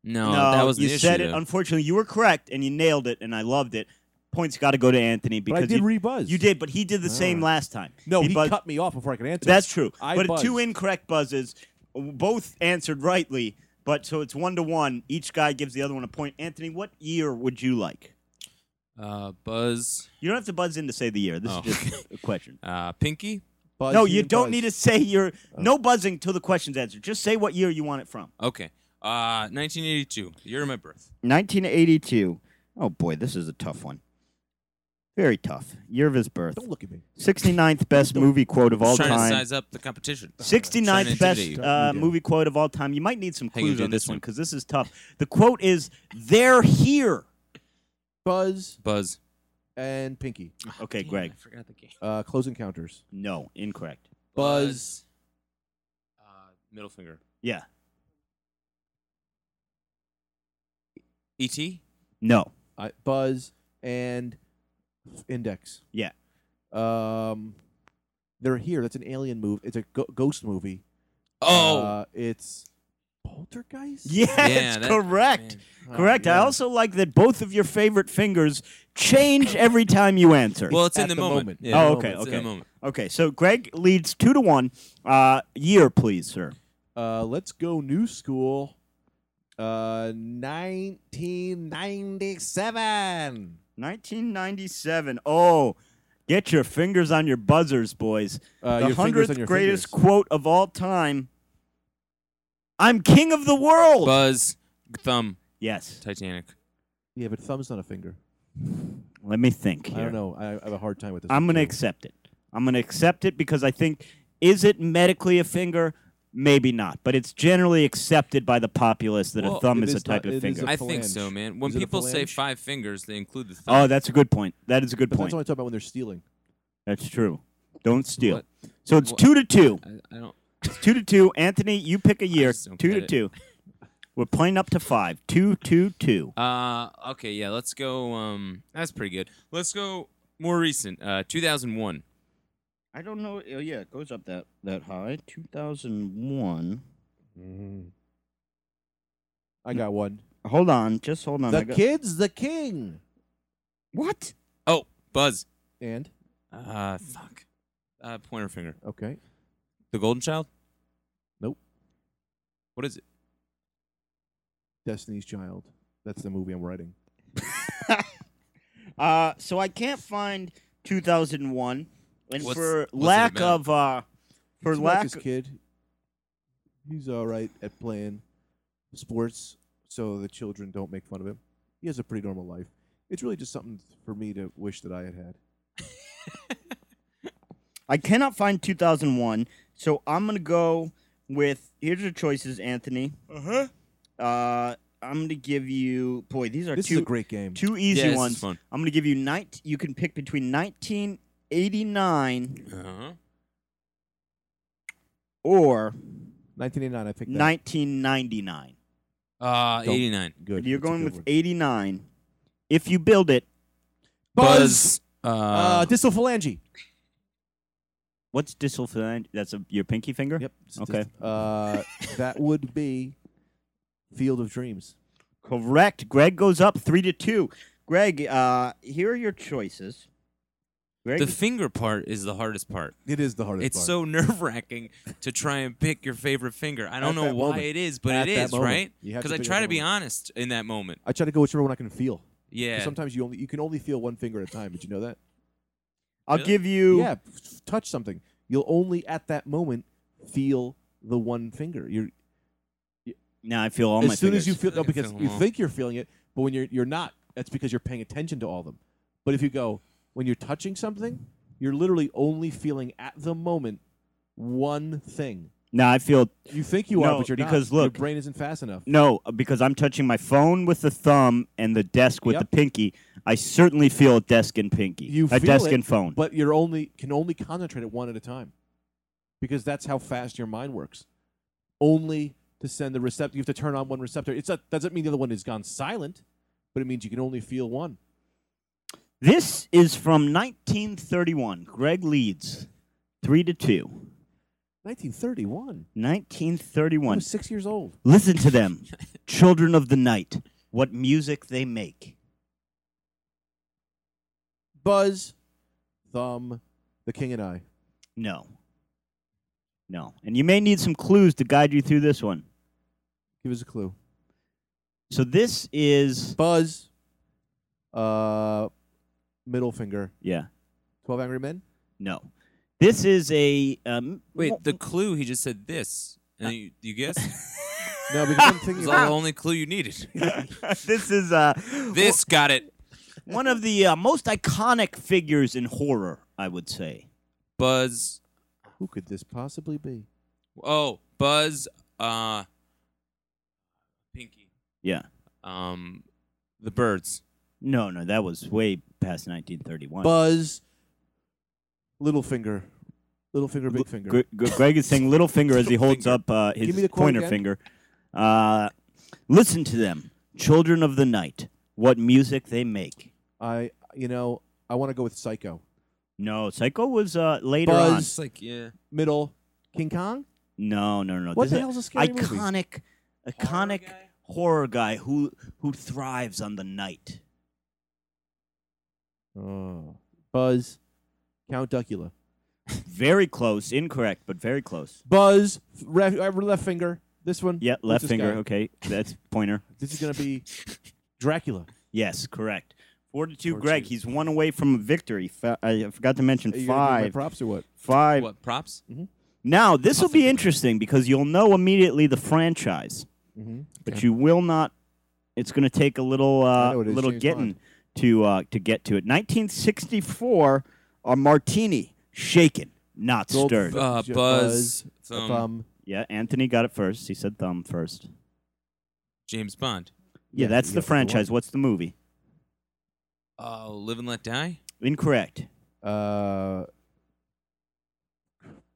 [SPEAKER 2] No, that was
[SPEAKER 1] you
[SPEAKER 2] the
[SPEAKER 1] said
[SPEAKER 2] issue.
[SPEAKER 1] it.
[SPEAKER 2] though.
[SPEAKER 1] Unfortunately, you were correct, and you nailed it, and I loved it. Points got to go to Anthony
[SPEAKER 3] But I
[SPEAKER 1] because
[SPEAKER 3] did
[SPEAKER 1] you,
[SPEAKER 3] rebuzz.
[SPEAKER 1] you did, but he did the same
[SPEAKER 3] Ah.
[SPEAKER 1] last time.
[SPEAKER 3] No, he,
[SPEAKER 1] buzzed-
[SPEAKER 3] cut me off before I could answer.
[SPEAKER 1] That's true.
[SPEAKER 3] I
[SPEAKER 1] but
[SPEAKER 3] buzzed.
[SPEAKER 1] two incorrect buzzes, w- both answered rightly. But so it's one to one. Each guy gives the other one a point. Anthony, what year would you like?
[SPEAKER 2] uh, Buzz,
[SPEAKER 1] You don't have to buzz in to say the year. This
[SPEAKER 2] Oh.
[SPEAKER 1] is just a question.
[SPEAKER 2] uh, Pinky.
[SPEAKER 3] Buzz,
[SPEAKER 1] no,
[SPEAKER 3] he
[SPEAKER 1] you
[SPEAKER 3] didn't
[SPEAKER 1] don't
[SPEAKER 3] buzz.
[SPEAKER 1] need to say your no buzzing till the question's answered. Just say what year you want it from.
[SPEAKER 2] Okay. Uh, 1982, the year of my birth.
[SPEAKER 1] 1982. Oh boy, this is a tough one. Very tough. Year of his birth.
[SPEAKER 3] Don't look at me.
[SPEAKER 1] 69th best movie quote of all
[SPEAKER 2] Just trying to
[SPEAKER 1] time.
[SPEAKER 2] size up the competition. Trying to
[SPEAKER 1] 69th
[SPEAKER 2] intimidate
[SPEAKER 1] best
[SPEAKER 2] you.
[SPEAKER 1] uh,
[SPEAKER 3] Don't you do it.
[SPEAKER 1] movie quote of all time. You might need some
[SPEAKER 2] How you gonna
[SPEAKER 1] clues
[SPEAKER 2] do
[SPEAKER 1] on this
[SPEAKER 2] this
[SPEAKER 1] one
[SPEAKER 2] one?
[SPEAKER 1] because this is tough. The quote is, "They're here."
[SPEAKER 3] Buzz
[SPEAKER 2] Buzz.
[SPEAKER 3] and Pinky.
[SPEAKER 1] Okay,
[SPEAKER 2] Oh, Damn,
[SPEAKER 1] Greg.
[SPEAKER 2] I forgot the game.
[SPEAKER 3] Uh, close encounters.
[SPEAKER 1] No, incorrect.
[SPEAKER 3] Buzz.
[SPEAKER 2] Uh, middle finger.
[SPEAKER 1] Yeah,
[SPEAKER 2] E.T.
[SPEAKER 1] no.
[SPEAKER 3] I, Buzz and Index.
[SPEAKER 1] Yeah.
[SPEAKER 3] Um, they're here. That's an alien move. It's a go- ghost movie.
[SPEAKER 2] Oh.
[SPEAKER 3] Uh, it's Poltergeist.
[SPEAKER 1] Yes,
[SPEAKER 2] yeah, that-
[SPEAKER 1] correct.
[SPEAKER 2] man.
[SPEAKER 3] Oh,
[SPEAKER 1] Correct. I
[SPEAKER 3] yeah.
[SPEAKER 1] also like that both of your favorite fingers change every time you answer.
[SPEAKER 2] Well, it's
[SPEAKER 3] At
[SPEAKER 2] in the,
[SPEAKER 3] the
[SPEAKER 2] moment.
[SPEAKER 3] moment.
[SPEAKER 2] Yeah.
[SPEAKER 1] Oh, okay,
[SPEAKER 2] It's in
[SPEAKER 1] okay.
[SPEAKER 2] the moment.
[SPEAKER 1] okay, so Greg leads two to one. Uh, year, please, sir.
[SPEAKER 3] Uh, let's go new school. Uh, 1997.
[SPEAKER 1] 1997. Oh, get your fingers on your buzzers, boys.
[SPEAKER 3] Uh,
[SPEAKER 1] the
[SPEAKER 3] your fingers on
[SPEAKER 1] hundredth
[SPEAKER 3] your
[SPEAKER 1] greatest
[SPEAKER 3] fingers.
[SPEAKER 1] quote of all time. I'm king of the world.
[SPEAKER 2] Buzz. Thumb.
[SPEAKER 1] yes.
[SPEAKER 2] Titanic.
[SPEAKER 3] Yeah, but thumb's not a finger.
[SPEAKER 1] Let me think. Here.
[SPEAKER 3] I don't know. I, I have a hard time with this.
[SPEAKER 1] I'm
[SPEAKER 3] one,
[SPEAKER 1] going to
[SPEAKER 3] too.
[SPEAKER 1] accept it. I'm going to accept it because I think is it medically a finger? Maybe not, but it's generally accepted by the populace that a
[SPEAKER 2] Well,
[SPEAKER 1] thumb
[SPEAKER 3] it
[SPEAKER 1] is a
[SPEAKER 3] is
[SPEAKER 1] type
[SPEAKER 3] not-
[SPEAKER 1] of
[SPEAKER 3] it is
[SPEAKER 1] finger.
[SPEAKER 3] a-
[SPEAKER 2] I think so,
[SPEAKER 3] phalange.
[SPEAKER 2] man. When
[SPEAKER 3] Is it a
[SPEAKER 2] people say
[SPEAKER 3] phalange?
[SPEAKER 2] five fingers, they include the thumb.
[SPEAKER 1] oh, that's a good point. That is a good
[SPEAKER 3] But
[SPEAKER 1] point.
[SPEAKER 3] that's only talking about when they're stealing.
[SPEAKER 1] That's true. Don't steal.
[SPEAKER 2] What?
[SPEAKER 1] So it's
[SPEAKER 2] What?
[SPEAKER 1] two to two.
[SPEAKER 2] I, I don't.
[SPEAKER 1] It's two to two. Anthony, you pick a year.
[SPEAKER 2] just don't
[SPEAKER 1] Two
[SPEAKER 2] get
[SPEAKER 1] to two.
[SPEAKER 2] it.
[SPEAKER 1] We're playing up to five. Two, two, two.
[SPEAKER 2] Uh, okay, yeah, let's go. Um, that's pretty good. Let's go more recent. Uh, 2001.
[SPEAKER 1] I don't know. Oh, yeah, it goes up that that high. Two thousand one.
[SPEAKER 3] I got one.
[SPEAKER 1] Hold on, just hold on.
[SPEAKER 3] the kid's the king.
[SPEAKER 1] what?
[SPEAKER 2] Oh, Buzz.
[SPEAKER 3] And
[SPEAKER 2] Uh, fuck. Uh, pointer finger.
[SPEAKER 3] okay,
[SPEAKER 2] The Golden Child.
[SPEAKER 3] Nope.
[SPEAKER 2] What is it?
[SPEAKER 3] Destiny's Child. That's the movie I'm writing.
[SPEAKER 1] Uh, so I can't find two thousand one, and
[SPEAKER 2] What's-
[SPEAKER 1] for
[SPEAKER 2] what's it
[SPEAKER 1] lack
[SPEAKER 2] about?
[SPEAKER 1] of uh, for
[SPEAKER 3] He's like
[SPEAKER 1] lack
[SPEAKER 3] this kid. He's all right at playing sports, so the children don't make fun of him. He has a pretty normal life. It's really just something for me to wish that I had had.
[SPEAKER 1] I cannot find 2001, so I'm gonna go with. Here's your choices, Anthony.
[SPEAKER 2] Uh-huh.
[SPEAKER 1] Uh, I'm gonna give you. Boy, these are
[SPEAKER 3] This
[SPEAKER 1] two
[SPEAKER 3] is a great game.
[SPEAKER 1] two easy
[SPEAKER 2] yeah, this is
[SPEAKER 1] ones.
[SPEAKER 2] fun.
[SPEAKER 1] I'm gonna give you nine. You can pick between 1989
[SPEAKER 2] Uh-huh.
[SPEAKER 1] or
[SPEAKER 3] 1989, I picked that.
[SPEAKER 1] 1999.
[SPEAKER 2] Uh,
[SPEAKER 3] Don't-
[SPEAKER 2] 89.
[SPEAKER 3] Good.
[SPEAKER 1] You're
[SPEAKER 3] That's a
[SPEAKER 1] going
[SPEAKER 3] good
[SPEAKER 1] with
[SPEAKER 3] one.
[SPEAKER 1] 89. If you build it,
[SPEAKER 3] Buzz.
[SPEAKER 2] Uh,
[SPEAKER 3] Uh, distal phalange.
[SPEAKER 1] what's distal? That's a, your pinky finger.
[SPEAKER 3] Yep. it's a
[SPEAKER 1] Okay.
[SPEAKER 3] dist- Uh, that would be Field of Dreams.
[SPEAKER 1] Correct. Greg goes up three to two. Greg, uh, here are your choices. Greg,
[SPEAKER 2] the finger part is the hardest part.
[SPEAKER 3] It is the hardest.
[SPEAKER 2] It's so nerve wracking to try and pick your favorite finger. I don't
[SPEAKER 3] At
[SPEAKER 2] know
[SPEAKER 3] that
[SPEAKER 2] why
[SPEAKER 3] moment.
[SPEAKER 2] it is, but
[SPEAKER 3] At
[SPEAKER 2] it
[SPEAKER 3] that
[SPEAKER 2] is,
[SPEAKER 3] moment.
[SPEAKER 2] right?
[SPEAKER 3] You have
[SPEAKER 2] Because
[SPEAKER 3] to
[SPEAKER 2] I
[SPEAKER 3] pick
[SPEAKER 2] try
[SPEAKER 3] at
[SPEAKER 2] to
[SPEAKER 3] that
[SPEAKER 2] be
[SPEAKER 3] moment.
[SPEAKER 2] honest in that moment.
[SPEAKER 3] I try to go whichever one I can feel. 'cause
[SPEAKER 2] Yeah.
[SPEAKER 3] Sometimes you only you can only feel one finger at a time. Did you know that?
[SPEAKER 1] I'll
[SPEAKER 2] Really?
[SPEAKER 1] give you.
[SPEAKER 3] uh, Yeah. f- f- Touch something. You'll only at that moment feel the one finger. You're
[SPEAKER 1] Now I feel all my
[SPEAKER 3] as soon as you
[SPEAKER 1] fingers.
[SPEAKER 3] feel
[SPEAKER 2] I
[SPEAKER 3] no,
[SPEAKER 2] can
[SPEAKER 3] because
[SPEAKER 2] feel 'em
[SPEAKER 3] you
[SPEAKER 2] all.
[SPEAKER 3] think you're feeling it, but when you're you're not, that's because you're paying attention to all them. But if you go when you're touching something, you're literally only feeling at the moment one thing.
[SPEAKER 1] Now I feel
[SPEAKER 3] You think you
[SPEAKER 1] No,
[SPEAKER 3] are, but you're
[SPEAKER 1] because
[SPEAKER 3] not.
[SPEAKER 1] look-
[SPEAKER 3] your brain isn't fast enough.
[SPEAKER 1] no uh, because I'm touching my phone with the thumb and the desk with
[SPEAKER 3] Yep.
[SPEAKER 1] the pinky. I certainly feel a desk and pinky.
[SPEAKER 3] You
[SPEAKER 1] a
[SPEAKER 3] feel
[SPEAKER 1] desk
[SPEAKER 3] it,
[SPEAKER 1] and phone.
[SPEAKER 3] but you're only can only concentrate at one at a time because that's how fast your mind works only to send the receptor you have to turn on one receptor it doesn't mean the other one has gone silent but it means you can only feel one.
[SPEAKER 1] This is from 1931. Greg leads three to two.
[SPEAKER 3] 1931.
[SPEAKER 1] 1931.
[SPEAKER 3] six years old.
[SPEAKER 1] Listen to them, children of the night. What music they make.
[SPEAKER 3] Buzz, Thumb, The King and I.
[SPEAKER 1] No. No. And you may need some clues to guide you through this one.
[SPEAKER 3] Give us a clue.
[SPEAKER 1] So this is
[SPEAKER 3] Buzz, uh, Middle Finger,
[SPEAKER 1] yeah.
[SPEAKER 3] 12 Angry Men.
[SPEAKER 1] No. This is a um,
[SPEAKER 2] Wait, the clue he just said this, and you, you guess
[SPEAKER 3] No, because I'm
[SPEAKER 2] it
[SPEAKER 3] thinking
[SPEAKER 2] was
[SPEAKER 3] about-
[SPEAKER 2] the only clue you needed.
[SPEAKER 1] this is uh
[SPEAKER 2] This got it.
[SPEAKER 1] one of the uh, most iconic figures in horror, I would say.
[SPEAKER 2] Buzz.
[SPEAKER 3] who could this possibly be?
[SPEAKER 2] Oh, Buzz. Uh, Pinky.
[SPEAKER 1] Yeah.
[SPEAKER 2] Um, the birds.
[SPEAKER 1] No, no, that was way past 1931.
[SPEAKER 3] Buzz, Little Finger, Little Finger, Big Finger.
[SPEAKER 1] Gre- Gre- Greg is saying little finger as he
[SPEAKER 2] Little
[SPEAKER 1] holds
[SPEAKER 2] finger.
[SPEAKER 1] up uh, his
[SPEAKER 3] Give me the quote
[SPEAKER 1] pointer
[SPEAKER 3] again.
[SPEAKER 1] finger. Uh, listen to them, children of the night. What music they make.
[SPEAKER 3] I, you know, I want to go with Psycho.
[SPEAKER 1] No, Psycho was uh, later
[SPEAKER 3] Buzz.
[SPEAKER 2] It's like yeah.
[SPEAKER 3] Middle, King Kong.
[SPEAKER 1] on. No, no, no.
[SPEAKER 3] What
[SPEAKER 1] this
[SPEAKER 3] the
[SPEAKER 1] is
[SPEAKER 3] hell's a scary movie?
[SPEAKER 1] iconic, iconic
[SPEAKER 2] guy?
[SPEAKER 1] horror guy who who thrives on the night.
[SPEAKER 3] Oh. Buzz, Count Duckula.
[SPEAKER 1] Very close, incorrect, but very close.
[SPEAKER 3] Buzz, ref, uh, left finger. This one.
[SPEAKER 1] Yeah,
[SPEAKER 3] Who's
[SPEAKER 1] left
[SPEAKER 3] this
[SPEAKER 1] finger.
[SPEAKER 3] guy?
[SPEAKER 1] Okay, that's pointer.
[SPEAKER 3] This is gonna be Dracula.
[SPEAKER 1] Yes, correct. Four to two,
[SPEAKER 3] Four to
[SPEAKER 1] Greg.
[SPEAKER 3] two.
[SPEAKER 1] He's one away from a victory. Fa- I forgot to mention
[SPEAKER 3] Are you gonna give me my
[SPEAKER 1] five.
[SPEAKER 3] props or what?
[SPEAKER 1] Five.
[SPEAKER 2] What props?
[SPEAKER 1] Now, this will be interesting because you'll know immediately the franchise,
[SPEAKER 3] Mm-hmm.
[SPEAKER 1] but you will not. It's going to take a little
[SPEAKER 3] I
[SPEAKER 1] uh,
[SPEAKER 3] know it is,
[SPEAKER 1] little
[SPEAKER 3] James
[SPEAKER 1] getting
[SPEAKER 3] Bond.
[SPEAKER 1] to uh, to get to it. 1964, a martini shaken, not
[SPEAKER 3] Gold-
[SPEAKER 1] stirred.
[SPEAKER 2] Uh,
[SPEAKER 3] Ju-
[SPEAKER 2] Buzz. Thumb,
[SPEAKER 3] Thumb.
[SPEAKER 1] yeah, Anthony got it first. He said thumb first.
[SPEAKER 2] James Bond.
[SPEAKER 1] Yeah,
[SPEAKER 3] Yeah,
[SPEAKER 1] that's
[SPEAKER 3] you
[SPEAKER 1] the
[SPEAKER 3] got the
[SPEAKER 1] franchise. What's the movie?
[SPEAKER 2] Uh, live and let die.
[SPEAKER 1] Incorrect.
[SPEAKER 3] Uh,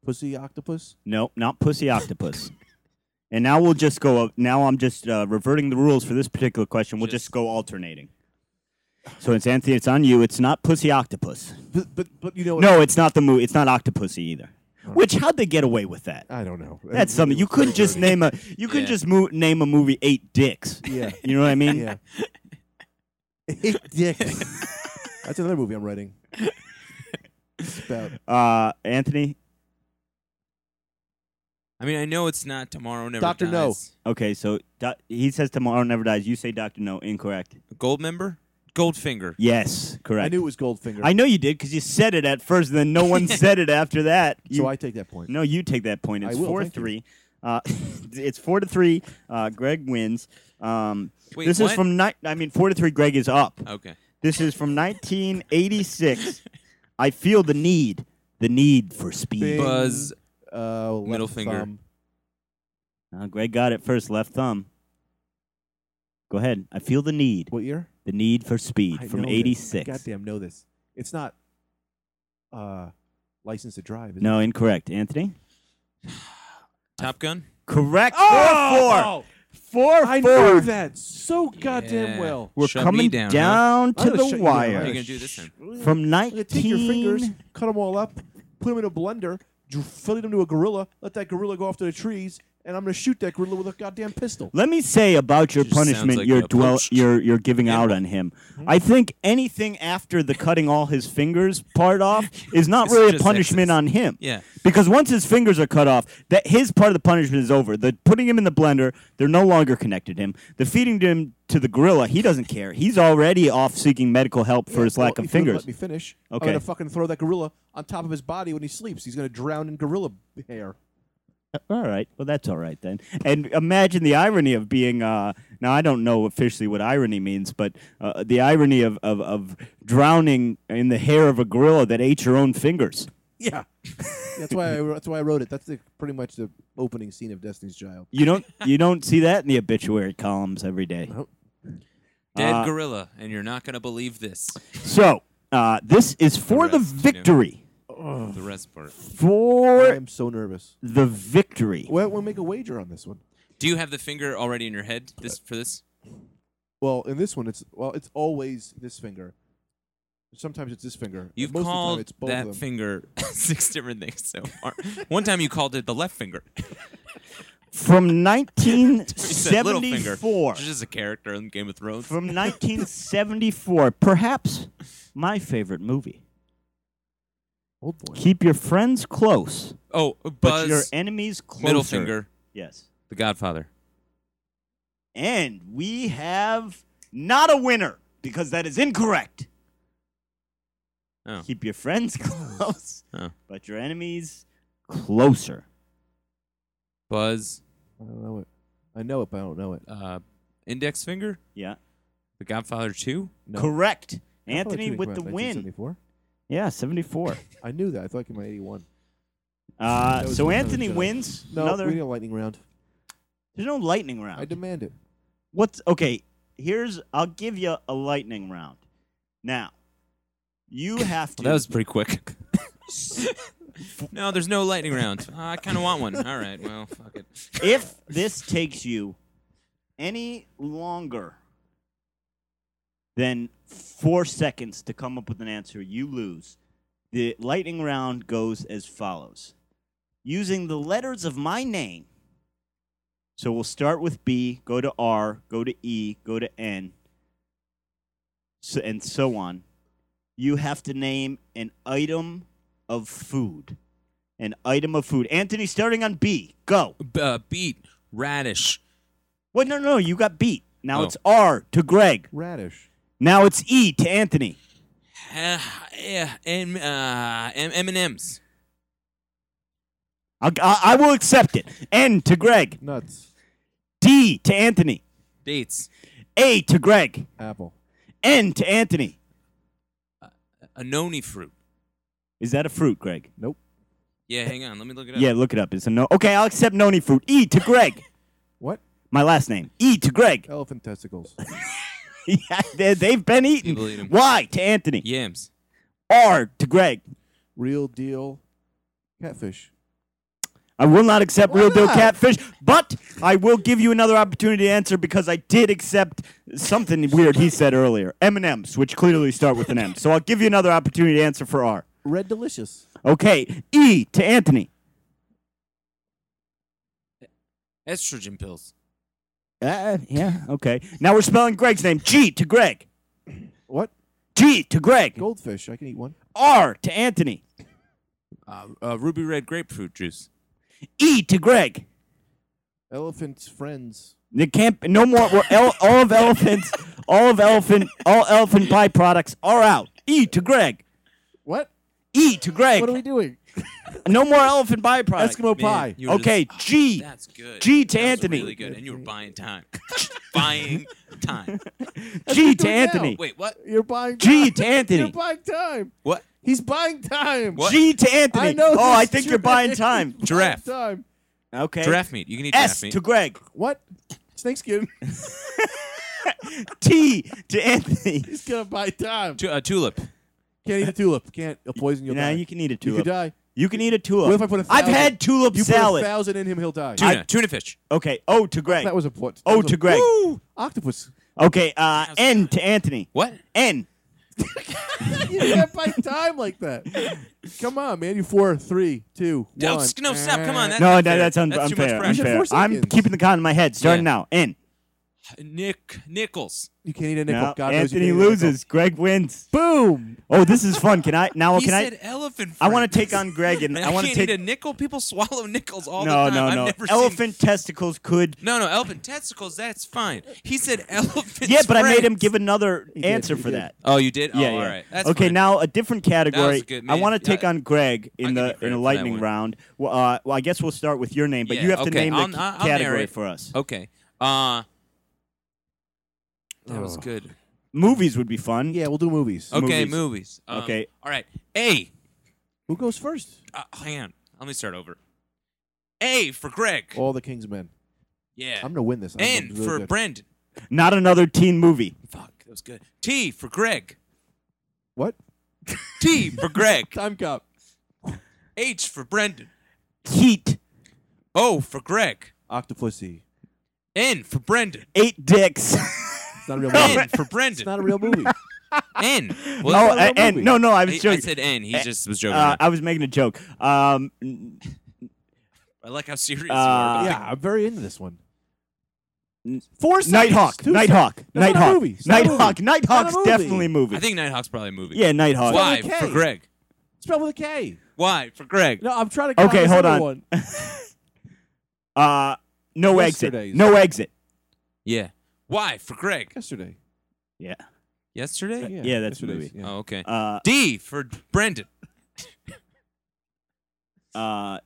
[SPEAKER 3] pussy octopus.
[SPEAKER 1] Nope, not Pussy Octopus. and now we'll just go. up- Now I'm just uh, reverting the rules for this particular question. We'll just,
[SPEAKER 2] Just-
[SPEAKER 1] go alternating. So it's Anthony. It's on you. It's not Pussy Octopus.
[SPEAKER 3] But but, but you know. what-
[SPEAKER 1] No, it's not the movie. It's not Octopussy either. Which how'd they get away with that?
[SPEAKER 3] I don't know.
[SPEAKER 1] That's something you couldn't just name a. You couldn't
[SPEAKER 2] Yeah.
[SPEAKER 1] just mo- name a movie Eight Dicks.
[SPEAKER 3] Yeah.
[SPEAKER 1] You know what I mean?
[SPEAKER 3] Yeah. Eight dicks. That's another movie I'm writing. It's about
[SPEAKER 1] Uh, Anthony.
[SPEAKER 2] I mean, I know it's not tomorrow. Never
[SPEAKER 3] Dr. No.
[SPEAKER 2] dies.
[SPEAKER 1] Okay, so do- he says tomorrow never dies. You say Doctor No. Incorrect.
[SPEAKER 2] Gold member. Goldfinger.
[SPEAKER 1] Yes, correct.
[SPEAKER 3] I knew it was Goldfinger.
[SPEAKER 1] I know you did because you said it at first, and then no one said it after that. You,
[SPEAKER 3] so I take that point.
[SPEAKER 1] no, you take that point.
[SPEAKER 3] I
[SPEAKER 1] It's
[SPEAKER 3] will,
[SPEAKER 1] four to
[SPEAKER 3] thank you.
[SPEAKER 1] three. Uh, it's four to three. Uh, Greg wins. Um,
[SPEAKER 2] Wait,
[SPEAKER 1] this is
[SPEAKER 2] what?
[SPEAKER 1] from ni- I mean four to three. Greg is up.
[SPEAKER 2] Okay.
[SPEAKER 1] This is from 1986. I feel the need, the need for speed.
[SPEAKER 3] Bing.
[SPEAKER 2] Buzz.
[SPEAKER 3] Uh, left
[SPEAKER 2] Middle finger.
[SPEAKER 3] thumb.
[SPEAKER 1] Uh, Greg got it first, left thumb. Go ahead. I feel the need,
[SPEAKER 3] What year?
[SPEAKER 1] the need for speed
[SPEAKER 3] I
[SPEAKER 1] from
[SPEAKER 3] know this. I
[SPEAKER 1] 86.
[SPEAKER 3] Goddamn, know this. It's not uh, license to drive. Is
[SPEAKER 1] No, incorrect. Anthony?
[SPEAKER 2] Top Gun.
[SPEAKER 1] Correct.
[SPEAKER 3] Oh!
[SPEAKER 1] Four, four.
[SPEAKER 3] it? I
[SPEAKER 1] four.
[SPEAKER 3] know that so goddamn
[SPEAKER 2] Yeah.
[SPEAKER 3] well.
[SPEAKER 1] We're
[SPEAKER 2] Shut me
[SPEAKER 1] coming
[SPEAKER 2] down, huh?
[SPEAKER 1] to
[SPEAKER 3] I'm gonna
[SPEAKER 1] the
[SPEAKER 3] shut you down.
[SPEAKER 2] How are you
[SPEAKER 1] wire.
[SPEAKER 2] gonna do this then?
[SPEAKER 1] From
[SPEAKER 3] I'm gonna take your fingers,
[SPEAKER 1] 19
[SPEAKER 3] cut them all up, put them in a blender, dr- fillet them to a gorilla, let that gorilla go off to the trees, and I'm gonna shoot that gorilla with a goddamn pistol.
[SPEAKER 1] Let me say about your
[SPEAKER 2] Just sounds
[SPEAKER 1] punishment
[SPEAKER 2] like
[SPEAKER 1] you're
[SPEAKER 2] a
[SPEAKER 1] dwell
[SPEAKER 2] poached
[SPEAKER 1] you're you're giving out
[SPEAKER 2] animal.
[SPEAKER 1] on him.
[SPEAKER 3] Hmm?
[SPEAKER 1] I think anything after the cutting all his fingers part off is not
[SPEAKER 2] It's
[SPEAKER 1] really a
[SPEAKER 2] just
[SPEAKER 1] punishment
[SPEAKER 2] excess.
[SPEAKER 1] on him.
[SPEAKER 2] Yeah.
[SPEAKER 1] Because once his fingers are cut off, that his part of the punishment is over. The putting him in the blender, they're no longer connected to him. The feeding him to the gorilla, he doesn't care. He's already off seeking medical help for
[SPEAKER 3] Yeah,
[SPEAKER 1] his
[SPEAKER 3] well,
[SPEAKER 1] lack of
[SPEAKER 3] if you would
[SPEAKER 1] fingers.
[SPEAKER 3] Let me finish.
[SPEAKER 1] Okay.
[SPEAKER 3] I'm gonna fucking throw that gorilla on top of his body when he sleeps. He's gonna drown in gorilla hair.
[SPEAKER 1] All right. Well, that's all right then. And imagine the irony of being. Uh, now, I don't know officially what irony means, but uh, the irony of, of, of drowning in the hair of a gorilla that ate your own fingers.
[SPEAKER 3] Yeah. that's why I, that's why I wrote it. That's the, pretty much the opening scene of Destiny's Child.
[SPEAKER 1] You don't you don't see that in the obituary columns every day.
[SPEAKER 2] Dead
[SPEAKER 1] Uh,
[SPEAKER 2] gorilla, and you're not gonna believe this.
[SPEAKER 1] So uh, this is for the
[SPEAKER 2] rest, yeah.
[SPEAKER 1] victory.
[SPEAKER 2] The rest part.
[SPEAKER 3] I
[SPEAKER 1] For
[SPEAKER 3] am so nervous.
[SPEAKER 1] the victory.
[SPEAKER 3] Well, we'll make a wager on this one.
[SPEAKER 2] Do you have the finger already in your head? This for this?
[SPEAKER 3] Well, in this one, it's well, it's always this finger. Sometimes it's this finger.
[SPEAKER 2] You've
[SPEAKER 3] Most of the time,
[SPEAKER 2] called
[SPEAKER 3] it's both
[SPEAKER 2] that
[SPEAKER 3] of them.
[SPEAKER 2] finger six different things so far. One time you called it the left finger.
[SPEAKER 1] From
[SPEAKER 2] You said little finger.
[SPEAKER 1] 1974.
[SPEAKER 2] Which is a character in Game of Thrones.
[SPEAKER 1] From 1974, perhaps my favorite movie.
[SPEAKER 3] Old boy.
[SPEAKER 1] Keep your friends close,
[SPEAKER 2] oh,
[SPEAKER 1] but
[SPEAKER 2] Buzz,
[SPEAKER 1] your enemies closer.
[SPEAKER 2] middle finger,
[SPEAKER 1] Yes.
[SPEAKER 2] The Godfather.
[SPEAKER 1] And we have not a winner because that is incorrect.
[SPEAKER 2] Oh.
[SPEAKER 1] Keep your friends close,
[SPEAKER 2] Oh.
[SPEAKER 1] but your enemies closer.
[SPEAKER 2] Buzz,
[SPEAKER 3] I don't know it. I know it, but I don't know it.
[SPEAKER 2] uh, index finger,
[SPEAKER 1] Yeah.
[SPEAKER 2] The Godfather 2.
[SPEAKER 3] No.
[SPEAKER 1] Correct.
[SPEAKER 3] I thought
[SPEAKER 1] Anthony
[SPEAKER 3] it
[SPEAKER 1] with the
[SPEAKER 3] came out in
[SPEAKER 1] win.
[SPEAKER 3] 1974.
[SPEAKER 1] Yeah, 74.
[SPEAKER 3] I knew that. I thought it came out in 81.
[SPEAKER 1] uh,
[SPEAKER 3] That was
[SPEAKER 1] so
[SPEAKER 3] another
[SPEAKER 1] Anthony
[SPEAKER 3] joke.
[SPEAKER 1] wins.
[SPEAKER 3] No,
[SPEAKER 1] another.
[SPEAKER 3] we need a lightning round.
[SPEAKER 1] There's no lightning round.
[SPEAKER 3] I demand it.
[SPEAKER 1] What's okay? Here's I'll give you a lightning round. Now, you have to.
[SPEAKER 2] Well, that was pretty quick. no, there's no lightning round. Uh, I kind of want one. All right, well, fuck it.
[SPEAKER 1] if this takes you any longer than four seconds to come up with an answer, you lose. The lightning round goes as follows using the letters of my name. So we'll start with B, go to R, go to E, go to N, so, and so on. You have to name an item of food. An item of food. Anthony, starting on B, go.
[SPEAKER 2] B- uh, beet, radish,
[SPEAKER 1] Wait, no, no, you got beat. Now
[SPEAKER 2] Oh.
[SPEAKER 1] it's R to Greg.
[SPEAKER 3] Radish.
[SPEAKER 1] Now it's E to Anthony.
[SPEAKER 2] uh, yeah, and uh, M- M&M's.
[SPEAKER 1] I'll, I, I will accept it. N to Greg.
[SPEAKER 3] Nuts.
[SPEAKER 1] D to Anthony.
[SPEAKER 2] Dates,
[SPEAKER 1] A to Greg.
[SPEAKER 3] Apple.
[SPEAKER 1] N to Anthony.
[SPEAKER 2] a noni fruit.
[SPEAKER 1] Is that a fruit, Greg?
[SPEAKER 3] Nope.
[SPEAKER 2] Yeah, hang on. Let me look it up.
[SPEAKER 1] Yeah, look it up. It's a no. Okay, I'll accept noni fruit. E to Greg.
[SPEAKER 3] What?
[SPEAKER 1] My last name. E to Greg.
[SPEAKER 3] Elephant testicles.
[SPEAKER 1] Yeah, they- they've been eaten.
[SPEAKER 2] People eat 'em.
[SPEAKER 1] Y to Anthony.
[SPEAKER 2] Yams.
[SPEAKER 1] R to Greg.
[SPEAKER 3] Real deal. Catfish.
[SPEAKER 1] I will not accept
[SPEAKER 3] Why
[SPEAKER 1] real deal
[SPEAKER 3] not?
[SPEAKER 1] catfish, but I will give you another opportunity to answer because I did accept something weird he said earlier. M and M's, which clearly start with an M. So I'll give you another opportunity to answer for R.
[SPEAKER 3] Red delicious.
[SPEAKER 1] Okay, E to Anthony.
[SPEAKER 2] Estrogen pills.
[SPEAKER 1] Uh, yeah. Okay. Now we're spelling Greg's name. G to Greg.
[SPEAKER 3] What?
[SPEAKER 1] G to Greg.
[SPEAKER 3] Goldfish. I can eat one.
[SPEAKER 1] R to Anthony.
[SPEAKER 2] Uh, uh, ruby red grapefruit juice.
[SPEAKER 1] E to Greg.
[SPEAKER 3] Elephant's friends.
[SPEAKER 1] The camp. No more. We're el- all of elephants. All of elephant. All elephant byproducts are out. E to Greg.
[SPEAKER 3] What?
[SPEAKER 1] E to Greg.
[SPEAKER 3] What are we doing?
[SPEAKER 1] No more elephant byproducts.
[SPEAKER 2] Man,
[SPEAKER 3] Eskimo pie.
[SPEAKER 2] you were
[SPEAKER 1] Oh, Okay,
[SPEAKER 2] just-
[SPEAKER 1] G.
[SPEAKER 2] That's good.
[SPEAKER 1] G to
[SPEAKER 2] That was
[SPEAKER 1] Anthony.
[SPEAKER 2] Really good, and you were buying time. buying time.
[SPEAKER 1] G
[SPEAKER 3] what
[SPEAKER 1] to
[SPEAKER 3] we're doing
[SPEAKER 1] Anthony.
[SPEAKER 3] now.
[SPEAKER 2] Wait, what?
[SPEAKER 3] You're buying time.
[SPEAKER 1] G to
[SPEAKER 3] You're
[SPEAKER 1] Anthony.
[SPEAKER 3] buying time.
[SPEAKER 2] What?
[SPEAKER 3] He's buying time.
[SPEAKER 2] What?
[SPEAKER 1] G to Anthony.
[SPEAKER 3] I know
[SPEAKER 1] oh,
[SPEAKER 3] this
[SPEAKER 1] I think you're
[SPEAKER 3] giraffe.
[SPEAKER 1] buying time.
[SPEAKER 3] Buying
[SPEAKER 2] Giraffe.
[SPEAKER 3] Time.
[SPEAKER 1] Okay.
[SPEAKER 2] Giraffe meat. You can eat
[SPEAKER 1] Eh? S
[SPEAKER 2] giraffe meat.
[SPEAKER 1] to Greg.
[SPEAKER 3] What? Snakeskin.
[SPEAKER 1] T to Anthony.
[SPEAKER 3] He's gonna buy time.
[SPEAKER 2] Tu- uh, tulip.
[SPEAKER 3] Can't eat a tulip. Can't. He'll poison you.
[SPEAKER 1] Now you can eat a
[SPEAKER 3] You could
[SPEAKER 1] tulip.
[SPEAKER 3] die.
[SPEAKER 1] You can eat a tulip.
[SPEAKER 3] What if I put a
[SPEAKER 1] I've
[SPEAKER 3] thousand-
[SPEAKER 1] had tulip
[SPEAKER 3] You put a
[SPEAKER 1] salad.
[SPEAKER 3] thousand in him, he'll die.
[SPEAKER 2] Tuna. tuna fish.
[SPEAKER 1] okay. O to Greg.
[SPEAKER 3] That was a point.
[SPEAKER 1] O Oh, to Greg.
[SPEAKER 3] Octopus.
[SPEAKER 1] Okay. Uh,
[SPEAKER 2] was
[SPEAKER 1] N to Anthony.
[SPEAKER 2] What?
[SPEAKER 1] N.
[SPEAKER 3] you can't buy time like that. Come on, man. You four, three, two,
[SPEAKER 2] No,
[SPEAKER 3] one.
[SPEAKER 2] s- no, stop. Come on. That's
[SPEAKER 1] No,
[SPEAKER 2] unfair.
[SPEAKER 1] that, that's, un-
[SPEAKER 2] that's too much
[SPEAKER 1] unfair.
[SPEAKER 2] pressure.
[SPEAKER 1] unfair.
[SPEAKER 3] four
[SPEAKER 1] I'm
[SPEAKER 3] seconds.
[SPEAKER 1] keeping the count in my head. Starting
[SPEAKER 2] Yeah.
[SPEAKER 1] now. N.
[SPEAKER 2] Nick Nichols.
[SPEAKER 3] You can't eat a nickel.
[SPEAKER 1] No,
[SPEAKER 3] God knows you
[SPEAKER 1] Anthony
[SPEAKER 3] can't eat a nickel.
[SPEAKER 1] loses. Greg wins.
[SPEAKER 3] Boom.
[SPEAKER 1] Oh, this is fun. Can I now?
[SPEAKER 2] he
[SPEAKER 1] Oh, can
[SPEAKER 2] said
[SPEAKER 1] I?
[SPEAKER 2] elephant.
[SPEAKER 1] I want to
[SPEAKER 2] friends.
[SPEAKER 1] take on Greg and
[SPEAKER 2] Man,
[SPEAKER 1] I want to
[SPEAKER 2] can't
[SPEAKER 1] take
[SPEAKER 2] eat a nickel. People swallow nickels all
[SPEAKER 1] no,
[SPEAKER 2] the time.
[SPEAKER 1] no,
[SPEAKER 2] I've
[SPEAKER 1] no.
[SPEAKER 2] never seen-
[SPEAKER 1] Elephant testicles could.
[SPEAKER 2] No, no, elephant testicles. That's fine. He said elephant.
[SPEAKER 1] Yeah, but I made him give another
[SPEAKER 3] did,
[SPEAKER 1] answer
[SPEAKER 3] he
[SPEAKER 1] for
[SPEAKER 3] did.
[SPEAKER 1] that.
[SPEAKER 2] Oh, you did.
[SPEAKER 1] yeah,
[SPEAKER 2] oh,
[SPEAKER 1] yeah.
[SPEAKER 2] all right. That's
[SPEAKER 1] okay,
[SPEAKER 2] fine.
[SPEAKER 1] now a different category.
[SPEAKER 2] good-
[SPEAKER 1] I
[SPEAKER 2] man,
[SPEAKER 1] want to
[SPEAKER 2] yeah.
[SPEAKER 1] take on Greg
[SPEAKER 2] I'll
[SPEAKER 1] in
[SPEAKER 2] give you
[SPEAKER 1] the in
[SPEAKER 2] credit
[SPEAKER 1] a
[SPEAKER 2] for that
[SPEAKER 1] lightning
[SPEAKER 2] one.
[SPEAKER 1] round. Well, uh, well, I guess we'll start with your name, but
[SPEAKER 2] Yeah,
[SPEAKER 1] you have to
[SPEAKER 2] okay,
[SPEAKER 1] name
[SPEAKER 2] I'll-
[SPEAKER 1] the
[SPEAKER 2] I'll-
[SPEAKER 1] c-
[SPEAKER 2] I'll
[SPEAKER 1] category
[SPEAKER 2] narrate.
[SPEAKER 1] for us.
[SPEAKER 2] Okay. Uh, that
[SPEAKER 1] Oh,
[SPEAKER 2] was good.
[SPEAKER 1] Movies would be fun.
[SPEAKER 3] Yeah, we'll do movies.
[SPEAKER 2] Okay,
[SPEAKER 1] movies.
[SPEAKER 2] movies. Um,
[SPEAKER 1] Okay.
[SPEAKER 2] All right. A.
[SPEAKER 3] Who goes first?
[SPEAKER 2] Uh, hang on. Let me start over. A for Greg.
[SPEAKER 1] Oh,
[SPEAKER 3] All the King's Men.
[SPEAKER 2] yeah.
[SPEAKER 3] I'm gonna win this. I'm
[SPEAKER 2] N
[SPEAKER 3] really
[SPEAKER 2] for
[SPEAKER 3] good.
[SPEAKER 2] Brendan.
[SPEAKER 1] Not another teen movie.
[SPEAKER 2] Fuck, that was good. T for Greg.
[SPEAKER 3] What?
[SPEAKER 2] T for Greg.
[SPEAKER 3] Time cop.
[SPEAKER 2] H for Brendan.
[SPEAKER 1] Heat.
[SPEAKER 2] O for Greg.
[SPEAKER 3] Octopussy.
[SPEAKER 2] N for Brendan.
[SPEAKER 1] Eight dicks.
[SPEAKER 3] It's not a real movie.
[SPEAKER 2] N for Brendan.
[SPEAKER 3] It's not a real movie.
[SPEAKER 2] N.
[SPEAKER 1] oh,
[SPEAKER 3] not a real
[SPEAKER 1] a- and
[SPEAKER 3] movie.
[SPEAKER 1] no, no, I was
[SPEAKER 2] I, I
[SPEAKER 1] joking.
[SPEAKER 2] said N. He
[SPEAKER 1] Eh,
[SPEAKER 2] just was joking.
[SPEAKER 1] uh, I was making a joke. Um, n-
[SPEAKER 2] I like how serious you
[SPEAKER 1] uh,
[SPEAKER 2] are.
[SPEAKER 3] yeah, I'm very into this one.
[SPEAKER 1] N-
[SPEAKER 3] Four
[SPEAKER 1] Nighthawk,
[SPEAKER 3] seconds, two
[SPEAKER 1] Nighthawk,
[SPEAKER 3] That's not a
[SPEAKER 1] Nighthawk,
[SPEAKER 3] movie. It's not a
[SPEAKER 1] Nighthawk, Nighthawk's
[SPEAKER 3] movie.
[SPEAKER 1] definitely a movie.
[SPEAKER 2] I think Nighthawk's probably a movie.
[SPEAKER 1] yeah, Nighthawk.
[SPEAKER 2] Why
[SPEAKER 3] It's not
[SPEAKER 2] for
[SPEAKER 3] okay.
[SPEAKER 2] Greg?
[SPEAKER 3] Spelled with a K.
[SPEAKER 2] Why for Greg?
[SPEAKER 3] No, I'm trying to. Get
[SPEAKER 1] Okay,
[SPEAKER 3] this
[SPEAKER 1] hold
[SPEAKER 3] other
[SPEAKER 1] on.
[SPEAKER 3] One.
[SPEAKER 1] Uh, no
[SPEAKER 3] Yesterday's.
[SPEAKER 1] exit. No exit.
[SPEAKER 2] Yeah. Why for Greg?
[SPEAKER 3] Yesterday.
[SPEAKER 1] Yeah.
[SPEAKER 2] Yesterday.
[SPEAKER 3] Yeah,
[SPEAKER 1] Yeah, that's a
[SPEAKER 3] yesterday's,
[SPEAKER 1] movie.
[SPEAKER 3] yeah.
[SPEAKER 2] Oh, okay.
[SPEAKER 1] Uh,
[SPEAKER 2] D for Brendan.
[SPEAKER 1] uh,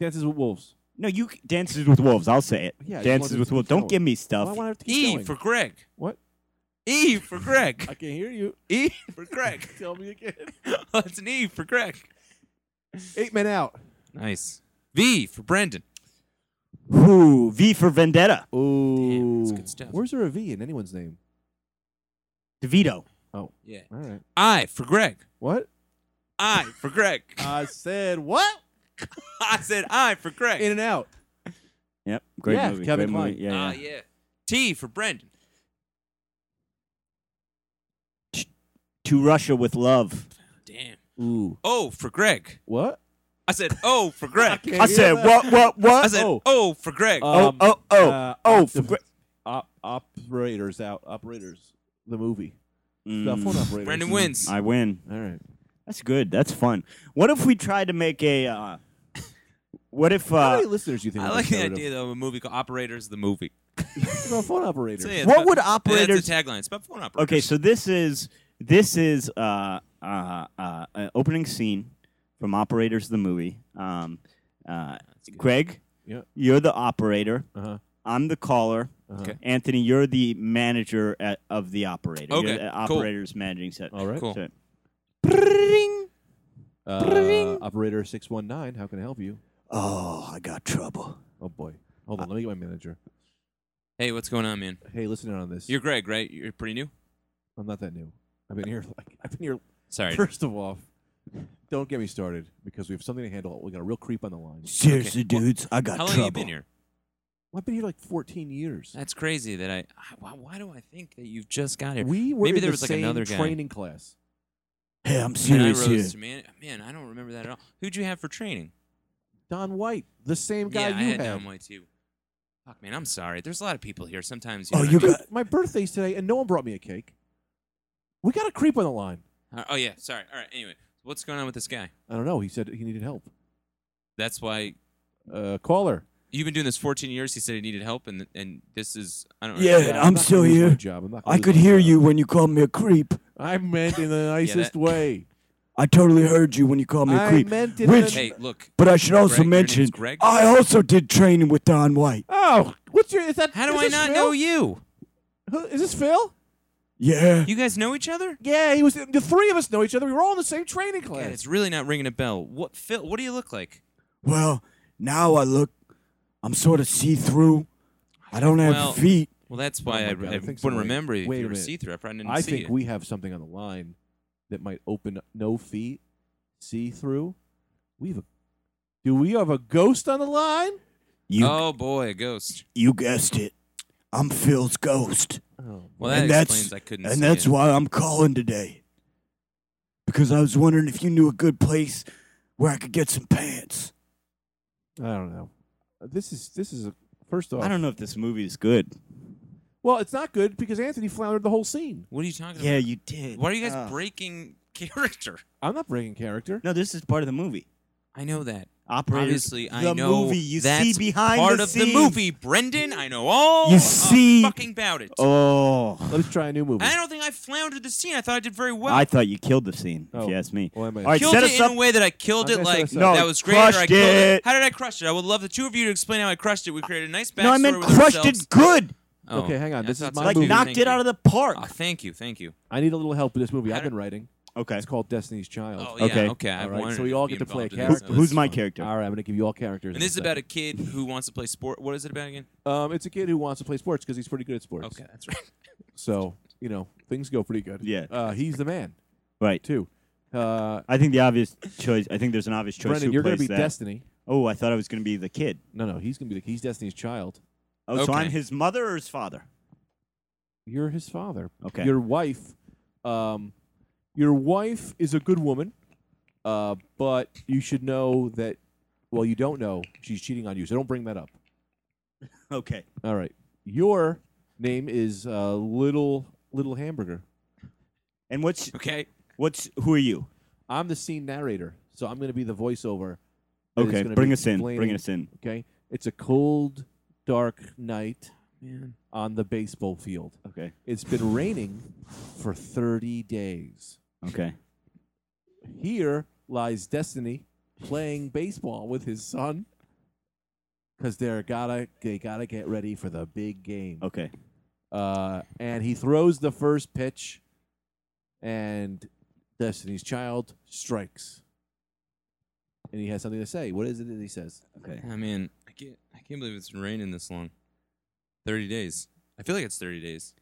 [SPEAKER 3] Dances with Wolves.
[SPEAKER 1] no, you c- dances with wolves. I'll say it.
[SPEAKER 3] Yeah, I just
[SPEAKER 1] dances
[SPEAKER 3] wanted
[SPEAKER 1] with
[SPEAKER 3] to
[SPEAKER 1] wolves.
[SPEAKER 3] keep
[SPEAKER 1] Don't
[SPEAKER 3] going.
[SPEAKER 1] give me
[SPEAKER 3] Well, I
[SPEAKER 1] stuff.
[SPEAKER 3] want to keep
[SPEAKER 2] E
[SPEAKER 3] going.
[SPEAKER 2] for Greg.
[SPEAKER 3] what?
[SPEAKER 2] E for
[SPEAKER 3] I
[SPEAKER 2] Greg.
[SPEAKER 3] can't hear you.
[SPEAKER 2] E for Greg.
[SPEAKER 3] Tell me again.
[SPEAKER 2] That's an E for Greg.
[SPEAKER 3] Eight men out.
[SPEAKER 2] Nice. V for Brendan.
[SPEAKER 1] Who? V for Vendetta.
[SPEAKER 3] Ooh.
[SPEAKER 2] that's good stuff.
[SPEAKER 3] Where's there a V in anyone's name?
[SPEAKER 1] DeVito.
[SPEAKER 2] Yeah.
[SPEAKER 3] All right.
[SPEAKER 2] I for Greg.
[SPEAKER 3] What?
[SPEAKER 2] I for Greg.
[SPEAKER 3] I said what?
[SPEAKER 2] I said I for Greg.
[SPEAKER 3] In and out.
[SPEAKER 1] Yep. Great
[SPEAKER 3] Yeah,
[SPEAKER 1] movie.
[SPEAKER 3] Kevin
[SPEAKER 1] great movie.
[SPEAKER 3] Kline.
[SPEAKER 1] Yeah,
[SPEAKER 2] Ah,
[SPEAKER 1] yeah.
[SPEAKER 2] yeah. T for Brendan.
[SPEAKER 1] To Russia with love.
[SPEAKER 2] Damn.
[SPEAKER 3] Ooh.
[SPEAKER 2] O for Greg.
[SPEAKER 3] What?
[SPEAKER 2] I said O for Greg.
[SPEAKER 3] Okay.
[SPEAKER 1] I
[SPEAKER 3] Yeah.
[SPEAKER 1] said what? What? What?
[SPEAKER 2] I said
[SPEAKER 3] Oh.
[SPEAKER 2] O for Greg.
[SPEAKER 1] oh,
[SPEAKER 3] Um,
[SPEAKER 1] oh, oh,
[SPEAKER 3] uh,
[SPEAKER 1] oh,
[SPEAKER 3] opti-
[SPEAKER 1] for Gre-
[SPEAKER 3] op- operators out. Operators. The movie. The
[SPEAKER 1] Mm,
[SPEAKER 3] phone operators.
[SPEAKER 2] Brendan wins.
[SPEAKER 1] I win.
[SPEAKER 3] All right.
[SPEAKER 1] That's good. That's fun. What if we tried to make a? Uh, what if?
[SPEAKER 3] How
[SPEAKER 1] Uh,
[SPEAKER 3] many listeners do you think?
[SPEAKER 2] I
[SPEAKER 3] are
[SPEAKER 2] like the
[SPEAKER 3] listening to
[SPEAKER 2] idea though of a movie called Operators the Movie.
[SPEAKER 3] this? About phone operators.
[SPEAKER 2] So, yeah, it's
[SPEAKER 1] what
[SPEAKER 2] about-
[SPEAKER 1] would
[SPEAKER 2] yeah,
[SPEAKER 1] operators?
[SPEAKER 2] that's the tagline. It's about phone operators.
[SPEAKER 1] Okay, so this is this is uh, uh, uh, an opening scene from Operators the movie. Um, uh, Greg,
[SPEAKER 3] Yeah.
[SPEAKER 1] you're the operator.
[SPEAKER 3] Uh-huh.
[SPEAKER 1] I'm the caller.
[SPEAKER 3] Uh-huh.
[SPEAKER 2] Okay.
[SPEAKER 1] Anthony, you're the manager at, of the operator.
[SPEAKER 2] Okay,
[SPEAKER 1] you're the
[SPEAKER 2] cool.
[SPEAKER 1] operator's managing set.
[SPEAKER 3] All right.
[SPEAKER 2] Cool.
[SPEAKER 1] So-
[SPEAKER 3] Uh, operator six one nine. How can I help you?
[SPEAKER 1] Oh, I got trouble.
[SPEAKER 3] Oh boy. Hold
[SPEAKER 2] Uh,
[SPEAKER 3] on. let me get my manager.
[SPEAKER 2] Hey, what's going on, man?
[SPEAKER 3] Hey, listen in on this.
[SPEAKER 2] You're Greg, right? You're pretty new.
[SPEAKER 3] I'm not that new. I've been here. Like, I've been here.
[SPEAKER 2] Sorry.
[SPEAKER 3] First of all, don't get me started because we have something to handle. We got a real creep on the line.
[SPEAKER 1] Seriously,
[SPEAKER 2] well,
[SPEAKER 1] dudes, I got
[SPEAKER 2] How long
[SPEAKER 1] trouble.
[SPEAKER 2] have you been here?
[SPEAKER 3] I've been here like 14 years.
[SPEAKER 2] That's crazy. That I. I why, why do I think that you've just got here?
[SPEAKER 3] We were
[SPEAKER 2] Maybe
[SPEAKER 3] in
[SPEAKER 2] there
[SPEAKER 3] the
[SPEAKER 2] was, like,
[SPEAKER 3] same
[SPEAKER 2] another guy.
[SPEAKER 3] training class.
[SPEAKER 1] Hey, I'm
[SPEAKER 2] And I
[SPEAKER 1] serious here.
[SPEAKER 2] rose to man. Man, I don't remember that at all. Who'd you have for training?
[SPEAKER 3] Don White, the same guy
[SPEAKER 2] yeah, I
[SPEAKER 3] you
[SPEAKER 2] had
[SPEAKER 3] had.
[SPEAKER 2] Dom White too. Fuck, man, I'm sorry. There's a lot of people here. Sometimes. You
[SPEAKER 1] Oh,
[SPEAKER 2] know,
[SPEAKER 1] you
[SPEAKER 2] I just-
[SPEAKER 1] got
[SPEAKER 3] Dude, my birthday's today, and no one brought me a cake. We got a creep on the line.
[SPEAKER 2] Uh, oh yeah. Sorry. All right. Anyway, what's going on with this guy?
[SPEAKER 3] I don't know. He said he needed help.
[SPEAKER 2] That's why
[SPEAKER 3] Uh, caller.
[SPEAKER 2] you've been doing this 14 years. He said he needed help, and and this is. I don't.
[SPEAKER 1] Yeah,
[SPEAKER 3] Yeah,
[SPEAKER 1] I'm
[SPEAKER 3] not gonna
[SPEAKER 1] still
[SPEAKER 3] lose my
[SPEAKER 1] here.
[SPEAKER 3] Job. I'm not gonna
[SPEAKER 1] I
[SPEAKER 3] lose
[SPEAKER 1] could
[SPEAKER 3] my
[SPEAKER 1] hear
[SPEAKER 3] job.
[SPEAKER 1] you when you called me a creep.
[SPEAKER 3] I meant in the nicest way.
[SPEAKER 1] I totally heard you when you called me a
[SPEAKER 3] I
[SPEAKER 1] creep.
[SPEAKER 3] meant it
[SPEAKER 1] Which-
[SPEAKER 2] Hey, look.
[SPEAKER 1] But I should also
[SPEAKER 2] Greg, your
[SPEAKER 1] mention,
[SPEAKER 2] name's Greg?
[SPEAKER 1] I also did training with Don White.
[SPEAKER 3] Oh, what's your? Is that?
[SPEAKER 2] How do
[SPEAKER 3] is
[SPEAKER 2] I
[SPEAKER 3] this
[SPEAKER 2] not
[SPEAKER 3] Phil?
[SPEAKER 2] know you?
[SPEAKER 3] Who- Is this Phil?
[SPEAKER 1] Yeah.
[SPEAKER 2] You guys know each other?
[SPEAKER 3] Yeah, he was. The three of us know each other. We were all in the same training
[SPEAKER 2] God,
[SPEAKER 3] class.
[SPEAKER 2] it's really not ringing a bell. What Phil? What do you look like?
[SPEAKER 1] Well, now I look, I'm sort of see through. I don't have
[SPEAKER 2] Well-
[SPEAKER 1] feet.
[SPEAKER 2] Well, that's why
[SPEAKER 3] Oh
[SPEAKER 2] I,
[SPEAKER 3] my God,
[SPEAKER 2] I
[SPEAKER 3] I
[SPEAKER 2] wouldn't
[SPEAKER 3] think so. Wait-
[SPEAKER 2] remember if
[SPEAKER 3] wait
[SPEAKER 2] you
[SPEAKER 3] a
[SPEAKER 2] were
[SPEAKER 3] minute.
[SPEAKER 2] see through. I probably didn't
[SPEAKER 3] I
[SPEAKER 2] see
[SPEAKER 3] think
[SPEAKER 2] you.
[SPEAKER 3] we have something on the line that might open up no feet, see through. We have a. Do we have a ghost on the line?
[SPEAKER 1] You,
[SPEAKER 2] oh boy, a ghost.
[SPEAKER 1] you guessed it. I'm Phil's ghost.
[SPEAKER 3] Oh,
[SPEAKER 2] Well, that
[SPEAKER 1] And that's-
[SPEAKER 2] explains I couldn't.
[SPEAKER 1] And
[SPEAKER 2] see
[SPEAKER 1] that's
[SPEAKER 2] it.
[SPEAKER 1] why I'm calling today. Because I was wondering if you knew a good place where I could get some pants.
[SPEAKER 3] I don't know. This is this is a first off.
[SPEAKER 1] I don't know if this movie is good.
[SPEAKER 3] Well, it's not good because Anthony floundered the whole scene.
[SPEAKER 2] What are you talking
[SPEAKER 1] Yeah, you did.
[SPEAKER 2] about? Why are you guys
[SPEAKER 1] Uh,
[SPEAKER 2] breaking character?
[SPEAKER 3] I'm not breaking character.
[SPEAKER 1] No, this is part of the movie.
[SPEAKER 2] I know that.
[SPEAKER 1] Operators.
[SPEAKER 2] Obviously, I
[SPEAKER 1] the
[SPEAKER 2] know
[SPEAKER 1] movie you
[SPEAKER 2] that's
[SPEAKER 1] see behind
[SPEAKER 2] part
[SPEAKER 1] the
[SPEAKER 2] of
[SPEAKER 1] scenes.
[SPEAKER 2] the movie, Brendan. I know all
[SPEAKER 1] You
[SPEAKER 2] a-
[SPEAKER 1] see-
[SPEAKER 2] fucking about it.
[SPEAKER 1] Oh,
[SPEAKER 3] Let's try a new movie.
[SPEAKER 2] I don't think I floundered the scene. I thought I did very well.
[SPEAKER 1] I thought you killed the scene. If
[SPEAKER 3] Oh.
[SPEAKER 1] you ask me.
[SPEAKER 3] Well, I might-
[SPEAKER 1] All right,
[SPEAKER 2] killed
[SPEAKER 1] set
[SPEAKER 2] it
[SPEAKER 1] us
[SPEAKER 2] in
[SPEAKER 1] up.
[SPEAKER 2] a way that I killed
[SPEAKER 3] I'm
[SPEAKER 2] it
[SPEAKER 3] gonna
[SPEAKER 2] like
[SPEAKER 3] set us up.
[SPEAKER 2] that
[SPEAKER 1] No,
[SPEAKER 2] was great. or I
[SPEAKER 1] crushed
[SPEAKER 2] killed
[SPEAKER 1] it.
[SPEAKER 2] How did I crush it? I would love the two of you to explain how I crushed it. We created a nice backstory.
[SPEAKER 1] No, I meant
[SPEAKER 2] with
[SPEAKER 1] crushed
[SPEAKER 2] ourselves.
[SPEAKER 1] it good.
[SPEAKER 2] Oh,
[SPEAKER 3] Okay, hang on.
[SPEAKER 2] yeah,
[SPEAKER 3] This
[SPEAKER 2] I
[SPEAKER 3] is
[SPEAKER 2] thought
[SPEAKER 3] my
[SPEAKER 2] so
[SPEAKER 1] Like
[SPEAKER 2] too.
[SPEAKER 3] movie.
[SPEAKER 1] knocked
[SPEAKER 2] Thank
[SPEAKER 1] it out
[SPEAKER 2] you.
[SPEAKER 1] of the park.
[SPEAKER 2] Oh, thank you, thank you.
[SPEAKER 3] I need a little help with this movie.
[SPEAKER 2] How
[SPEAKER 3] I've
[SPEAKER 2] do-
[SPEAKER 3] been writing.
[SPEAKER 1] okay.
[SPEAKER 3] It's called Destiny's Child.
[SPEAKER 2] Oh yeah,
[SPEAKER 1] Okay.
[SPEAKER 2] okay. I
[SPEAKER 3] All right,
[SPEAKER 2] wanted
[SPEAKER 3] so we
[SPEAKER 2] to
[SPEAKER 3] all
[SPEAKER 2] be
[SPEAKER 3] get to play a
[SPEAKER 2] involved in
[SPEAKER 3] character.
[SPEAKER 2] this.
[SPEAKER 1] Who- who's my
[SPEAKER 3] All
[SPEAKER 1] character?
[SPEAKER 3] right, I'm gonna give you all characters.
[SPEAKER 2] And
[SPEAKER 3] in
[SPEAKER 2] this is
[SPEAKER 3] a
[SPEAKER 2] about a
[SPEAKER 3] second.
[SPEAKER 2] kid who wants to play sport. What is it about again?
[SPEAKER 3] Um, it's a kid who wants to play sports because he's pretty good at sports.
[SPEAKER 2] Okay, that's right.
[SPEAKER 3] So you know things go pretty good.
[SPEAKER 1] Yeah.
[SPEAKER 3] Uh, he's the man
[SPEAKER 1] Right.
[SPEAKER 3] too. Uh,
[SPEAKER 1] I think the obvious choice. I think there's an obvious choice.
[SPEAKER 3] Brendan,
[SPEAKER 1] who
[SPEAKER 3] you're gonna
[SPEAKER 1] plays
[SPEAKER 3] be
[SPEAKER 1] that.
[SPEAKER 3] Destiny.
[SPEAKER 1] Oh, I thought I was going to be the kid.
[SPEAKER 3] No, no, he's gonna be the, he's Destiny's child.
[SPEAKER 1] Oh, so I'm
[SPEAKER 2] Okay.
[SPEAKER 1] his mother or his father?
[SPEAKER 3] You're his father.
[SPEAKER 1] Okay.
[SPEAKER 3] Your wife, um, your wife is a good woman, uh, but you should know that. Well, you don't know she's cheating on you, so don't bring that up.
[SPEAKER 1] okay.
[SPEAKER 3] All right. Your name is uh, Little Little Hamburger.
[SPEAKER 1] And what's
[SPEAKER 2] Okay.
[SPEAKER 1] what's who are you?
[SPEAKER 3] I'm the scene narrator, so I'm going to be the voiceover. that is
[SPEAKER 1] Okay,
[SPEAKER 3] gonna
[SPEAKER 1] bring
[SPEAKER 3] be
[SPEAKER 1] us in. Bring
[SPEAKER 3] explaining-
[SPEAKER 1] us in.
[SPEAKER 3] Okay. It's a cold, dark night
[SPEAKER 2] Man.
[SPEAKER 3] on the baseball field.
[SPEAKER 1] Okay.
[SPEAKER 3] It's been raining for 30 days.
[SPEAKER 1] Okay.
[SPEAKER 3] Here lies Destiny playing baseball with his son because they're gotta they gotta get ready for the big game.
[SPEAKER 1] Okay.
[SPEAKER 3] Uh, and he throws the first pitch, and Destiny's Child strikes. And he has something to say. What is it that he says?
[SPEAKER 1] Okay.
[SPEAKER 2] I mean, I can't. I can't believe it's been raining this long. Thirty days. I feel like it's thirty days.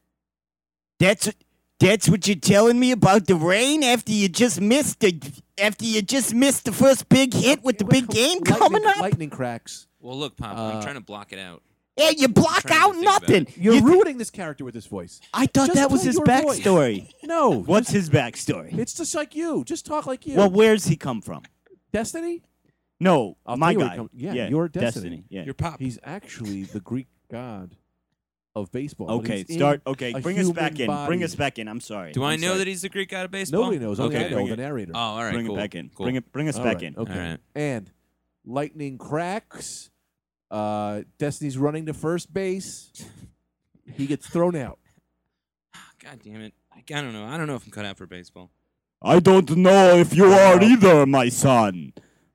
[SPEAKER 1] That's that's what you're telling me about the rain after you just missed the after you just missed the first big hit with the big game
[SPEAKER 3] lightning,
[SPEAKER 1] coming up.
[SPEAKER 3] Lightning cracks.
[SPEAKER 2] Well, look, Pop.
[SPEAKER 3] Uh,
[SPEAKER 2] I'm trying to block it out.
[SPEAKER 1] Yeah, you block
[SPEAKER 2] trying to
[SPEAKER 1] out
[SPEAKER 2] think about
[SPEAKER 1] nothing.
[SPEAKER 3] You're
[SPEAKER 1] You-
[SPEAKER 3] ruining this character with this voice.
[SPEAKER 1] I thought
[SPEAKER 3] Just
[SPEAKER 1] that was
[SPEAKER 3] play
[SPEAKER 1] his
[SPEAKER 3] your voice.
[SPEAKER 1] backstory.
[SPEAKER 3] No.
[SPEAKER 1] What's his backstory?
[SPEAKER 3] It's just like you. Just talk like you.
[SPEAKER 1] Well, where's he come from?
[SPEAKER 3] Destiny.
[SPEAKER 1] No,
[SPEAKER 3] I'll
[SPEAKER 1] my
[SPEAKER 3] tell you where it
[SPEAKER 1] guy.
[SPEAKER 3] come- yeah, your destiny.
[SPEAKER 1] Yeah.
[SPEAKER 2] Your Pop.
[SPEAKER 3] He's actually the Greek god of baseball. but
[SPEAKER 1] okay,
[SPEAKER 3] he's in-
[SPEAKER 1] start. Okay,
[SPEAKER 3] a
[SPEAKER 1] bring us back
[SPEAKER 3] human
[SPEAKER 1] in. Bring us
[SPEAKER 3] body.
[SPEAKER 1] back in. I'm sorry.
[SPEAKER 2] Do i
[SPEAKER 1] I'm
[SPEAKER 2] know
[SPEAKER 1] sorry.
[SPEAKER 2] that he's the Greek god of baseball?
[SPEAKER 3] Nobody knows. Only
[SPEAKER 2] Okay.
[SPEAKER 3] I know
[SPEAKER 1] bring
[SPEAKER 3] the
[SPEAKER 1] it.
[SPEAKER 3] narrator.
[SPEAKER 2] Oh, all right.
[SPEAKER 1] bring
[SPEAKER 2] cool,
[SPEAKER 1] it back in.
[SPEAKER 2] cool.
[SPEAKER 1] Bring it. Bring us
[SPEAKER 3] All
[SPEAKER 1] back
[SPEAKER 3] right,
[SPEAKER 1] in.
[SPEAKER 3] Okay.
[SPEAKER 2] All right.
[SPEAKER 3] And lightning cracks. Uh, Destiny's running to first base. He gets thrown out.
[SPEAKER 2] Ah, God damn it. I, I don't know. I don't know if I'm cut out for baseball.
[SPEAKER 1] I don't know if you are either, my son,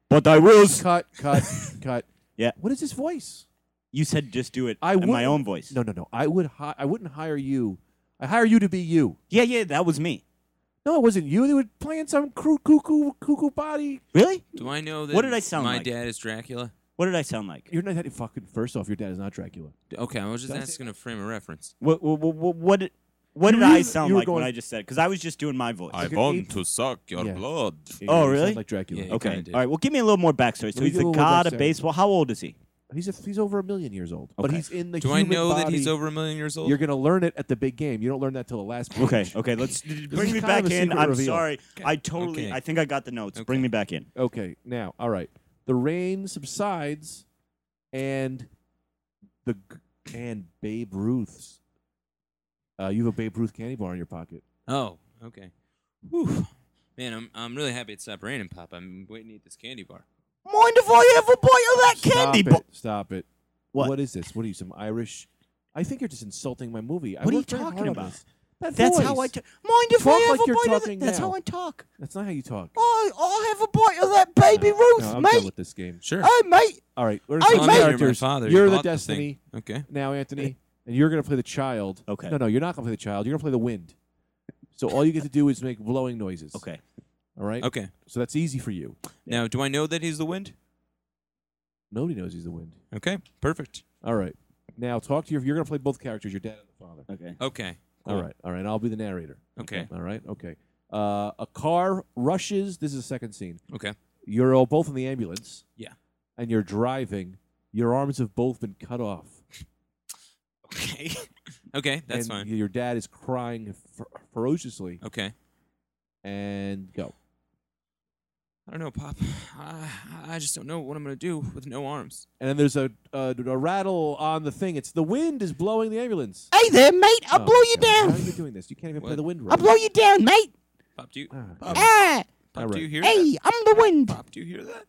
[SPEAKER 1] but I will. s-
[SPEAKER 3] Cut. Cut. cut.
[SPEAKER 1] Yeah.
[SPEAKER 3] What is his voice?
[SPEAKER 1] You said just do it
[SPEAKER 3] I
[SPEAKER 1] in my
[SPEAKER 3] wouldn't-
[SPEAKER 1] own voice.
[SPEAKER 3] No, no, no. I would. Hi- I wouldn't hire you. I hire you to be you.
[SPEAKER 1] Yeah, yeah, that was me.
[SPEAKER 3] No, it wasn't you. They were playing some cru- cuckoo cuckoo body
[SPEAKER 1] Really?
[SPEAKER 2] Do I know that
[SPEAKER 1] What did I sound
[SPEAKER 2] my
[SPEAKER 1] like?
[SPEAKER 2] dad is Dracula?
[SPEAKER 1] What did I sound like?
[SPEAKER 3] You're not that fucking. First off, your dad is not Dracula.
[SPEAKER 1] Oh,
[SPEAKER 2] D- Okay, I was just
[SPEAKER 3] Did I say
[SPEAKER 2] asking a frame of reference.
[SPEAKER 1] What what what, what, what did, what
[SPEAKER 3] You
[SPEAKER 1] did I
[SPEAKER 3] really-
[SPEAKER 1] sound
[SPEAKER 3] you were
[SPEAKER 1] like
[SPEAKER 3] going-
[SPEAKER 1] when I just said? Because I was just doing my voice.
[SPEAKER 3] I Like an want ape?
[SPEAKER 2] to suck
[SPEAKER 3] your Yeah.
[SPEAKER 2] blood.
[SPEAKER 1] Oh,
[SPEAKER 3] You sound
[SPEAKER 1] really?
[SPEAKER 3] Like Dracula.
[SPEAKER 2] Yeah.
[SPEAKER 1] okay.
[SPEAKER 2] kinda
[SPEAKER 1] All right. Well, give me a little more backstory. So
[SPEAKER 3] Let me
[SPEAKER 1] he's
[SPEAKER 3] give a
[SPEAKER 1] the
[SPEAKER 3] little
[SPEAKER 1] god of
[SPEAKER 3] backstory.
[SPEAKER 1] baseball. How old is he?
[SPEAKER 3] He's a, he's over a million years old, but
[SPEAKER 1] Okay.
[SPEAKER 3] he's in the.
[SPEAKER 2] Do I
[SPEAKER 3] human
[SPEAKER 2] know that he's
[SPEAKER 3] body.
[SPEAKER 2] over a million years old?
[SPEAKER 3] You're gonna learn it at the big game. You don't learn that till the last. Page.
[SPEAKER 1] Okay. Okay. Let's bring
[SPEAKER 3] is
[SPEAKER 1] me
[SPEAKER 3] kind
[SPEAKER 1] back
[SPEAKER 3] of a
[SPEAKER 1] in.
[SPEAKER 3] secret
[SPEAKER 1] I'm
[SPEAKER 3] reveal.
[SPEAKER 1] sorry. I totally.
[SPEAKER 2] Okay.
[SPEAKER 1] I think I got the notes. Bring
[SPEAKER 2] Okay.
[SPEAKER 1] me back in.
[SPEAKER 3] Okay. Now, all right. The rain subsides, and the g- and Babe Ruth's. Uh, you have a Babe Ruth candy bar in your pocket.
[SPEAKER 2] oh, okay. Whew. Man, I'm, I'm really happy it stopped raining, Pop. I'm waiting to eat this candy bar.
[SPEAKER 1] Mind if I ever boil that
[SPEAKER 3] Stop
[SPEAKER 1] candy
[SPEAKER 3] it!
[SPEAKER 1] bar?
[SPEAKER 3] Stop it!
[SPEAKER 1] What?
[SPEAKER 3] What is this? What are you, some Irish? I think you're just insulting my movie. I
[SPEAKER 1] What are you
[SPEAKER 3] worked very hard
[SPEAKER 1] talking
[SPEAKER 3] on
[SPEAKER 1] about?
[SPEAKER 3] this. That
[SPEAKER 1] That's
[SPEAKER 3] voice.
[SPEAKER 1] how I. Ta- Mind if
[SPEAKER 3] Talk
[SPEAKER 1] I
[SPEAKER 3] like
[SPEAKER 1] ever
[SPEAKER 3] you're
[SPEAKER 1] boil
[SPEAKER 3] talking
[SPEAKER 1] that? That's
[SPEAKER 3] now.
[SPEAKER 1] how I talk.
[SPEAKER 3] That's not how you talk.
[SPEAKER 1] I I have a bite of that baby
[SPEAKER 3] No,
[SPEAKER 1] Oh, Ruth,
[SPEAKER 3] no, I'm done
[SPEAKER 1] mate.
[SPEAKER 3] with this game.
[SPEAKER 2] Sure.
[SPEAKER 1] Hey, mate.
[SPEAKER 3] All right, we're
[SPEAKER 1] Hey,
[SPEAKER 3] gonna
[SPEAKER 1] mate.
[SPEAKER 2] Well, I
[SPEAKER 3] switch
[SPEAKER 2] mean, you're my
[SPEAKER 3] characters.
[SPEAKER 2] father.
[SPEAKER 3] You're
[SPEAKER 2] You
[SPEAKER 3] the
[SPEAKER 2] bought the thing.
[SPEAKER 3] destiny
[SPEAKER 2] Okay.
[SPEAKER 3] now, Anthony, and you're gonna play the child.
[SPEAKER 1] Okay.
[SPEAKER 3] No, no, you're not gonna play the child. You're gonna play the wind. So all you get to do is make blowing noises.
[SPEAKER 1] Okay.
[SPEAKER 3] All right.
[SPEAKER 2] Okay.
[SPEAKER 3] So that's easy for you.
[SPEAKER 2] Now, do I know that he's the wind?
[SPEAKER 3] Nobody knows he's the wind.
[SPEAKER 2] Okay. Perfect.
[SPEAKER 3] All right. Now talk to your. You're gonna play both characters, your dad and the father.
[SPEAKER 1] Okay.
[SPEAKER 2] Okay.
[SPEAKER 3] All
[SPEAKER 2] Cool.
[SPEAKER 3] right. All right. I'll be the narrator.
[SPEAKER 2] Okay.
[SPEAKER 3] All right. Okay. Uh, a car rushes. This is the second scene.
[SPEAKER 2] Okay.
[SPEAKER 3] You're all both in the ambulance.
[SPEAKER 2] Yeah.
[SPEAKER 3] And you're driving. Your arms have both been cut off.
[SPEAKER 2] Okay. okay. That's
[SPEAKER 3] and
[SPEAKER 2] fine.
[SPEAKER 3] Your dad is crying fer- ferociously.
[SPEAKER 2] Okay.
[SPEAKER 3] And go.
[SPEAKER 2] I don't know, Pop. I, I just don't know what I'm going to do with no arms.
[SPEAKER 3] And then there's a, a a rattle on the thing. It's the wind is blowing the ambulance.
[SPEAKER 1] Hey there, mate. I'll
[SPEAKER 3] Oh,
[SPEAKER 1] blow you
[SPEAKER 3] God, How are
[SPEAKER 1] down.
[SPEAKER 3] you doing this? You can't even play
[SPEAKER 2] What?
[SPEAKER 3] the wind. Right.
[SPEAKER 1] I'll blow you down, mate.
[SPEAKER 2] Pop, do you,
[SPEAKER 3] Ah,
[SPEAKER 2] Pop.
[SPEAKER 1] Ah,
[SPEAKER 2] Pop,
[SPEAKER 3] Alright.
[SPEAKER 2] do you hear that?
[SPEAKER 1] hey, I'm the wind.
[SPEAKER 2] Pop, do you hear that?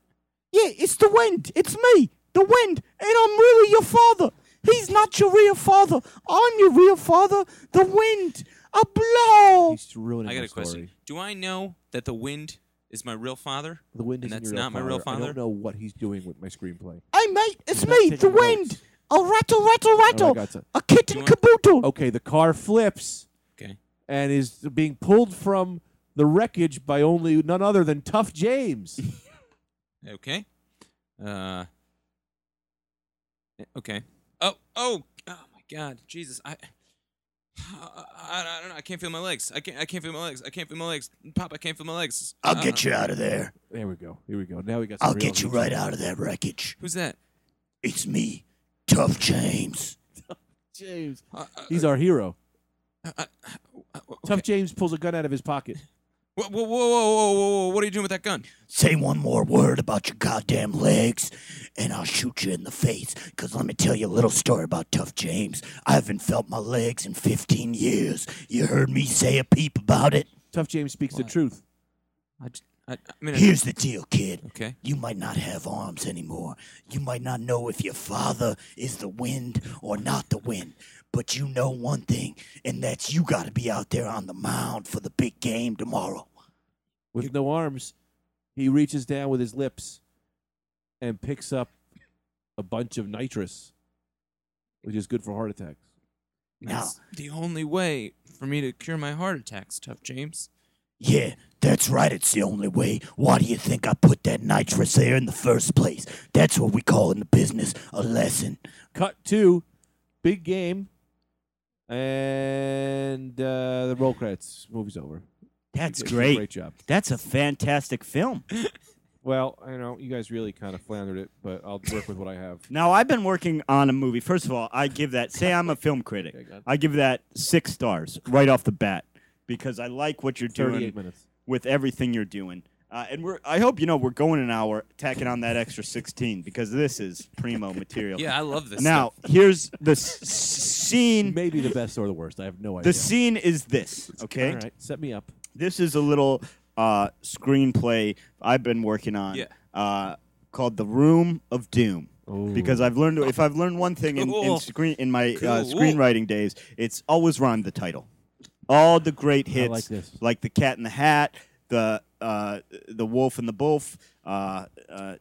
[SPEAKER 1] Yeah, it's the wind. It's me, the wind, and I'm really your father. He's not your real father. I'm your real father, the wind. A blow.
[SPEAKER 3] he's ruining
[SPEAKER 2] I got
[SPEAKER 3] my
[SPEAKER 2] a question.
[SPEAKER 3] story.
[SPEAKER 2] Do I know that the wind is my real father?
[SPEAKER 3] The wind
[SPEAKER 2] And
[SPEAKER 3] isn't
[SPEAKER 2] that's
[SPEAKER 3] your
[SPEAKER 2] not my real
[SPEAKER 3] I
[SPEAKER 2] father?
[SPEAKER 3] don't know what he's doing with my screenplay.
[SPEAKER 1] Hey, mate, it's
[SPEAKER 3] He's not
[SPEAKER 1] me, the
[SPEAKER 3] taking
[SPEAKER 1] wind.
[SPEAKER 3] notes.
[SPEAKER 1] A rattle, rattle,
[SPEAKER 3] Oh, I
[SPEAKER 1] rattle.
[SPEAKER 3] got some-
[SPEAKER 1] A
[SPEAKER 2] Do
[SPEAKER 1] kitten
[SPEAKER 2] you
[SPEAKER 1] caboodle.
[SPEAKER 3] okay, the car flips
[SPEAKER 2] Okay.
[SPEAKER 3] and is being pulled from the wreckage by only none other than Tough James.
[SPEAKER 2] Okay. Uh. eh, Okay. Oh. Oh. Oh my God. Jesus. I. I, I, I don't know. I can't feel my legs. I can't. I can't feel my legs. I can't feel my legs. Pop. I can't feel my legs. Uh, I don't know.
[SPEAKER 1] out of there.
[SPEAKER 3] there we go. Here we go. Now we got. some
[SPEAKER 1] I'll
[SPEAKER 3] real
[SPEAKER 1] get you
[SPEAKER 3] meat.
[SPEAKER 1] right out of that wreckage.
[SPEAKER 2] Who's that?
[SPEAKER 1] It's me, Tough James.
[SPEAKER 3] James.
[SPEAKER 2] Uh, uh,
[SPEAKER 3] He's our hero.
[SPEAKER 2] I- I-
[SPEAKER 3] Tough James pulls a gun out of his pocket.
[SPEAKER 2] Whoa, whoa, whoa, whoa, whoa, whoa, whoa! What are you doing with that gun?
[SPEAKER 4] Say one more word about your goddamn legs, and I'll shoot you in the face. Because let me tell you a little story about Tough James. I haven't felt my legs in 15 years. You heard me say a peep about it?
[SPEAKER 3] Tough James speaks the
[SPEAKER 2] What?
[SPEAKER 3] truth.
[SPEAKER 2] I, j- I- I mean, I-
[SPEAKER 4] Here's the deal, kid.
[SPEAKER 2] okay.
[SPEAKER 4] You might not have arms anymore. You might not know if your father is the wind or not the wind. But you know one thing, and that's you got to be out there on the mound for the big game tomorrow.
[SPEAKER 3] With no arms, he reaches down with his lips and picks up a bunch of nitrous, which is good for heart attacks.
[SPEAKER 2] That's the only way for me to cure my heart attacks, tough James.
[SPEAKER 4] Yeah, that's right. It's the only way. Why do you think I put that nitrous there in the first place? That's what we call in the business a lesson.
[SPEAKER 3] Cut two, big game, and uh, the roll credits. Movie's over.
[SPEAKER 1] That's
[SPEAKER 3] You guys did a Great
[SPEAKER 1] great.
[SPEAKER 3] job.
[SPEAKER 1] That's a fantastic film.
[SPEAKER 3] Well, you know, you guys really kind of floundered it, but I'll work with what I have.
[SPEAKER 1] Now I've been working on a movie. First of all, I give that. Say I'm a film critic.
[SPEAKER 3] Okay, got it.
[SPEAKER 1] I give that six stars right off the bat because I like what you're doing
[SPEAKER 3] Thirty-eight minutes.
[SPEAKER 1] with everything you're doing. Uh, and we're. I hope you know we're going an hour, tacking on that extra 16 because this is primo material.
[SPEAKER 2] Yeah, I love this.
[SPEAKER 1] Now
[SPEAKER 2] stuff.
[SPEAKER 1] here's the s- scene.
[SPEAKER 3] Maybe the best or the worst. I have no idea.
[SPEAKER 1] The scene is this. Okay.
[SPEAKER 3] All right, set me up.
[SPEAKER 1] This is a little uh, screenplay I've been working on.
[SPEAKER 2] Yeah.
[SPEAKER 1] Uh, called the Room of Doom.
[SPEAKER 3] Ooh.
[SPEAKER 1] Because I've learned if I've learned one thing in, in
[SPEAKER 2] Cool.
[SPEAKER 1] screen in my uh,
[SPEAKER 2] Cool.
[SPEAKER 1] screenwriting days, it's always rhyme the title. All the great hits,
[SPEAKER 3] like this.
[SPEAKER 1] like the Cat in the Hat, the uh, the Wolf and the Wolf, uh, uh,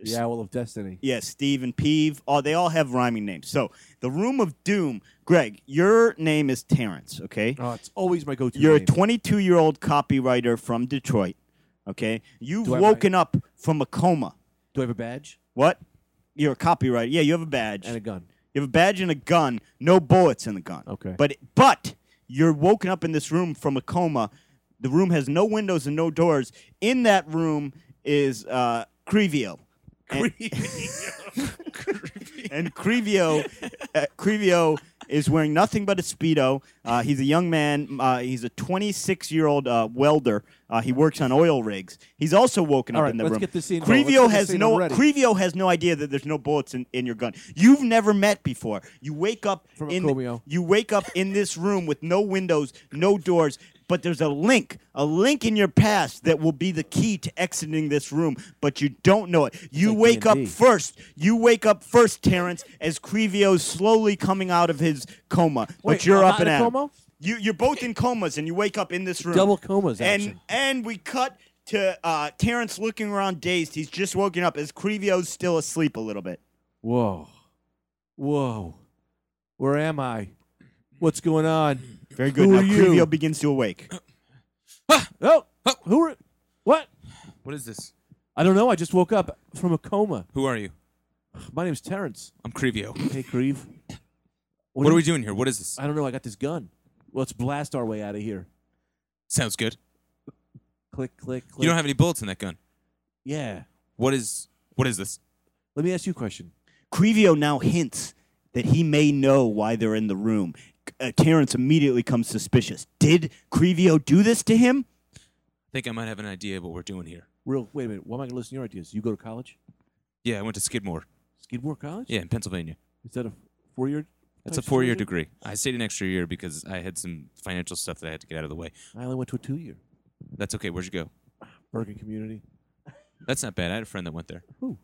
[SPEAKER 3] The Owl of Destiny.
[SPEAKER 1] yeah, Steve and Peeve. Oh, they all have rhyming names. So the Room of Doom. Greg, your name is Terrence. Okay.
[SPEAKER 3] Oh, it's always my go-to.
[SPEAKER 1] You're a
[SPEAKER 3] name.
[SPEAKER 1] 22 year old copywriter from Detroit. Okay, you've
[SPEAKER 3] Do I have
[SPEAKER 1] woken up from a coma.
[SPEAKER 3] Do I have a badge
[SPEAKER 1] What? You're a copywriter. Yeah, you have a badge.
[SPEAKER 3] and a gun?
[SPEAKER 1] you have a badge and a gun. No bullets in the gun.
[SPEAKER 3] Okay.
[SPEAKER 1] But but you're woken up in this room from a coma. The room has no windows and no doors. In that room is uh, Crevio. And- and Crevio, uh, Crevio is wearing nothing but a speedo. Uh, he's a young man. Uh, he's a 26 year old uh, welder. Uh, he works on oil rigs. He's also woken
[SPEAKER 3] All
[SPEAKER 1] up
[SPEAKER 3] right,
[SPEAKER 1] in the
[SPEAKER 3] let's
[SPEAKER 1] room.
[SPEAKER 3] get this scene going. Let's
[SPEAKER 1] Crevio
[SPEAKER 3] get this
[SPEAKER 1] has
[SPEAKER 3] scene
[SPEAKER 1] no.
[SPEAKER 3] already.
[SPEAKER 1] Crevio has no idea that there's no bullets in, in your gun. You've never met before. You wake up
[SPEAKER 3] From a
[SPEAKER 1] in
[SPEAKER 3] Cromio.
[SPEAKER 1] you wake up in this room with no windows, no doors, but there's a link, a link in your past that will be the key to exiting this room, but you don't know it. You
[SPEAKER 3] like
[SPEAKER 1] wake
[SPEAKER 3] D&D.
[SPEAKER 1] up first. You wake up first, Terrence, as Crevio's slowly coming out of his coma.
[SPEAKER 3] Wait,
[SPEAKER 1] but you're up
[SPEAKER 3] I'm not
[SPEAKER 1] and
[SPEAKER 3] in a
[SPEAKER 1] out.
[SPEAKER 3] coma?
[SPEAKER 1] You you're both in comas and you wake up in this room.
[SPEAKER 3] Double comas.
[SPEAKER 1] and
[SPEAKER 3] action.
[SPEAKER 1] and we cut to uh, Terrence looking around dazed. He's just woken up as Crevio's still asleep a little bit.
[SPEAKER 3] Whoa, whoa. Where am I? What's going on?
[SPEAKER 1] Very good.
[SPEAKER 3] Who
[SPEAKER 1] now
[SPEAKER 3] are you?
[SPEAKER 1] Crevio begins to awake.
[SPEAKER 3] Oh,
[SPEAKER 2] Oh.
[SPEAKER 3] who are? What?
[SPEAKER 2] what is this?
[SPEAKER 3] I don't know. I just woke up from a coma.
[SPEAKER 2] Who are you?
[SPEAKER 3] My name's Terrence.
[SPEAKER 2] I'm Crevio.
[SPEAKER 3] Hey, Creve.
[SPEAKER 2] What are we doing here? What is this?
[SPEAKER 3] I don't know. I got this gun. Let's blast our way out of here.
[SPEAKER 2] Sounds good.
[SPEAKER 3] Click, click, click.
[SPEAKER 2] You don't have any bullets in that gun.
[SPEAKER 3] yeah.
[SPEAKER 2] What is? What is this?
[SPEAKER 3] Let me ask you a question.
[SPEAKER 1] Crevio now hints that he may know why they're in the room. Uh, Terrence immediately comes suspicious. Did Crevio do this to him?
[SPEAKER 2] I think I might have an idea what we're doing here.
[SPEAKER 3] Real. Wait a minute. Why am I going to listen to your ideas? You go to college?
[SPEAKER 2] Yeah, I went to Skidmore.
[SPEAKER 3] Skidmore College?
[SPEAKER 2] Yeah, in Pennsylvania.
[SPEAKER 3] Is that a four-year?
[SPEAKER 2] That's a
[SPEAKER 3] type
[SPEAKER 2] four-year
[SPEAKER 3] situation?
[SPEAKER 2] degree. I stayed an extra year because I had some financial stuff that I had to get out of the way.
[SPEAKER 3] I only went to a two-year.
[SPEAKER 2] That's okay. Where'd you go?
[SPEAKER 3] Bergen Community.
[SPEAKER 2] That's not bad. I had a friend that went there.
[SPEAKER 3] Who?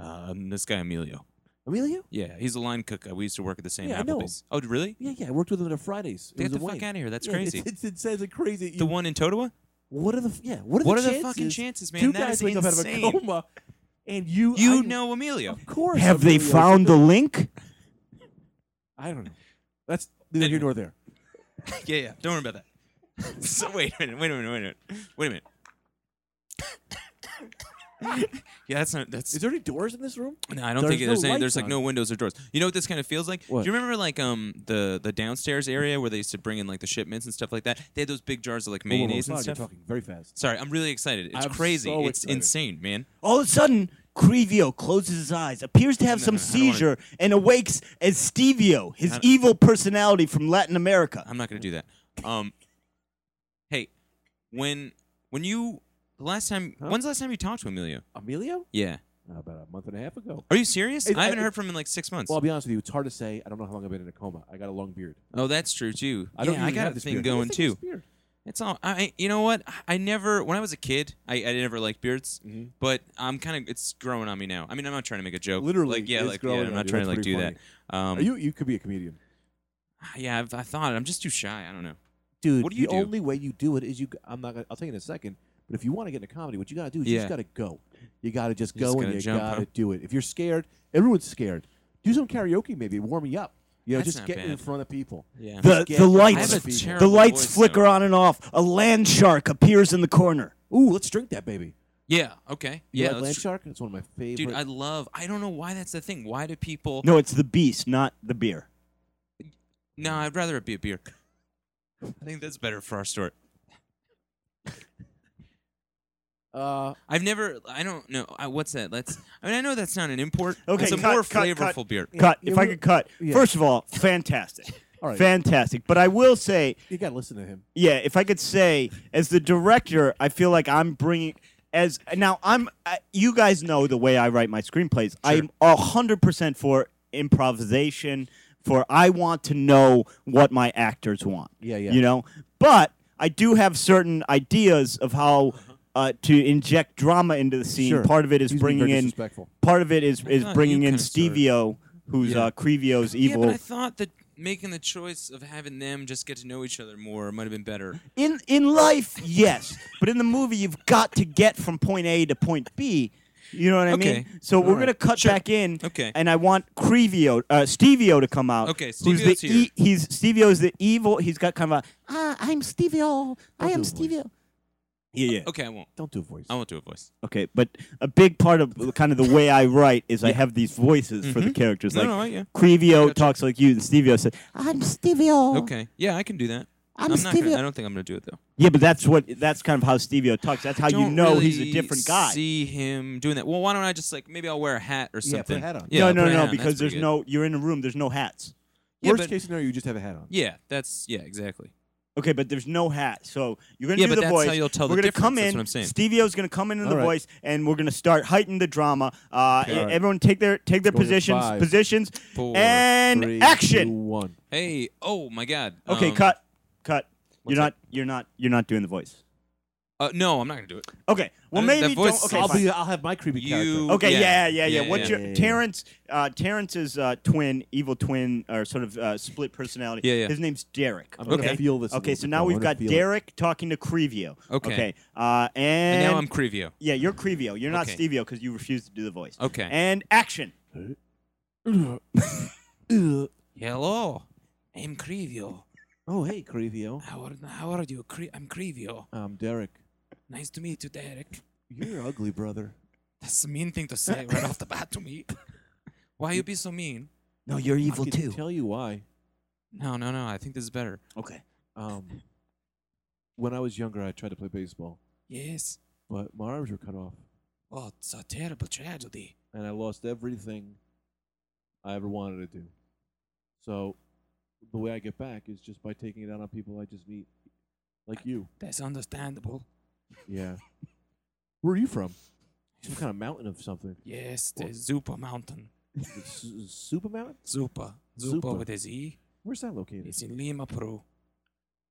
[SPEAKER 2] Um, this guy Emilio.
[SPEAKER 3] Emilio?
[SPEAKER 2] Yeah, he's a line cook. We used to work at the same
[SPEAKER 3] Yeah, I know him.
[SPEAKER 2] Applebee's. Oh, really?
[SPEAKER 3] Yeah, yeah. I worked with him on Fridays. It
[SPEAKER 2] Get
[SPEAKER 3] was
[SPEAKER 2] the
[SPEAKER 3] a
[SPEAKER 2] fuck
[SPEAKER 3] wank.
[SPEAKER 2] out of here. That's
[SPEAKER 3] Yeah,
[SPEAKER 2] crazy.
[SPEAKER 3] It's, it's, it says it's crazy.
[SPEAKER 2] The one in Totowa?
[SPEAKER 3] what are the f- yeah? What are,
[SPEAKER 2] What are
[SPEAKER 3] the,
[SPEAKER 2] the
[SPEAKER 3] chances?
[SPEAKER 2] fucking chances, man?
[SPEAKER 3] Two
[SPEAKER 2] That
[SPEAKER 3] guys
[SPEAKER 2] is
[SPEAKER 3] wake
[SPEAKER 2] insane.
[SPEAKER 3] up out of a coma, and you
[SPEAKER 2] You
[SPEAKER 3] I-
[SPEAKER 2] know Emilio.
[SPEAKER 3] Of course.
[SPEAKER 1] Have they
[SPEAKER 3] Emilio's-
[SPEAKER 1] found the link?
[SPEAKER 3] I don't know. That's neither here nor there.
[SPEAKER 2] yeah, yeah. Don't worry about that. so wait a minute. Wait a minute. Wait a minute. Wait a minute. yeah, that's not. That's
[SPEAKER 3] Is there any doors in this room?
[SPEAKER 2] No, I don't
[SPEAKER 3] There's
[SPEAKER 2] think there's
[SPEAKER 3] no
[SPEAKER 2] any, there's
[SPEAKER 3] lights
[SPEAKER 2] like
[SPEAKER 3] on.
[SPEAKER 2] no windows or doors. You know what this kind of feels like?
[SPEAKER 3] What?
[SPEAKER 2] Do you remember like um the the downstairs area where they used to bring in like the shipments and stuff like that? They had those big jars of like
[SPEAKER 3] Whoa, whoa, whoa,
[SPEAKER 2] mayonnaise
[SPEAKER 3] sorry,
[SPEAKER 2] and
[SPEAKER 3] you're
[SPEAKER 2] stuff.
[SPEAKER 3] talking very fast.
[SPEAKER 2] Sorry, I'm really excited. It's
[SPEAKER 3] I'm
[SPEAKER 2] crazy.
[SPEAKER 3] so
[SPEAKER 2] it's
[SPEAKER 3] excited.
[SPEAKER 2] insane, man.
[SPEAKER 4] All of a sudden,
[SPEAKER 1] Crevio closes his eyes, appears to have
[SPEAKER 2] No,
[SPEAKER 1] some
[SPEAKER 2] no, I don't wanna-
[SPEAKER 1] seizure, and awakes as Stevio,
[SPEAKER 2] I
[SPEAKER 1] his
[SPEAKER 2] don't-
[SPEAKER 1] evil personality from Latin America.
[SPEAKER 2] I'm not gonna do that. Um, hey, when when you the last time,
[SPEAKER 3] Huh?
[SPEAKER 2] when's the last time you talked to Emilio?
[SPEAKER 3] Emilio?
[SPEAKER 2] Yeah.
[SPEAKER 3] Uh, about a month and a half ago.
[SPEAKER 2] Are you serious?
[SPEAKER 3] It-
[SPEAKER 2] I haven't
[SPEAKER 3] it-
[SPEAKER 2] heard from him in like six months.
[SPEAKER 3] Well, I'll be honest with you. It's hard to say. I don't know how long I've been in a coma. I got a long beard.
[SPEAKER 2] oh, that's true too.
[SPEAKER 3] I don't
[SPEAKER 2] yeah, I
[SPEAKER 3] even
[SPEAKER 2] got
[SPEAKER 3] have
[SPEAKER 2] a
[SPEAKER 3] this
[SPEAKER 2] thing
[SPEAKER 3] beard. I
[SPEAKER 2] going
[SPEAKER 3] just think
[SPEAKER 2] too.
[SPEAKER 3] it's beard.
[SPEAKER 2] It's all. I. You know what? I- I never. When I was a kid, I, I never liked beards.
[SPEAKER 3] Mhm.
[SPEAKER 2] But I'm kind of. It's growing on me now. I mean, I'm not trying to make a joke.
[SPEAKER 3] Literally,
[SPEAKER 2] Like, yeah.
[SPEAKER 3] it's
[SPEAKER 2] Like, yeah.
[SPEAKER 3] growing
[SPEAKER 2] I'm
[SPEAKER 3] on
[SPEAKER 2] not
[SPEAKER 3] you.
[SPEAKER 2] trying to
[SPEAKER 3] That's
[SPEAKER 2] like
[SPEAKER 3] pretty
[SPEAKER 2] do that. Um.
[SPEAKER 3] Are you you could be a comedian.
[SPEAKER 2] Yeah. I've, I thought. I'm just too shy. I don't know.
[SPEAKER 3] dude.
[SPEAKER 2] What do you
[SPEAKER 3] the
[SPEAKER 2] do?
[SPEAKER 3] only way you do it is you. g- I'm not. Gonna, I'll tell you in a second. But if you want to get into comedy, what you gotta do is you
[SPEAKER 2] Yeah.
[SPEAKER 3] just gotta go. You gotta just
[SPEAKER 2] You just
[SPEAKER 3] go
[SPEAKER 2] gotta
[SPEAKER 3] and you
[SPEAKER 2] jump,
[SPEAKER 3] gotta
[SPEAKER 2] huh?
[SPEAKER 3] do it. If you're scared, everyone's scared. Do some karaoke, maybe warm you up. You know,
[SPEAKER 2] That's
[SPEAKER 3] just
[SPEAKER 2] not
[SPEAKER 3] get in
[SPEAKER 2] bad.
[SPEAKER 3] front of people.
[SPEAKER 2] Yeah.
[SPEAKER 1] The,
[SPEAKER 3] get
[SPEAKER 1] the
[SPEAKER 3] the
[SPEAKER 1] lights,
[SPEAKER 3] I have a
[SPEAKER 1] the
[SPEAKER 2] terrible
[SPEAKER 1] lights
[SPEAKER 2] voice,
[SPEAKER 1] flicker
[SPEAKER 2] though.
[SPEAKER 1] on and off. A land shark appears in the corner.
[SPEAKER 3] Ooh, let's drink that baby.
[SPEAKER 2] yeah. Okay.
[SPEAKER 3] You
[SPEAKER 2] Yeah.
[SPEAKER 3] like
[SPEAKER 2] let's
[SPEAKER 3] Land
[SPEAKER 2] tr-
[SPEAKER 3] Shark. It's one of my favorite.
[SPEAKER 2] Dude, I love. I don't know why that's the thing. Why do people?
[SPEAKER 1] No, it's the beast, not the beer.
[SPEAKER 2] No, I'd rather it be a beer. I think that's better for our story.
[SPEAKER 3] uh,
[SPEAKER 2] I've never. I don't know. I, what's that? Let's. I mean, I know that's not an import.
[SPEAKER 1] Okay,
[SPEAKER 2] It's a
[SPEAKER 1] cut,
[SPEAKER 2] more
[SPEAKER 1] cut,
[SPEAKER 2] flavorful
[SPEAKER 1] cut.
[SPEAKER 2] beer.
[SPEAKER 3] Yeah,
[SPEAKER 1] Cut.
[SPEAKER 3] yeah,
[SPEAKER 1] if I
[SPEAKER 3] we-
[SPEAKER 1] could cut.
[SPEAKER 3] yeah.
[SPEAKER 1] First of all, fantastic.
[SPEAKER 3] all right.
[SPEAKER 1] Fantastic. But I will say,
[SPEAKER 3] you gotta listen to him.
[SPEAKER 1] yeah, if I could say, as the director, I feel like I'm bringing. As now, I'm. I, you guys know the way I write my screenplays. I'm hundred percent for improvisation. For I want to know what my actors want.
[SPEAKER 3] Yeah, yeah.
[SPEAKER 1] You know, but I do have certain ideas of how. Uh, to inject drama into the scene,
[SPEAKER 3] Uh-huh. Sure.
[SPEAKER 1] part of it is
[SPEAKER 3] He's being
[SPEAKER 1] bringing
[SPEAKER 3] very
[SPEAKER 1] in
[SPEAKER 3] disrespectful.
[SPEAKER 1] part of it is is
[SPEAKER 2] thought
[SPEAKER 1] bringing
[SPEAKER 2] you
[SPEAKER 1] in
[SPEAKER 2] kinda started-
[SPEAKER 1] Stevio, who's
[SPEAKER 2] Yeah.
[SPEAKER 1] uh, Crevio's
[SPEAKER 2] Yeah,
[SPEAKER 1] evil.
[SPEAKER 2] but I thought that making the choice of having them just get to know each other more might have been better.
[SPEAKER 1] in in life, yes, but in the movie, you've got to get from point A to point B. You know what I
[SPEAKER 2] Okay.
[SPEAKER 1] mean? So we're
[SPEAKER 2] Alright.
[SPEAKER 1] gonna cut
[SPEAKER 2] Sure.
[SPEAKER 1] back in,
[SPEAKER 2] Okay.
[SPEAKER 1] and I want Crevio, uh, Stevio, to come out.
[SPEAKER 2] Okay,
[SPEAKER 1] who's
[SPEAKER 2] Stevio's
[SPEAKER 1] the
[SPEAKER 2] here.
[SPEAKER 1] E- he's Stevio's the evil. He's got kind of a ah, I'm Stevio, I am
[SPEAKER 3] Don't do a voice.
[SPEAKER 1] Stevio. Yeah, yeah.
[SPEAKER 2] Okay, I won't.
[SPEAKER 3] Don't do a voice.
[SPEAKER 2] I won't do a voice.
[SPEAKER 1] Okay, but a big part of kind of the way I write is I have these voices for the characters.
[SPEAKER 2] Mm-hmm. No,
[SPEAKER 1] like
[SPEAKER 2] no, I- yeah.
[SPEAKER 1] Crevio
[SPEAKER 2] Gotcha.
[SPEAKER 1] talks like you, and "Ah, Stevio says, "I'm Stevio."
[SPEAKER 2] Okay. Yeah, I can do that.
[SPEAKER 1] Oh. I'm
[SPEAKER 2] not gonna,
[SPEAKER 1] Stevie-
[SPEAKER 2] I don't think I'm gonna do it though.
[SPEAKER 1] Yeah, but that's what that's kind of how Stevio talks. That's how you
[SPEAKER 2] Don't
[SPEAKER 1] know
[SPEAKER 2] really
[SPEAKER 1] he's a different guy.
[SPEAKER 2] See him doing that. Well, why don't I just like maybe I'll wear a hat or
[SPEAKER 3] Yeah, put a
[SPEAKER 2] something.
[SPEAKER 3] hat on.
[SPEAKER 2] Yeah, I'll
[SPEAKER 1] no, no,
[SPEAKER 2] put a hat
[SPEAKER 1] no,
[SPEAKER 2] on. That's
[SPEAKER 1] because there's
[SPEAKER 2] pretty good.
[SPEAKER 1] no you're in a room, there's no hats.
[SPEAKER 2] Yeah,
[SPEAKER 3] Worst
[SPEAKER 2] but-
[SPEAKER 3] case scenario, you just have a hat on.
[SPEAKER 2] Yeah, that's yeah, exactly.
[SPEAKER 1] Okay, but there's no hat. So you're gonna
[SPEAKER 2] Yeah,
[SPEAKER 1] do
[SPEAKER 2] but
[SPEAKER 1] the
[SPEAKER 2] that's
[SPEAKER 1] voice.
[SPEAKER 2] how you'll tell
[SPEAKER 1] we're
[SPEAKER 2] the
[SPEAKER 1] gonna come
[SPEAKER 2] difference, that's
[SPEAKER 1] in.
[SPEAKER 2] what I'm saying.
[SPEAKER 1] Stevio's gonna come into the
[SPEAKER 3] All right.
[SPEAKER 1] voice, and we're gonna start heighten the drama. Uh,
[SPEAKER 3] Okay.
[SPEAKER 1] e-
[SPEAKER 3] All right.
[SPEAKER 1] Everyone take their take their
[SPEAKER 3] Score is
[SPEAKER 1] positions,
[SPEAKER 3] five.
[SPEAKER 1] positions,
[SPEAKER 2] Four,
[SPEAKER 1] and
[SPEAKER 3] Three, two,
[SPEAKER 1] action.
[SPEAKER 3] one.
[SPEAKER 2] Hey, oh my God.
[SPEAKER 1] Okay,
[SPEAKER 2] Um,
[SPEAKER 1] cut, cut. You're
[SPEAKER 2] what's
[SPEAKER 1] not, you're not, you're not doing the voice.
[SPEAKER 2] Uh, no, I'm not gonna do it.
[SPEAKER 1] Okay, well
[SPEAKER 2] don't-
[SPEAKER 1] maybe
[SPEAKER 2] Uh, that voice
[SPEAKER 1] don't. Okay,
[SPEAKER 3] I'll
[SPEAKER 1] fine. Oh,
[SPEAKER 3] be. I'll have my creepy character.
[SPEAKER 2] You-
[SPEAKER 1] Okay, yeah,
[SPEAKER 2] Yeah.
[SPEAKER 1] yeah, yeah.
[SPEAKER 2] Yeah,
[SPEAKER 1] What's
[SPEAKER 2] yeah,
[SPEAKER 1] your
[SPEAKER 3] yeah, yeah.
[SPEAKER 1] Terrence? Uh, Terrence's uh, twin, evil twin, or sort of uh, split personality.
[SPEAKER 2] Yeah, yeah.
[SPEAKER 1] His name's Derek.
[SPEAKER 3] I'm gonna
[SPEAKER 2] Okay.
[SPEAKER 3] feel this. a
[SPEAKER 1] Okay,
[SPEAKER 3] little
[SPEAKER 1] so
[SPEAKER 3] bit
[SPEAKER 1] now
[SPEAKER 3] more.
[SPEAKER 1] we've
[SPEAKER 3] I'm gonna
[SPEAKER 1] got
[SPEAKER 3] feel it.
[SPEAKER 1] Derek talking to Crevio.
[SPEAKER 2] Okay.
[SPEAKER 1] Uh, and,
[SPEAKER 2] And now I'm Crevio.
[SPEAKER 1] yeah, you're Crevio. You're not
[SPEAKER 2] Okay.
[SPEAKER 1] Stevio because you refuse to do the voice.
[SPEAKER 2] Okay.
[SPEAKER 1] And action.
[SPEAKER 2] Hello, I'm Crevio.
[SPEAKER 3] Oh, hey, Crevio.
[SPEAKER 2] How are how are you? Cre- I'm Crevio.
[SPEAKER 3] I'm Derek.
[SPEAKER 2] Nice to meet you, Derek.
[SPEAKER 3] You're ugly, brother.
[SPEAKER 2] That's a mean thing to say right off the bat to me. Why you be so mean?
[SPEAKER 1] No, you're
[SPEAKER 3] I can Tell you why.
[SPEAKER 2] No, no, no. I think this is better.
[SPEAKER 1] Okay.
[SPEAKER 3] Um, when I was younger, I tried to play baseball,
[SPEAKER 2] Yes.
[SPEAKER 3] but my arms were cut off,
[SPEAKER 2] Oh, it's a terrible tragedy.
[SPEAKER 3] and I lost everything I ever wanted to do. So, the way I get back is just by taking it out on people I just meet, like you.
[SPEAKER 2] That's understandable.
[SPEAKER 3] Yeah. Where are you from? Some kind of mountain of something.
[SPEAKER 2] Yes, the Zupa Mountain.
[SPEAKER 3] It's Su- Super Mountain?
[SPEAKER 2] Zupa. Zupa,
[SPEAKER 3] Zupa.
[SPEAKER 2] with his E.
[SPEAKER 3] Where's that located?
[SPEAKER 2] It's in Lima, Peru.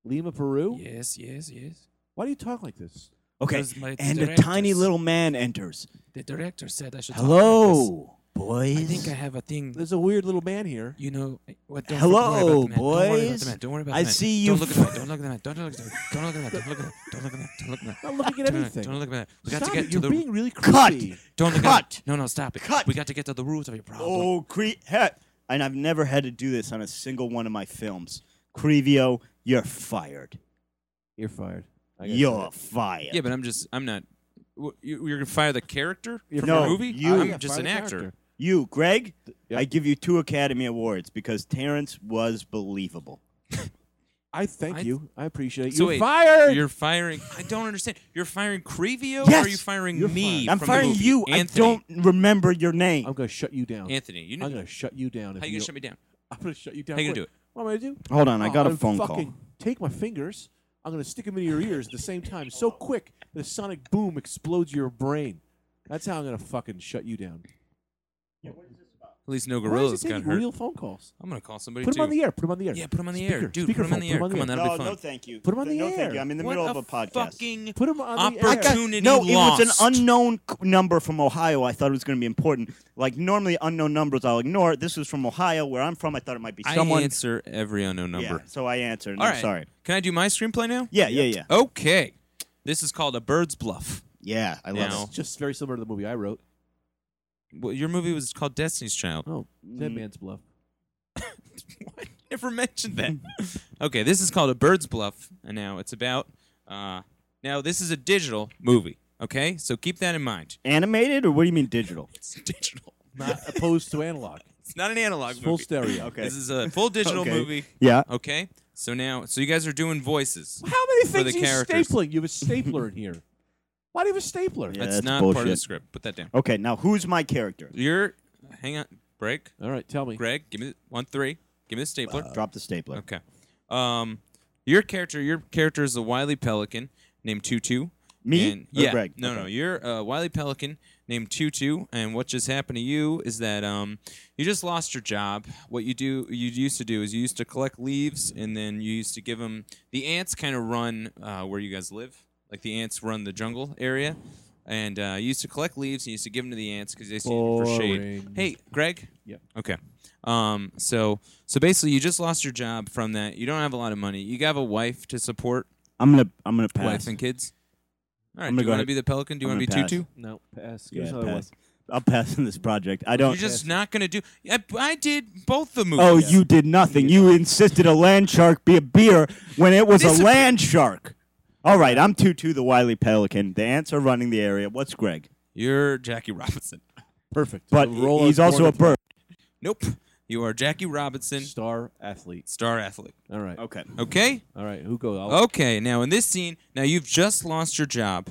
[SPEAKER 3] Lima, Peru.
[SPEAKER 2] Yes, yes, yes.
[SPEAKER 3] Why do you talk like this?
[SPEAKER 1] Okay.
[SPEAKER 2] Because my
[SPEAKER 1] And a tiny
[SPEAKER 2] directors-
[SPEAKER 1] little man enters.
[SPEAKER 2] The director said I should. talk like this.
[SPEAKER 1] Hello, boys.
[SPEAKER 2] I think I have a thing.
[SPEAKER 3] There's a weird little man here.
[SPEAKER 2] You know, I- what? Don't
[SPEAKER 1] Hello,
[SPEAKER 2] don't worry about the
[SPEAKER 1] boys.
[SPEAKER 2] man, Don't worry about the man. Don't worry about
[SPEAKER 1] I
[SPEAKER 2] the man.
[SPEAKER 1] see you
[SPEAKER 2] Don't look at that. Don't look at that. Don't look at that. Don't look at that. Don't look at that. Don't look at that. Don't look at that.
[SPEAKER 3] Not looking at
[SPEAKER 2] Don't look at that.
[SPEAKER 3] anything.
[SPEAKER 2] Don't look at that. We got
[SPEAKER 3] Stop
[SPEAKER 2] to get
[SPEAKER 3] it.
[SPEAKER 2] to
[SPEAKER 3] You're
[SPEAKER 2] the.
[SPEAKER 3] being really
[SPEAKER 1] Cut.
[SPEAKER 3] creepy.
[SPEAKER 2] Don't look at
[SPEAKER 1] Cut.
[SPEAKER 2] it. No, no, stop it.
[SPEAKER 1] Cut.
[SPEAKER 2] We got to get to the root of your problem.
[SPEAKER 1] Oh, Cre- heh. and I've never had to do this on a single one of my films. Crevio, you're fired.
[SPEAKER 3] You're fired. I gotta
[SPEAKER 1] You're
[SPEAKER 3] say
[SPEAKER 1] fired.
[SPEAKER 2] Yeah, but I'm just. I'm not. wh- you- You're gonna fire the character
[SPEAKER 3] You're
[SPEAKER 2] from
[SPEAKER 1] No,
[SPEAKER 2] the movie?
[SPEAKER 1] you-
[SPEAKER 3] Yeah,
[SPEAKER 2] I'm just
[SPEAKER 3] fire
[SPEAKER 2] an
[SPEAKER 3] the
[SPEAKER 2] actor.
[SPEAKER 3] character.
[SPEAKER 1] You, Greg,
[SPEAKER 3] Th- yep.
[SPEAKER 1] I give you two Academy Awards because Terrence was believable.
[SPEAKER 3] I thank
[SPEAKER 2] I-
[SPEAKER 3] you. I appreciate
[SPEAKER 2] So
[SPEAKER 3] you.
[SPEAKER 2] wait,
[SPEAKER 3] fired.
[SPEAKER 2] You're firing. I don't understand. You're firing Crevio, or are
[SPEAKER 1] Yes,
[SPEAKER 2] you firing
[SPEAKER 3] you're
[SPEAKER 2] me?
[SPEAKER 3] fired.
[SPEAKER 1] I'm
[SPEAKER 2] from the
[SPEAKER 1] firing
[SPEAKER 2] movie?
[SPEAKER 1] you.
[SPEAKER 2] Anthony.
[SPEAKER 1] I don't remember your name.
[SPEAKER 3] I'm gonna shut you down.
[SPEAKER 2] Anthony, you know
[SPEAKER 3] I'm gonna shut you down.
[SPEAKER 2] how
[SPEAKER 3] if
[SPEAKER 2] you gonna shut me down?
[SPEAKER 3] I'm gonna shut you down.
[SPEAKER 2] How you gonna
[SPEAKER 3] quick.
[SPEAKER 2] do
[SPEAKER 3] What am I gonna do? Oh,
[SPEAKER 1] Hold on, I got
[SPEAKER 3] I'm
[SPEAKER 1] a phone
[SPEAKER 3] fucking
[SPEAKER 1] call.
[SPEAKER 3] Take my fingers. I'm gonna stick them into your ears at the same time, so quick the sonic boom explodes your brain. That's how I'm gonna fucking shut you down.
[SPEAKER 2] At least no
[SPEAKER 3] Why
[SPEAKER 2] gorillas
[SPEAKER 3] is he
[SPEAKER 2] got
[SPEAKER 3] taking
[SPEAKER 2] hurt.
[SPEAKER 3] real phone calls?
[SPEAKER 2] I'm gonna call somebody
[SPEAKER 3] Put
[SPEAKER 2] too.
[SPEAKER 3] him on the air. Put him on the air.
[SPEAKER 2] Yeah, put him on the air,
[SPEAKER 3] Speaker-
[SPEAKER 2] dude. Put him on
[SPEAKER 3] speakerphone,
[SPEAKER 2] the air. Come on, that'll
[SPEAKER 1] Oh, no,
[SPEAKER 2] be fun.
[SPEAKER 1] no, thank you.
[SPEAKER 3] Put 'em on the
[SPEAKER 1] no,
[SPEAKER 3] air.
[SPEAKER 1] thank you. I'm in the
[SPEAKER 2] what
[SPEAKER 1] middle
[SPEAKER 2] a
[SPEAKER 1] of a podcast.
[SPEAKER 2] fucking
[SPEAKER 3] Put him on the air.
[SPEAKER 1] I got-
[SPEAKER 2] opportunity
[SPEAKER 1] no, it was
[SPEAKER 2] lost.
[SPEAKER 1] an unknown c- number from Ohio. I thought it was going to be important. Like normally, unknown numbers I'll ignore. This was from Ohio, where I'm from. I thought it might be someone.
[SPEAKER 2] I answer every unknown
[SPEAKER 1] yeah,
[SPEAKER 2] number.
[SPEAKER 1] so I answered. and
[SPEAKER 2] All
[SPEAKER 1] I'm
[SPEAKER 2] right.
[SPEAKER 1] sorry.
[SPEAKER 2] Can I do my screenplay now?
[SPEAKER 1] Yeah, yeah, yeah,
[SPEAKER 2] Okay. This is called a bird's bluff.
[SPEAKER 1] yeah. I love
[SPEAKER 2] Now-
[SPEAKER 1] it.
[SPEAKER 3] It's just very similar to the movie I wrote.
[SPEAKER 2] Well, your movie was called Destiny's Child.
[SPEAKER 3] Oh, Dead Man's Bluff.
[SPEAKER 2] I never mentioned that. okay, this is called a bird's bluff, and now it's about. Uh, now this is a digital movie. Okay, so keep that in mind.
[SPEAKER 1] Animated or what do you mean digital?
[SPEAKER 2] It's digital.
[SPEAKER 3] Not opposed to analog.
[SPEAKER 2] It's not an analog
[SPEAKER 3] It's
[SPEAKER 2] movie.
[SPEAKER 3] full stereo.
[SPEAKER 1] Okay.
[SPEAKER 2] This is a full digital
[SPEAKER 1] Okay.
[SPEAKER 2] movie.
[SPEAKER 1] Yeah.
[SPEAKER 2] Okay. So now, so you guys are doing voices.
[SPEAKER 3] How many
[SPEAKER 2] For
[SPEAKER 3] things
[SPEAKER 2] the
[SPEAKER 3] are you
[SPEAKER 2] characters.
[SPEAKER 3] stapling? You have a stapler in here. Why do you have a stapler?
[SPEAKER 1] Yeah,
[SPEAKER 2] that's,
[SPEAKER 1] that's
[SPEAKER 2] not part of the
[SPEAKER 1] bullshit.
[SPEAKER 2] script. Put that down.
[SPEAKER 1] Okay, now who's my character?
[SPEAKER 2] You're. Hang on. Break.
[SPEAKER 3] All right, tell me.
[SPEAKER 2] Greg, give me the, one three. Give me the stapler.
[SPEAKER 1] Drop the stapler.
[SPEAKER 2] Okay. Um, your character, your character is a wily pelican named Tutu.
[SPEAKER 1] Me
[SPEAKER 2] And,
[SPEAKER 1] or
[SPEAKER 2] yeah.
[SPEAKER 1] Greg?
[SPEAKER 2] No, no.
[SPEAKER 1] Okay.
[SPEAKER 2] You're a wily pelican named Tutu, and what just happened to you is that um, you just lost your job. What you do, you used to do is you used to collect leaves, and then you used to give them. The ants kind of run uh, where you guys live. Like the ants run the jungle area, and uh, you used to collect leaves and you used to give them to the ants because they used to need them for shade.
[SPEAKER 3] Boring.
[SPEAKER 2] Hey, Greg.
[SPEAKER 3] Yep.
[SPEAKER 2] Okay. Um, so so basically, you just lost your job from that. You don't have a lot of money. You have a wife to support,
[SPEAKER 1] I'm gonna I'm gonna
[SPEAKER 2] wife
[SPEAKER 1] pass.
[SPEAKER 2] and kids. All right.
[SPEAKER 1] I'm
[SPEAKER 2] Do
[SPEAKER 1] gonna
[SPEAKER 2] you
[SPEAKER 1] go
[SPEAKER 2] want to
[SPEAKER 1] ahead.
[SPEAKER 2] be the pelican? Do you
[SPEAKER 1] I'm
[SPEAKER 2] want to be
[SPEAKER 1] gonna pass.
[SPEAKER 2] Tutu?
[SPEAKER 3] No, pass. Give us
[SPEAKER 1] Yeah,
[SPEAKER 3] another
[SPEAKER 1] pass. I'll pass on this project. I don't.
[SPEAKER 2] You're just not gonna do. I, I did both the movies.
[SPEAKER 1] Oh, you did nothing. You insisted a land shark be a beer when it was
[SPEAKER 2] Disappear-
[SPEAKER 1] a land shark. All right, I'm Tutu the Wily Pelican. The ants are running the area. What's Greg?
[SPEAKER 2] You're Jackie Robinson.
[SPEAKER 3] one. Perfect.
[SPEAKER 1] But
[SPEAKER 3] The roll
[SPEAKER 1] he's
[SPEAKER 3] of
[SPEAKER 1] also a
[SPEAKER 3] corn
[SPEAKER 1] bird.
[SPEAKER 2] Nope. You are Jackie Robinson,
[SPEAKER 3] star athlete.
[SPEAKER 2] star athlete.
[SPEAKER 3] All right.
[SPEAKER 1] Okay. Oh,
[SPEAKER 2] Okay.
[SPEAKER 3] All right. Who goes? I'll-
[SPEAKER 2] Okay. Now in this scene, now you've just lost your job.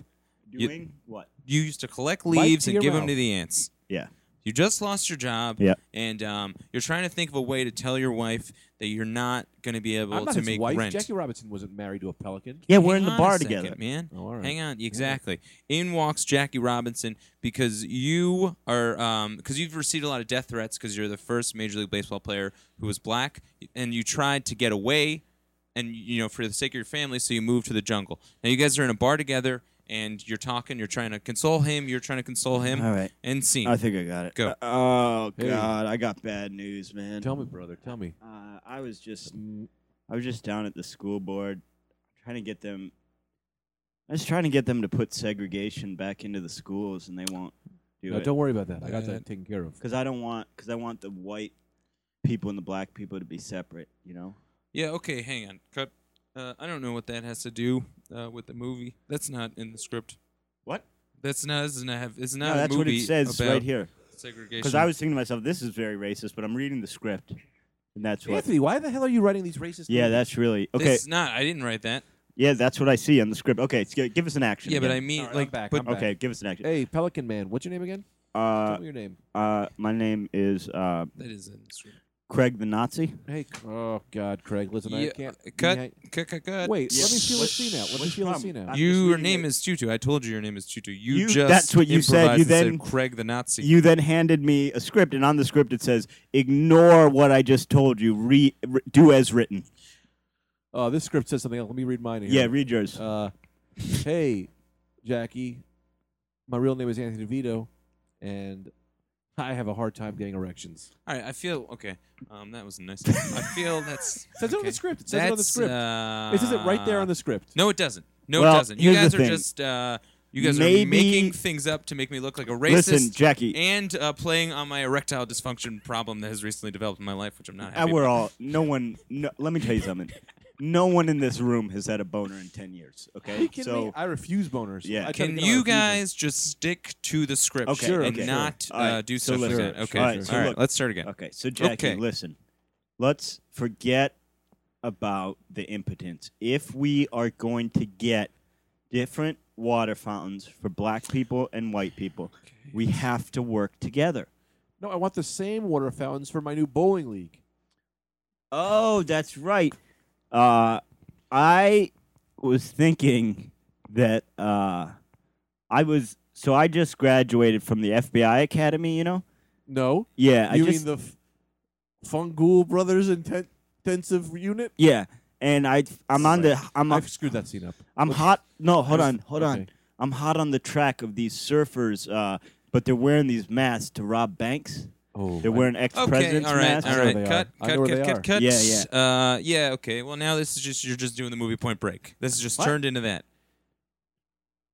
[SPEAKER 1] Doing what?
[SPEAKER 2] You used to collect leaves
[SPEAKER 3] to
[SPEAKER 2] and
[SPEAKER 3] your
[SPEAKER 2] give them
[SPEAKER 3] mouth.
[SPEAKER 2] to the ants.
[SPEAKER 1] Yeah.
[SPEAKER 2] You just lost your job.
[SPEAKER 1] Yeah.
[SPEAKER 2] And um, you're trying to think of a way to tell your wife that you're not gonna be able
[SPEAKER 3] I'm not
[SPEAKER 2] to
[SPEAKER 3] his
[SPEAKER 2] make
[SPEAKER 3] wife.
[SPEAKER 2] rent.
[SPEAKER 3] Jackie Robinson wasn't married to a pelican.
[SPEAKER 1] Yeah, we're in
[SPEAKER 2] Hang
[SPEAKER 1] the
[SPEAKER 2] on a
[SPEAKER 1] bar
[SPEAKER 2] second,
[SPEAKER 1] together.
[SPEAKER 2] man.
[SPEAKER 3] Oh, all right.
[SPEAKER 2] Hang on, exactly. In walks Jackie Robinson because you are um because you've received a lot of death threats because you're the first Major League Baseball player who was black and you tried to get away and you know for the sake of your family so you moved to the jungle. Now you guys are in a bar together and you're talking, you're trying to console him, you're trying to console him.
[SPEAKER 1] All right.
[SPEAKER 2] And scene.
[SPEAKER 1] Uh, I think I got it.
[SPEAKER 2] Go.
[SPEAKER 1] oh
[SPEAKER 3] Hey.
[SPEAKER 1] God, I got bad news, man.
[SPEAKER 3] Tell me, brother. Tell me.
[SPEAKER 1] Uh, I was just, I was just down at the school board, trying to get them. I was trying to get them to put segregation back into the schools, and they won't do
[SPEAKER 3] No,
[SPEAKER 1] it.
[SPEAKER 3] don't worry about that. I got
[SPEAKER 2] Uh,
[SPEAKER 3] that taken care of.
[SPEAKER 1] because I don't want because I want the white people and the black people to be separate. You know.
[SPEAKER 2] yeah, okay, hang on. Cut. Uh, I don't know what that has to do uh, with the movie. That's not in the script.
[SPEAKER 1] What?
[SPEAKER 2] That's not. This is not. have- It's not.
[SPEAKER 1] No,
[SPEAKER 2] a
[SPEAKER 1] that's what
[SPEAKER 2] movie
[SPEAKER 1] it says
[SPEAKER 2] about
[SPEAKER 1] right here.
[SPEAKER 2] Segregation.
[SPEAKER 1] Because I was thinking to myself, this is very racist, but I'm reading the script, and that's what.
[SPEAKER 3] Anthony, why the hell are you writing these racist?
[SPEAKER 1] Yeah,
[SPEAKER 3] movies?
[SPEAKER 1] that's really okay.
[SPEAKER 2] It's not. I didn't write that.
[SPEAKER 1] yeah, that's what I see on the script. Okay, it's g- give us an action.
[SPEAKER 2] Yeah, but I
[SPEAKER 1] again.
[SPEAKER 2] mean, uh,
[SPEAKER 3] All right, I'm
[SPEAKER 2] like,
[SPEAKER 3] back,
[SPEAKER 2] but
[SPEAKER 3] I'm back.
[SPEAKER 1] Okay, give us an action.
[SPEAKER 3] Hey, Pelican Man. What's your name again?
[SPEAKER 1] Uh,
[SPEAKER 3] Tell me your name.
[SPEAKER 1] uh, my name is uh,
[SPEAKER 2] that is in the script.
[SPEAKER 1] Craig the Nazi.
[SPEAKER 3] Hey. C- Oh God, Craig. Listen, I
[SPEAKER 2] Yeah,
[SPEAKER 3] can't.
[SPEAKER 2] uh, cut,
[SPEAKER 3] Hang-
[SPEAKER 2] cut, cut, cut.
[SPEAKER 3] Wait. Let me feel a
[SPEAKER 1] What's-
[SPEAKER 3] scene out. Let me
[SPEAKER 1] what's
[SPEAKER 3] feel a
[SPEAKER 1] problem?
[SPEAKER 3] scene out.
[SPEAKER 1] I'm just
[SPEAKER 2] Your
[SPEAKER 1] reading
[SPEAKER 2] name
[SPEAKER 1] it.
[SPEAKER 2] is Tutu. I told you your name is Tutu. You,
[SPEAKER 1] You-
[SPEAKER 2] just
[SPEAKER 1] that's what you said.
[SPEAKER 2] improvised
[SPEAKER 1] You
[SPEAKER 2] and said
[SPEAKER 1] then-
[SPEAKER 2] Craig the Nazi.
[SPEAKER 1] You then handed me a script, and on the script it says, "Ignore what I just told you. Re- re- do as written."
[SPEAKER 3] Oh, this script says something else. Let me read mine here.
[SPEAKER 1] Yeah, read yours.
[SPEAKER 3] uh, hey, Jackie, my real name is Anthony DeVito, and I have a hard time getting erections.
[SPEAKER 2] All right, I feel okay. Um, that was nice. I feel that's
[SPEAKER 3] It says it on
[SPEAKER 2] okay.
[SPEAKER 3] the script. It says it on the
[SPEAKER 2] That's,
[SPEAKER 3] script.
[SPEAKER 2] Uh,
[SPEAKER 3] it says it right there on the script.
[SPEAKER 2] No, it doesn't. No,
[SPEAKER 1] Well,
[SPEAKER 2] it doesn't. You
[SPEAKER 1] here's the
[SPEAKER 2] guys
[SPEAKER 1] thing.
[SPEAKER 2] are just. Uh, you guys are
[SPEAKER 1] Maybe-
[SPEAKER 2] making things up to make me look like a racist.
[SPEAKER 1] Listen, Jackie.
[SPEAKER 2] And uh, playing on my erectile dysfunction problem that has recently developed in my life, which I'm not happy.
[SPEAKER 1] And
[SPEAKER 2] about.
[SPEAKER 1] we're all no one. No, let me tell you something. No one in this room has had a boner in ten years.
[SPEAKER 3] Are you
[SPEAKER 1] Okay,
[SPEAKER 3] kidding
[SPEAKER 1] so
[SPEAKER 3] me? I refuse boners.
[SPEAKER 1] Yeah.
[SPEAKER 3] I try to
[SPEAKER 2] Can
[SPEAKER 3] get on
[SPEAKER 2] you
[SPEAKER 3] refusal.
[SPEAKER 2] guys just stick to the script
[SPEAKER 1] Okay,
[SPEAKER 3] Sure,
[SPEAKER 2] and
[SPEAKER 3] okay.
[SPEAKER 2] not
[SPEAKER 1] All right,
[SPEAKER 2] uh, do
[SPEAKER 1] so
[SPEAKER 2] stuff like
[SPEAKER 1] listen.
[SPEAKER 2] that? Okay,
[SPEAKER 1] All
[SPEAKER 2] all
[SPEAKER 1] right, so
[SPEAKER 2] right,
[SPEAKER 1] look.
[SPEAKER 2] let's start again.
[SPEAKER 1] okay, so Jackie,
[SPEAKER 2] Okay.
[SPEAKER 1] listen. Let's forget about the impotence. If we are going to get different water fountains for black people and white people, we have to work together.
[SPEAKER 3] No, I want the same water fountains for my new bowling league.
[SPEAKER 1] Oh, that's right. Uh, I was thinking that uh, I was so I just graduated from the FBI Academy. You know,
[SPEAKER 3] No,
[SPEAKER 1] yeah.
[SPEAKER 3] you
[SPEAKER 1] I just,
[SPEAKER 3] mean the f- Fungool Brothers Inten- Intensive Unit?
[SPEAKER 1] yeah, and I I'm on the I'm
[SPEAKER 3] I've screwed that scene up.
[SPEAKER 1] I'm hot. No, hold on, hold on.
[SPEAKER 3] okay.
[SPEAKER 1] I'm hot on the track of these surfers, uh, but they're wearing these masks to rob banks.
[SPEAKER 3] Oh,
[SPEAKER 1] They're wearing ex
[SPEAKER 2] Okay,
[SPEAKER 1] presidents
[SPEAKER 2] all
[SPEAKER 1] masks.
[SPEAKER 2] right, all
[SPEAKER 3] know
[SPEAKER 2] right.
[SPEAKER 3] they are.
[SPEAKER 2] Cut,
[SPEAKER 3] I
[SPEAKER 2] cut,
[SPEAKER 3] know where
[SPEAKER 2] cut,
[SPEAKER 3] they
[SPEAKER 2] cut,
[SPEAKER 3] are.
[SPEAKER 2] cut.
[SPEAKER 1] Yeah,
[SPEAKER 2] Uh, yeah, okay. Well, now this is just, you're just doing the movie Point Break. This is just
[SPEAKER 3] What?
[SPEAKER 2] turned into that.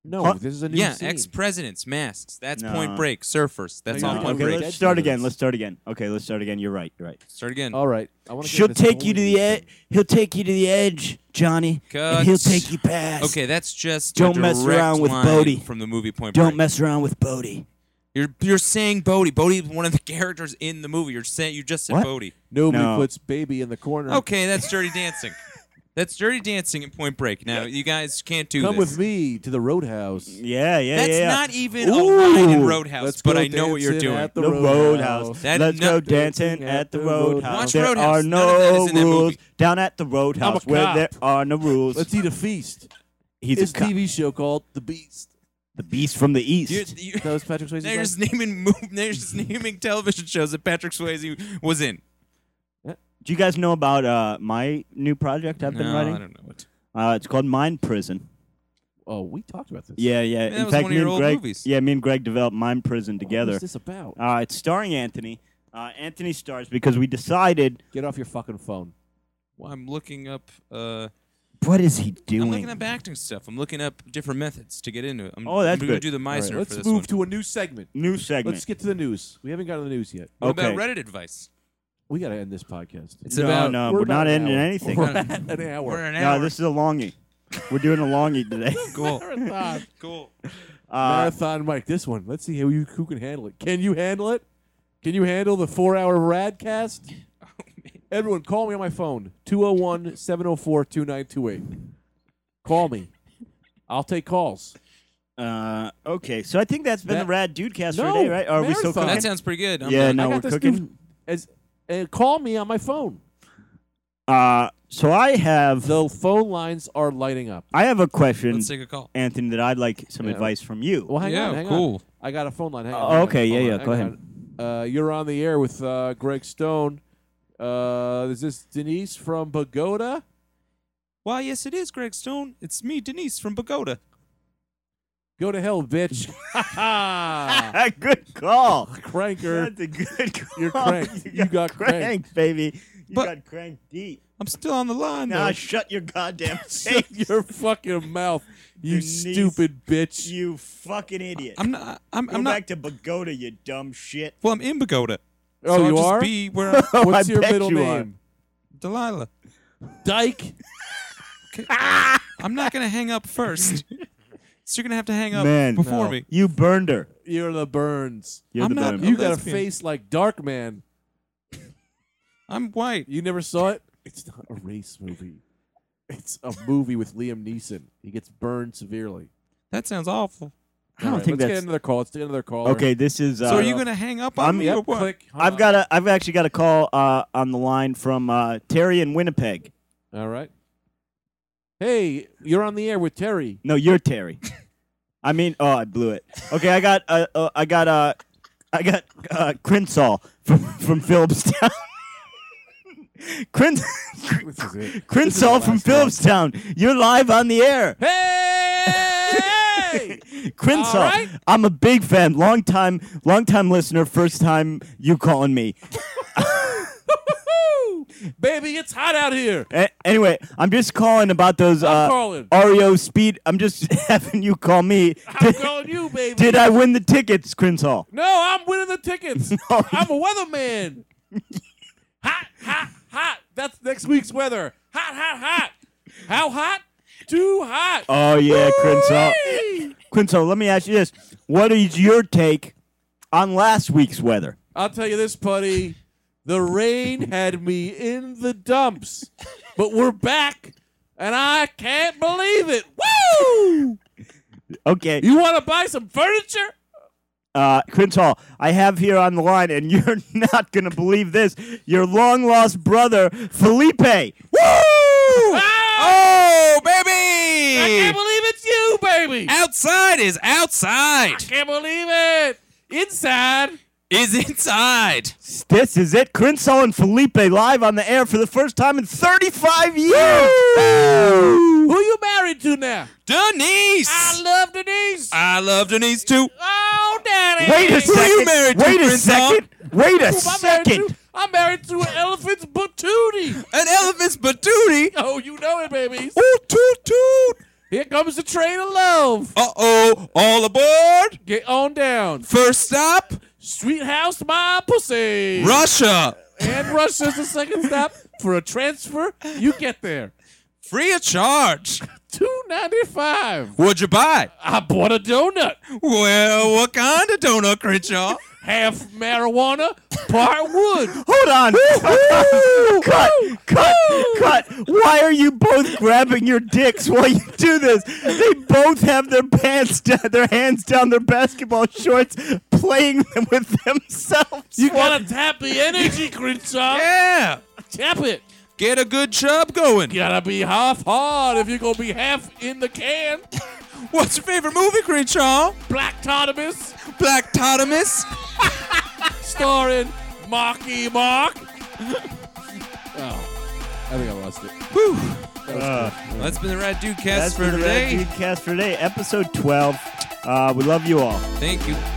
[SPEAKER 3] no,
[SPEAKER 1] Huh?
[SPEAKER 3] this is a new
[SPEAKER 2] Yeah,
[SPEAKER 3] scene.
[SPEAKER 2] ex presidents, masks. That's
[SPEAKER 1] No.
[SPEAKER 2] Point Break, surfers. That's
[SPEAKER 3] No,
[SPEAKER 2] all
[SPEAKER 3] you're
[SPEAKER 2] Point
[SPEAKER 1] Okay,
[SPEAKER 3] break.
[SPEAKER 1] let's
[SPEAKER 2] Break.
[SPEAKER 1] start again. Let's start again. Okay, let's start again. You're right. You're right.
[SPEAKER 2] Start again.
[SPEAKER 1] Oh,
[SPEAKER 3] All right, I want to.
[SPEAKER 1] She'll take you to the E edge. He'll take you to the edge, Johnny.
[SPEAKER 2] Cut.
[SPEAKER 1] And he'll take you past.
[SPEAKER 2] Okay, that's just a
[SPEAKER 1] Don't mess
[SPEAKER 2] direct
[SPEAKER 1] around with
[SPEAKER 2] line
[SPEAKER 1] Bodhi.
[SPEAKER 2] from the movie Point
[SPEAKER 1] Don't
[SPEAKER 2] Break.
[SPEAKER 1] mess around with Bodie.
[SPEAKER 2] You're you're saying Bodie. Bodie is one of the characters in the movie. You're saying you just said
[SPEAKER 1] What?
[SPEAKER 2] Bodie.
[SPEAKER 3] Nobody
[SPEAKER 1] No.
[SPEAKER 3] puts baby in the corner.
[SPEAKER 2] Okay, that's Dirty Dancing. That's Dirty Dancing and Point Break. Now you guys can't do
[SPEAKER 3] Come
[SPEAKER 2] this.
[SPEAKER 3] with me to the Roadhouse.
[SPEAKER 1] Yeah, yeah,
[SPEAKER 2] That's
[SPEAKER 1] yeah. yeah.
[SPEAKER 2] not even a line in
[SPEAKER 1] Ooh.
[SPEAKER 2] Roadhouse,
[SPEAKER 3] Let's
[SPEAKER 2] but
[SPEAKER 3] go
[SPEAKER 2] I know what you're
[SPEAKER 3] dancing
[SPEAKER 2] doing.
[SPEAKER 3] at the
[SPEAKER 1] the
[SPEAKER 3] Roadhouse.
[SPEAKER 1] Roadhouse.
[SPEAKER 2] That-
[SPEAKER 1] Let's
[SPEAKER 2] no-
[SPEAKER 1] go dancing at the Roadhouse.
[SPEAKER 2] Watch
[SPEAKER 1] there
[SPEAKER 2] Roadhouse.
[SPEAKER 1] are
[SPEAKER 2] None of that is
[SPEAKER 1] no
[SPEAKER 2] in that movie.
[SPEAKER 1] rules down at the Roadhouse
[SPEAKER 3] I'm a
[SPEAKER 1] where
[SPEAKER 3] cop.
[SPEAKER 1] there are no rules.
[SPEAKER 3] Let's eat a feast.
[SPEAKER 1] He's
[SPEAKER 3] It's
[SPEAKER 1] a
[SPEAKER 3] a
[SPEAKER 1] cop.
[SPEAKER 3] TV show called The Beast.
[SPEAKER 1] the beast from the east.
[SPEAKER 2] You're, you
[SPEAKER 3] That was Patrick Swayze's
[SPEAKER 2] they're
[SPEAKER 3] line?
[SPEAKER 2] just naming mov- they're just naming television shows that Patrick Swayze was in.
[SPEAKER 1] Do you guys know about uh, my new project I've been
[SPEAKER 2] no, I
[SPEAKER 1] writing?
[SPEAKER 2] don't know what.
[SPEAKER 1] Uh, it's called Mind Prison.
[SPEAKER 3] Oh, we talked about this.
[SPEAKER 1] Yeah, yeah.
[SPEAKER 2] that
[SPEAKER 1] In
[SPEAKER 2] was
[SPEAKER 1] fact,
[SPEAKER 2] one of
[SPEAKER 1] me
[SPEAKER 2] your
[SPEAKER 1] and
[SPEAKER 2] old
[SPEAKER 1] Greg,
[SPEAKER 2] movies.
[SPEAKER 1] yeah, me and Greg developed Mind Prison
[SPEAKER 3] What
[SPEAKER 1] together.
[SPEAKER 3] is this about?
[SPEAKER 1] Uh, it's starring Anthony. Uh, Anthony stars because we decided.
[SPEAKER 3] Get off your fucking phone.
[SPEAKER 2] Well, I'm looking up. Uh,
[SPEAKER 1] What is he
[SPEAKER 2] I'm
[SPEAKER 1] doing?
[SPEAKER 2] looking up acting stuff. I'm looking up different methods to get into it. I'm,
[SPEAKER 1] Oh, that's
[SPEAKER 2] I'm gonna
[SPEAKER 1] good.
[SPEAKER 2] do the
[SPEAKER 3] All right,
[SPEAKER 2] Meisner
[SPEAKER 3] let's
[SPEAKER 2] for this
[SPEAKER 3] move
[SPEAKER 2] one.
[SPEAKER 3] to a new segment.
[SPEAKER 1] New segment.
[SPEAKER 3] Let's get to the news. We haven't gotten to the news yet.
[SPEAKER 2] What about
[SPEAKER 1] Okay.
[SPEAKER 2] Reddit advice?
[SPEAKER 3] We got to end this podcast.
[SPEAKER 2] It's
[SPEAKER 1] no,
[SPEAKER 2] about-
[SPEAKER 1] no,
[SPEAKER 3] we're
[SPEAKER 1] we're, not
[SPEAKER 3] about an
[SPEAKER 1] ending
[SPEAKER 3] hour.
[SPEAKER 1] anything.
[SPEAKER 3] We're at an hour.
[SPEAKER 2] We're an
[SPEAKER 1] no,
[SPEAKER 2] hour.
[SPEAKER 1] this is a longie. We're doing a longie today.
[SPEAKER 2] cool.
[SPEAKER 3] Marathon.
[SPEAKER 2] Cool.
[SPEAKER 1] Uh,
[SPEAKER 3] Marathon Mike, this one. Let's see how you who can handle it. Can you handle it? Can you handle the four hour radcast?
[SPEAKER 2] Oh,
[SPEAKER 3] Everyone, call me on my phone 201 704 2928. Call me. I'll take calls.
[SPEAKER 1] uh, okay, so I think that's been
[SPEAKER 3] That-
[SPEAKER 1] the rad dude cast
[SPEAKER 3] No,
[SPEAKER 1] for today, right? Are we still
[SPEAKER 3] marathon.
[SPEAKER 1] cooking?
[SPEAKER 2] That sounds pretty good. I'm
[SPEAKER 1] Yeah,
[SPEAKER 2] done.
[SPEAKER 1] no.
[SPEAKER 3] I
[SPEAKER 1] we're
[SPEAKER 3] got this
[SPEAKER 1] cooking.
[SPEAKER 3] new- as uh, call me on my phone.
[SPEAKER 1] uh, so I have
[SPEAKER 3] The phone lines are lighting up.
[SPEAKER 1] I have a question,
[SPEAKER 2] Let's take a call.
[SPEAKER 1] Anthony, that I'd like some
[SPEAKER 3] Yeah.
[SPEAKER 1] advice from you.
[SPEAKER 3] Well, hang
[SPEAKER 2] Yeah,
[SPEAKER 3] on, hang
[SPEAKER 2] cool.
[SPEAKER 3] on. I got a phone line. Hang
[SPEAKER 1] Oh,
[SPEAKER 3] on, hang on,
[SPEAKER 1] okay, yeah,
[SPEAKER 3] hold
[SPEAKER 1] yeah,
[SPEAKER 3] on,
[SPEAKER 1] go
[SPEAKER 3] hang
[SPEAKER 1] ahead.
[SPEAKER 3] on. Uh, you're on the air with uh, Greg Stone. Uh, is this Denise from Pagoda?
[SPEAKER 2] Why, yes, it is, Greg Stone. It's me, Denise from Pagoda.
[SPEAKER 3] Go to hell, bitch.
[SPEAKER 1] good call.
[SPEAKER 3] Cranker.
[SPEAKER 1] That's a good call.
[SPEAKER 3] You're cranked. You got cranked.
[SPEAKER 1] baby. You
[SPEAKER 2] But-
[SPEAKER 1] got cranked deep.
[SPEAKER 2] I'm still on the line,
[SPEAKER 1] Now
[SPEAKER 2] though.
[SPEAKER 1] shut your goddamn face,
[SPEAKER 3] Shut your fucking mouth, you
[SPEAKER 1] Denise.
[SPEAKER 3] stupid bitch.
[SPEAKER 1] you fucking idiot.
[SPEAKER 2] I'm not. I'm,
[SPEAKER 1] Go
[SPEAKER 2] I'm not.
[SPEAKER 1] back to Bogota, you dumb shit.
[SPEAKER 2] Well, I'm in Pagoda.
[SPEAKER 3] Oh,
[SPEAKER 2] so I'll
[SPEAKER 3] you
[SPEAKER 2] just
[SPEAKER 3] are?
[SPEAKER 2] Be where I'm,
[SPEAKER 1] Oh,
[SPEAKER 3] What's
[SPEAKER 1] I
[SPEAKER 3] your
[SPEAKER 1] bet
[SPEAKER 3] middle
[SPEAKER 1] you are.
[SPEAKER 3] name?
[SPEAKER 2] Delilah.
[SPEAKER 3] Dyke.
[SPEAKER 2] I'm not gonna hang up first. so you're gonna have to hang up
[SPEAKER 1] Man.
[SPEAKER 2] before
[SPEAKER 3] No.
[SPEAKER 2] me.
[SPEAKER 1] You burned her.
[SPEAKER 3] You're the Burns.
[SPEAKER 1] You're
[SPEAKER 2] I'm
[SPEAKER 1] the
[SPEAKER 2] not-
[SPEAKER 1] better.
[SPEAKER 3] You got a
[SPEAKER 2] lesbian.
[SPEAKER 3] face like Dark Man.
[SPEAKER 2] I'm white.
[SPEAKER 3] You never saw it? It's not a race movie. It's a movie with Liam Neeson. He gets burned severely.
[SPEAKER 2] That sounds awful.
[SPEAKER 1] I don't
[SPEAKER 3] All right,
[SPEAKER 1] think
[SPEAKER 3] let's get
[SPEAKER 1] that's-
[SPEAKER 3] another call. Let's get another call.
[SPEAKER 1] Okay, this is. Uh,
[SPEAKER 2] so are you gonna hang up on
[SPEAKER 1] I'm-
[SPEAKER 2] me
[SPEAKER 3] Yep,
[SPEAKER 2] or what?
[SPEAKER 3] click. Hold
[SPEAKER 1] I've
[SPEAKER 3] on.
[SPEAKER 1] got a. I've actually got a call uh, on the line from uh, Terry in Winnipeg.
[SPEAKER 3] All right. Hey, you're on the air with Terry.
[SPEAKER 1] No, you're Terry. I mean, oh, I blew it. Okay, I got. Uh, uh, I got. Uh, I got uh, Crinsall from from Phillipstown. Crin-
[SPEAKER 3] This is it.
[SPEAKER 1] Crinsall
[SPEAKER 3] the
[SPEAKER 1] from
[SPEAKER 3] last one.
[SPEAKER 1] Phillipstown. You're live on the air.
[SPEAKER 3] Hey!
[SPEAKER 1] Crinsall,
[SPEAKER 3] All right.
[SPEAKER 1] I'm a big fan. Long time, long time listener. First time you calling me.
[SPEAKER 3] Woo! Baby, it's hot out here.
[SPEAKER 1] A- anyway, I'm just calling about those
[SPEAKER 3] I'm
[SPEAKER 1] uh,
[SPEAKER 3] calling.
[SPEAKER 1] REO speed. I'm just having you call me.
[SPEAKER 3] I'm
[SPEAKER 1] Did,
[SPEAKER 3] calling you, baby.
[SPEAKER 1] did I win the tickets, Crinsall?
[SPEAKER 3] No, I'm winning the tickets. I'm a weatherman. hot, hot, hot. That's next week's weather. Hot, hot, hot. How hot? Too hot.
[SPEAKER 1] Oh yeah, Crinsall.
[SPEAKER 3] Whee!
[SPEAKER 1] Quinto, let me ask you this. What is your take on last week's weather?
[SPEAKER 3] I'll tell you this, buddy. The rain had me in the dumps. but we're back, and I can't believe it. Woo!
[SPEAKER 4] Okay.
[SPEAKER 3] You want to buy some furniture?
[SPEAKER 4] Uh, Prince Hall, I have here on the line, and you're not going to believe this, your long lost brother, Felipe.
[SPEAKER 2] Woo!
[SPEAKER 3] Ah,
[SPEAKER 2] Oh,
[SPEAKER 3] I
[SPEAKER 2] baby!
[SPEAKER 3] can't believe it's you, baby.
[SPEAKER 2] Outside is
[SPEAKER 3] I
[SPEAKER 2] outside.
[SPEAKER 3] can't believe it. Inside.
[SPEAKER 2] Is inside.
[SPEAKER 4] This is it. Prince Hall and Felipe live on the air for the first time in 35 years.
[SPEAKER 3] Who you married to now?
[SPEAKER 2] Denise.
[SPEAKER 3] I love Denise.
[SPEAKER 2] I love Denise too.
[SPEAKER 3] oh, daddy.
[SPEAKER 4] Wait a
[SPEAKER 2] Who
[SPEAKER 4] second.
[SPEAKER 2] you married to,
[SPEAKER 4] Wait a
[SPEAKER 2] Prince Hall?
[SPEAKER 4] second.
[SPEAKER 3] I'm
[SPEAKER 4] Wait a
[SPEAKER 3] married to.
[SPEAKER 4] second.
[SPEAKER 3] I'm married to an elephant's patootie.
[SPEAKER 2] An elephant's patootie.
[SPEAKER 3] Oh, you know it, babies.
[SPEAKER 2] Ooh, toot toot.
[SPEAKER 3] Here comes the train of love.
[SPEAKER 2] Uh oh, all aboard.
[SPEAKER 3] Get on down.
[SPEAKER 2] First stop,
[SPEAKER 3] Sweet house, my pussy.
[SPEAKER 2] Russia.
[SPEAKER 3] And Russia's the second stop for a transfer. You get there.
[SPEAKER 2] Free of charge.
[SPEAKER 3] Two ninety five.
[SPEAKER 2] What'd you buy?
[SPEAKER 3] I bought a donut.
[SPEAKER 2] Well, what kind of donut, Crenshaw?
[SPEAKER 3] Half marijuana, part wood.
[SPEAKER 4] Hold on. cut, cut, cut. Why are you both grabbing your dicks while you do this? They both have their pants down, their hands down their basketball shorts, playing them with themselves.
[SPEAKER 3] You gotta tap the energy, Crenshaw.
[SPEAKER 2] Yeah.
[SPEAKER 3] Tap it.
[SPEAKER 2] Get a good chub going.
[SPEAKER 3] Gotta be half hard if you're gonna be half in the can.
[SPEAKER 2] What's your favorite movie, Crenshaw?
[SPEAKER 3] Black Totimus,
[SPEAKER 2] Black Totemus?
[SPEAKER 3] starring Marky Mark.
[SPEAKER 5] I think I lost it.
[SPEAKER 2] Whew. Well, that's been the Rad Dude cast
[SPEAKER 4] That's
[SPEAKER 2] for
[SPEAKER 4] been the Red
[SPEAKER 2] today.
[SPEAKER 4] Dude Cast for today, episode 12. Uh, we love you all.
[SPEAKER 2] Thank you.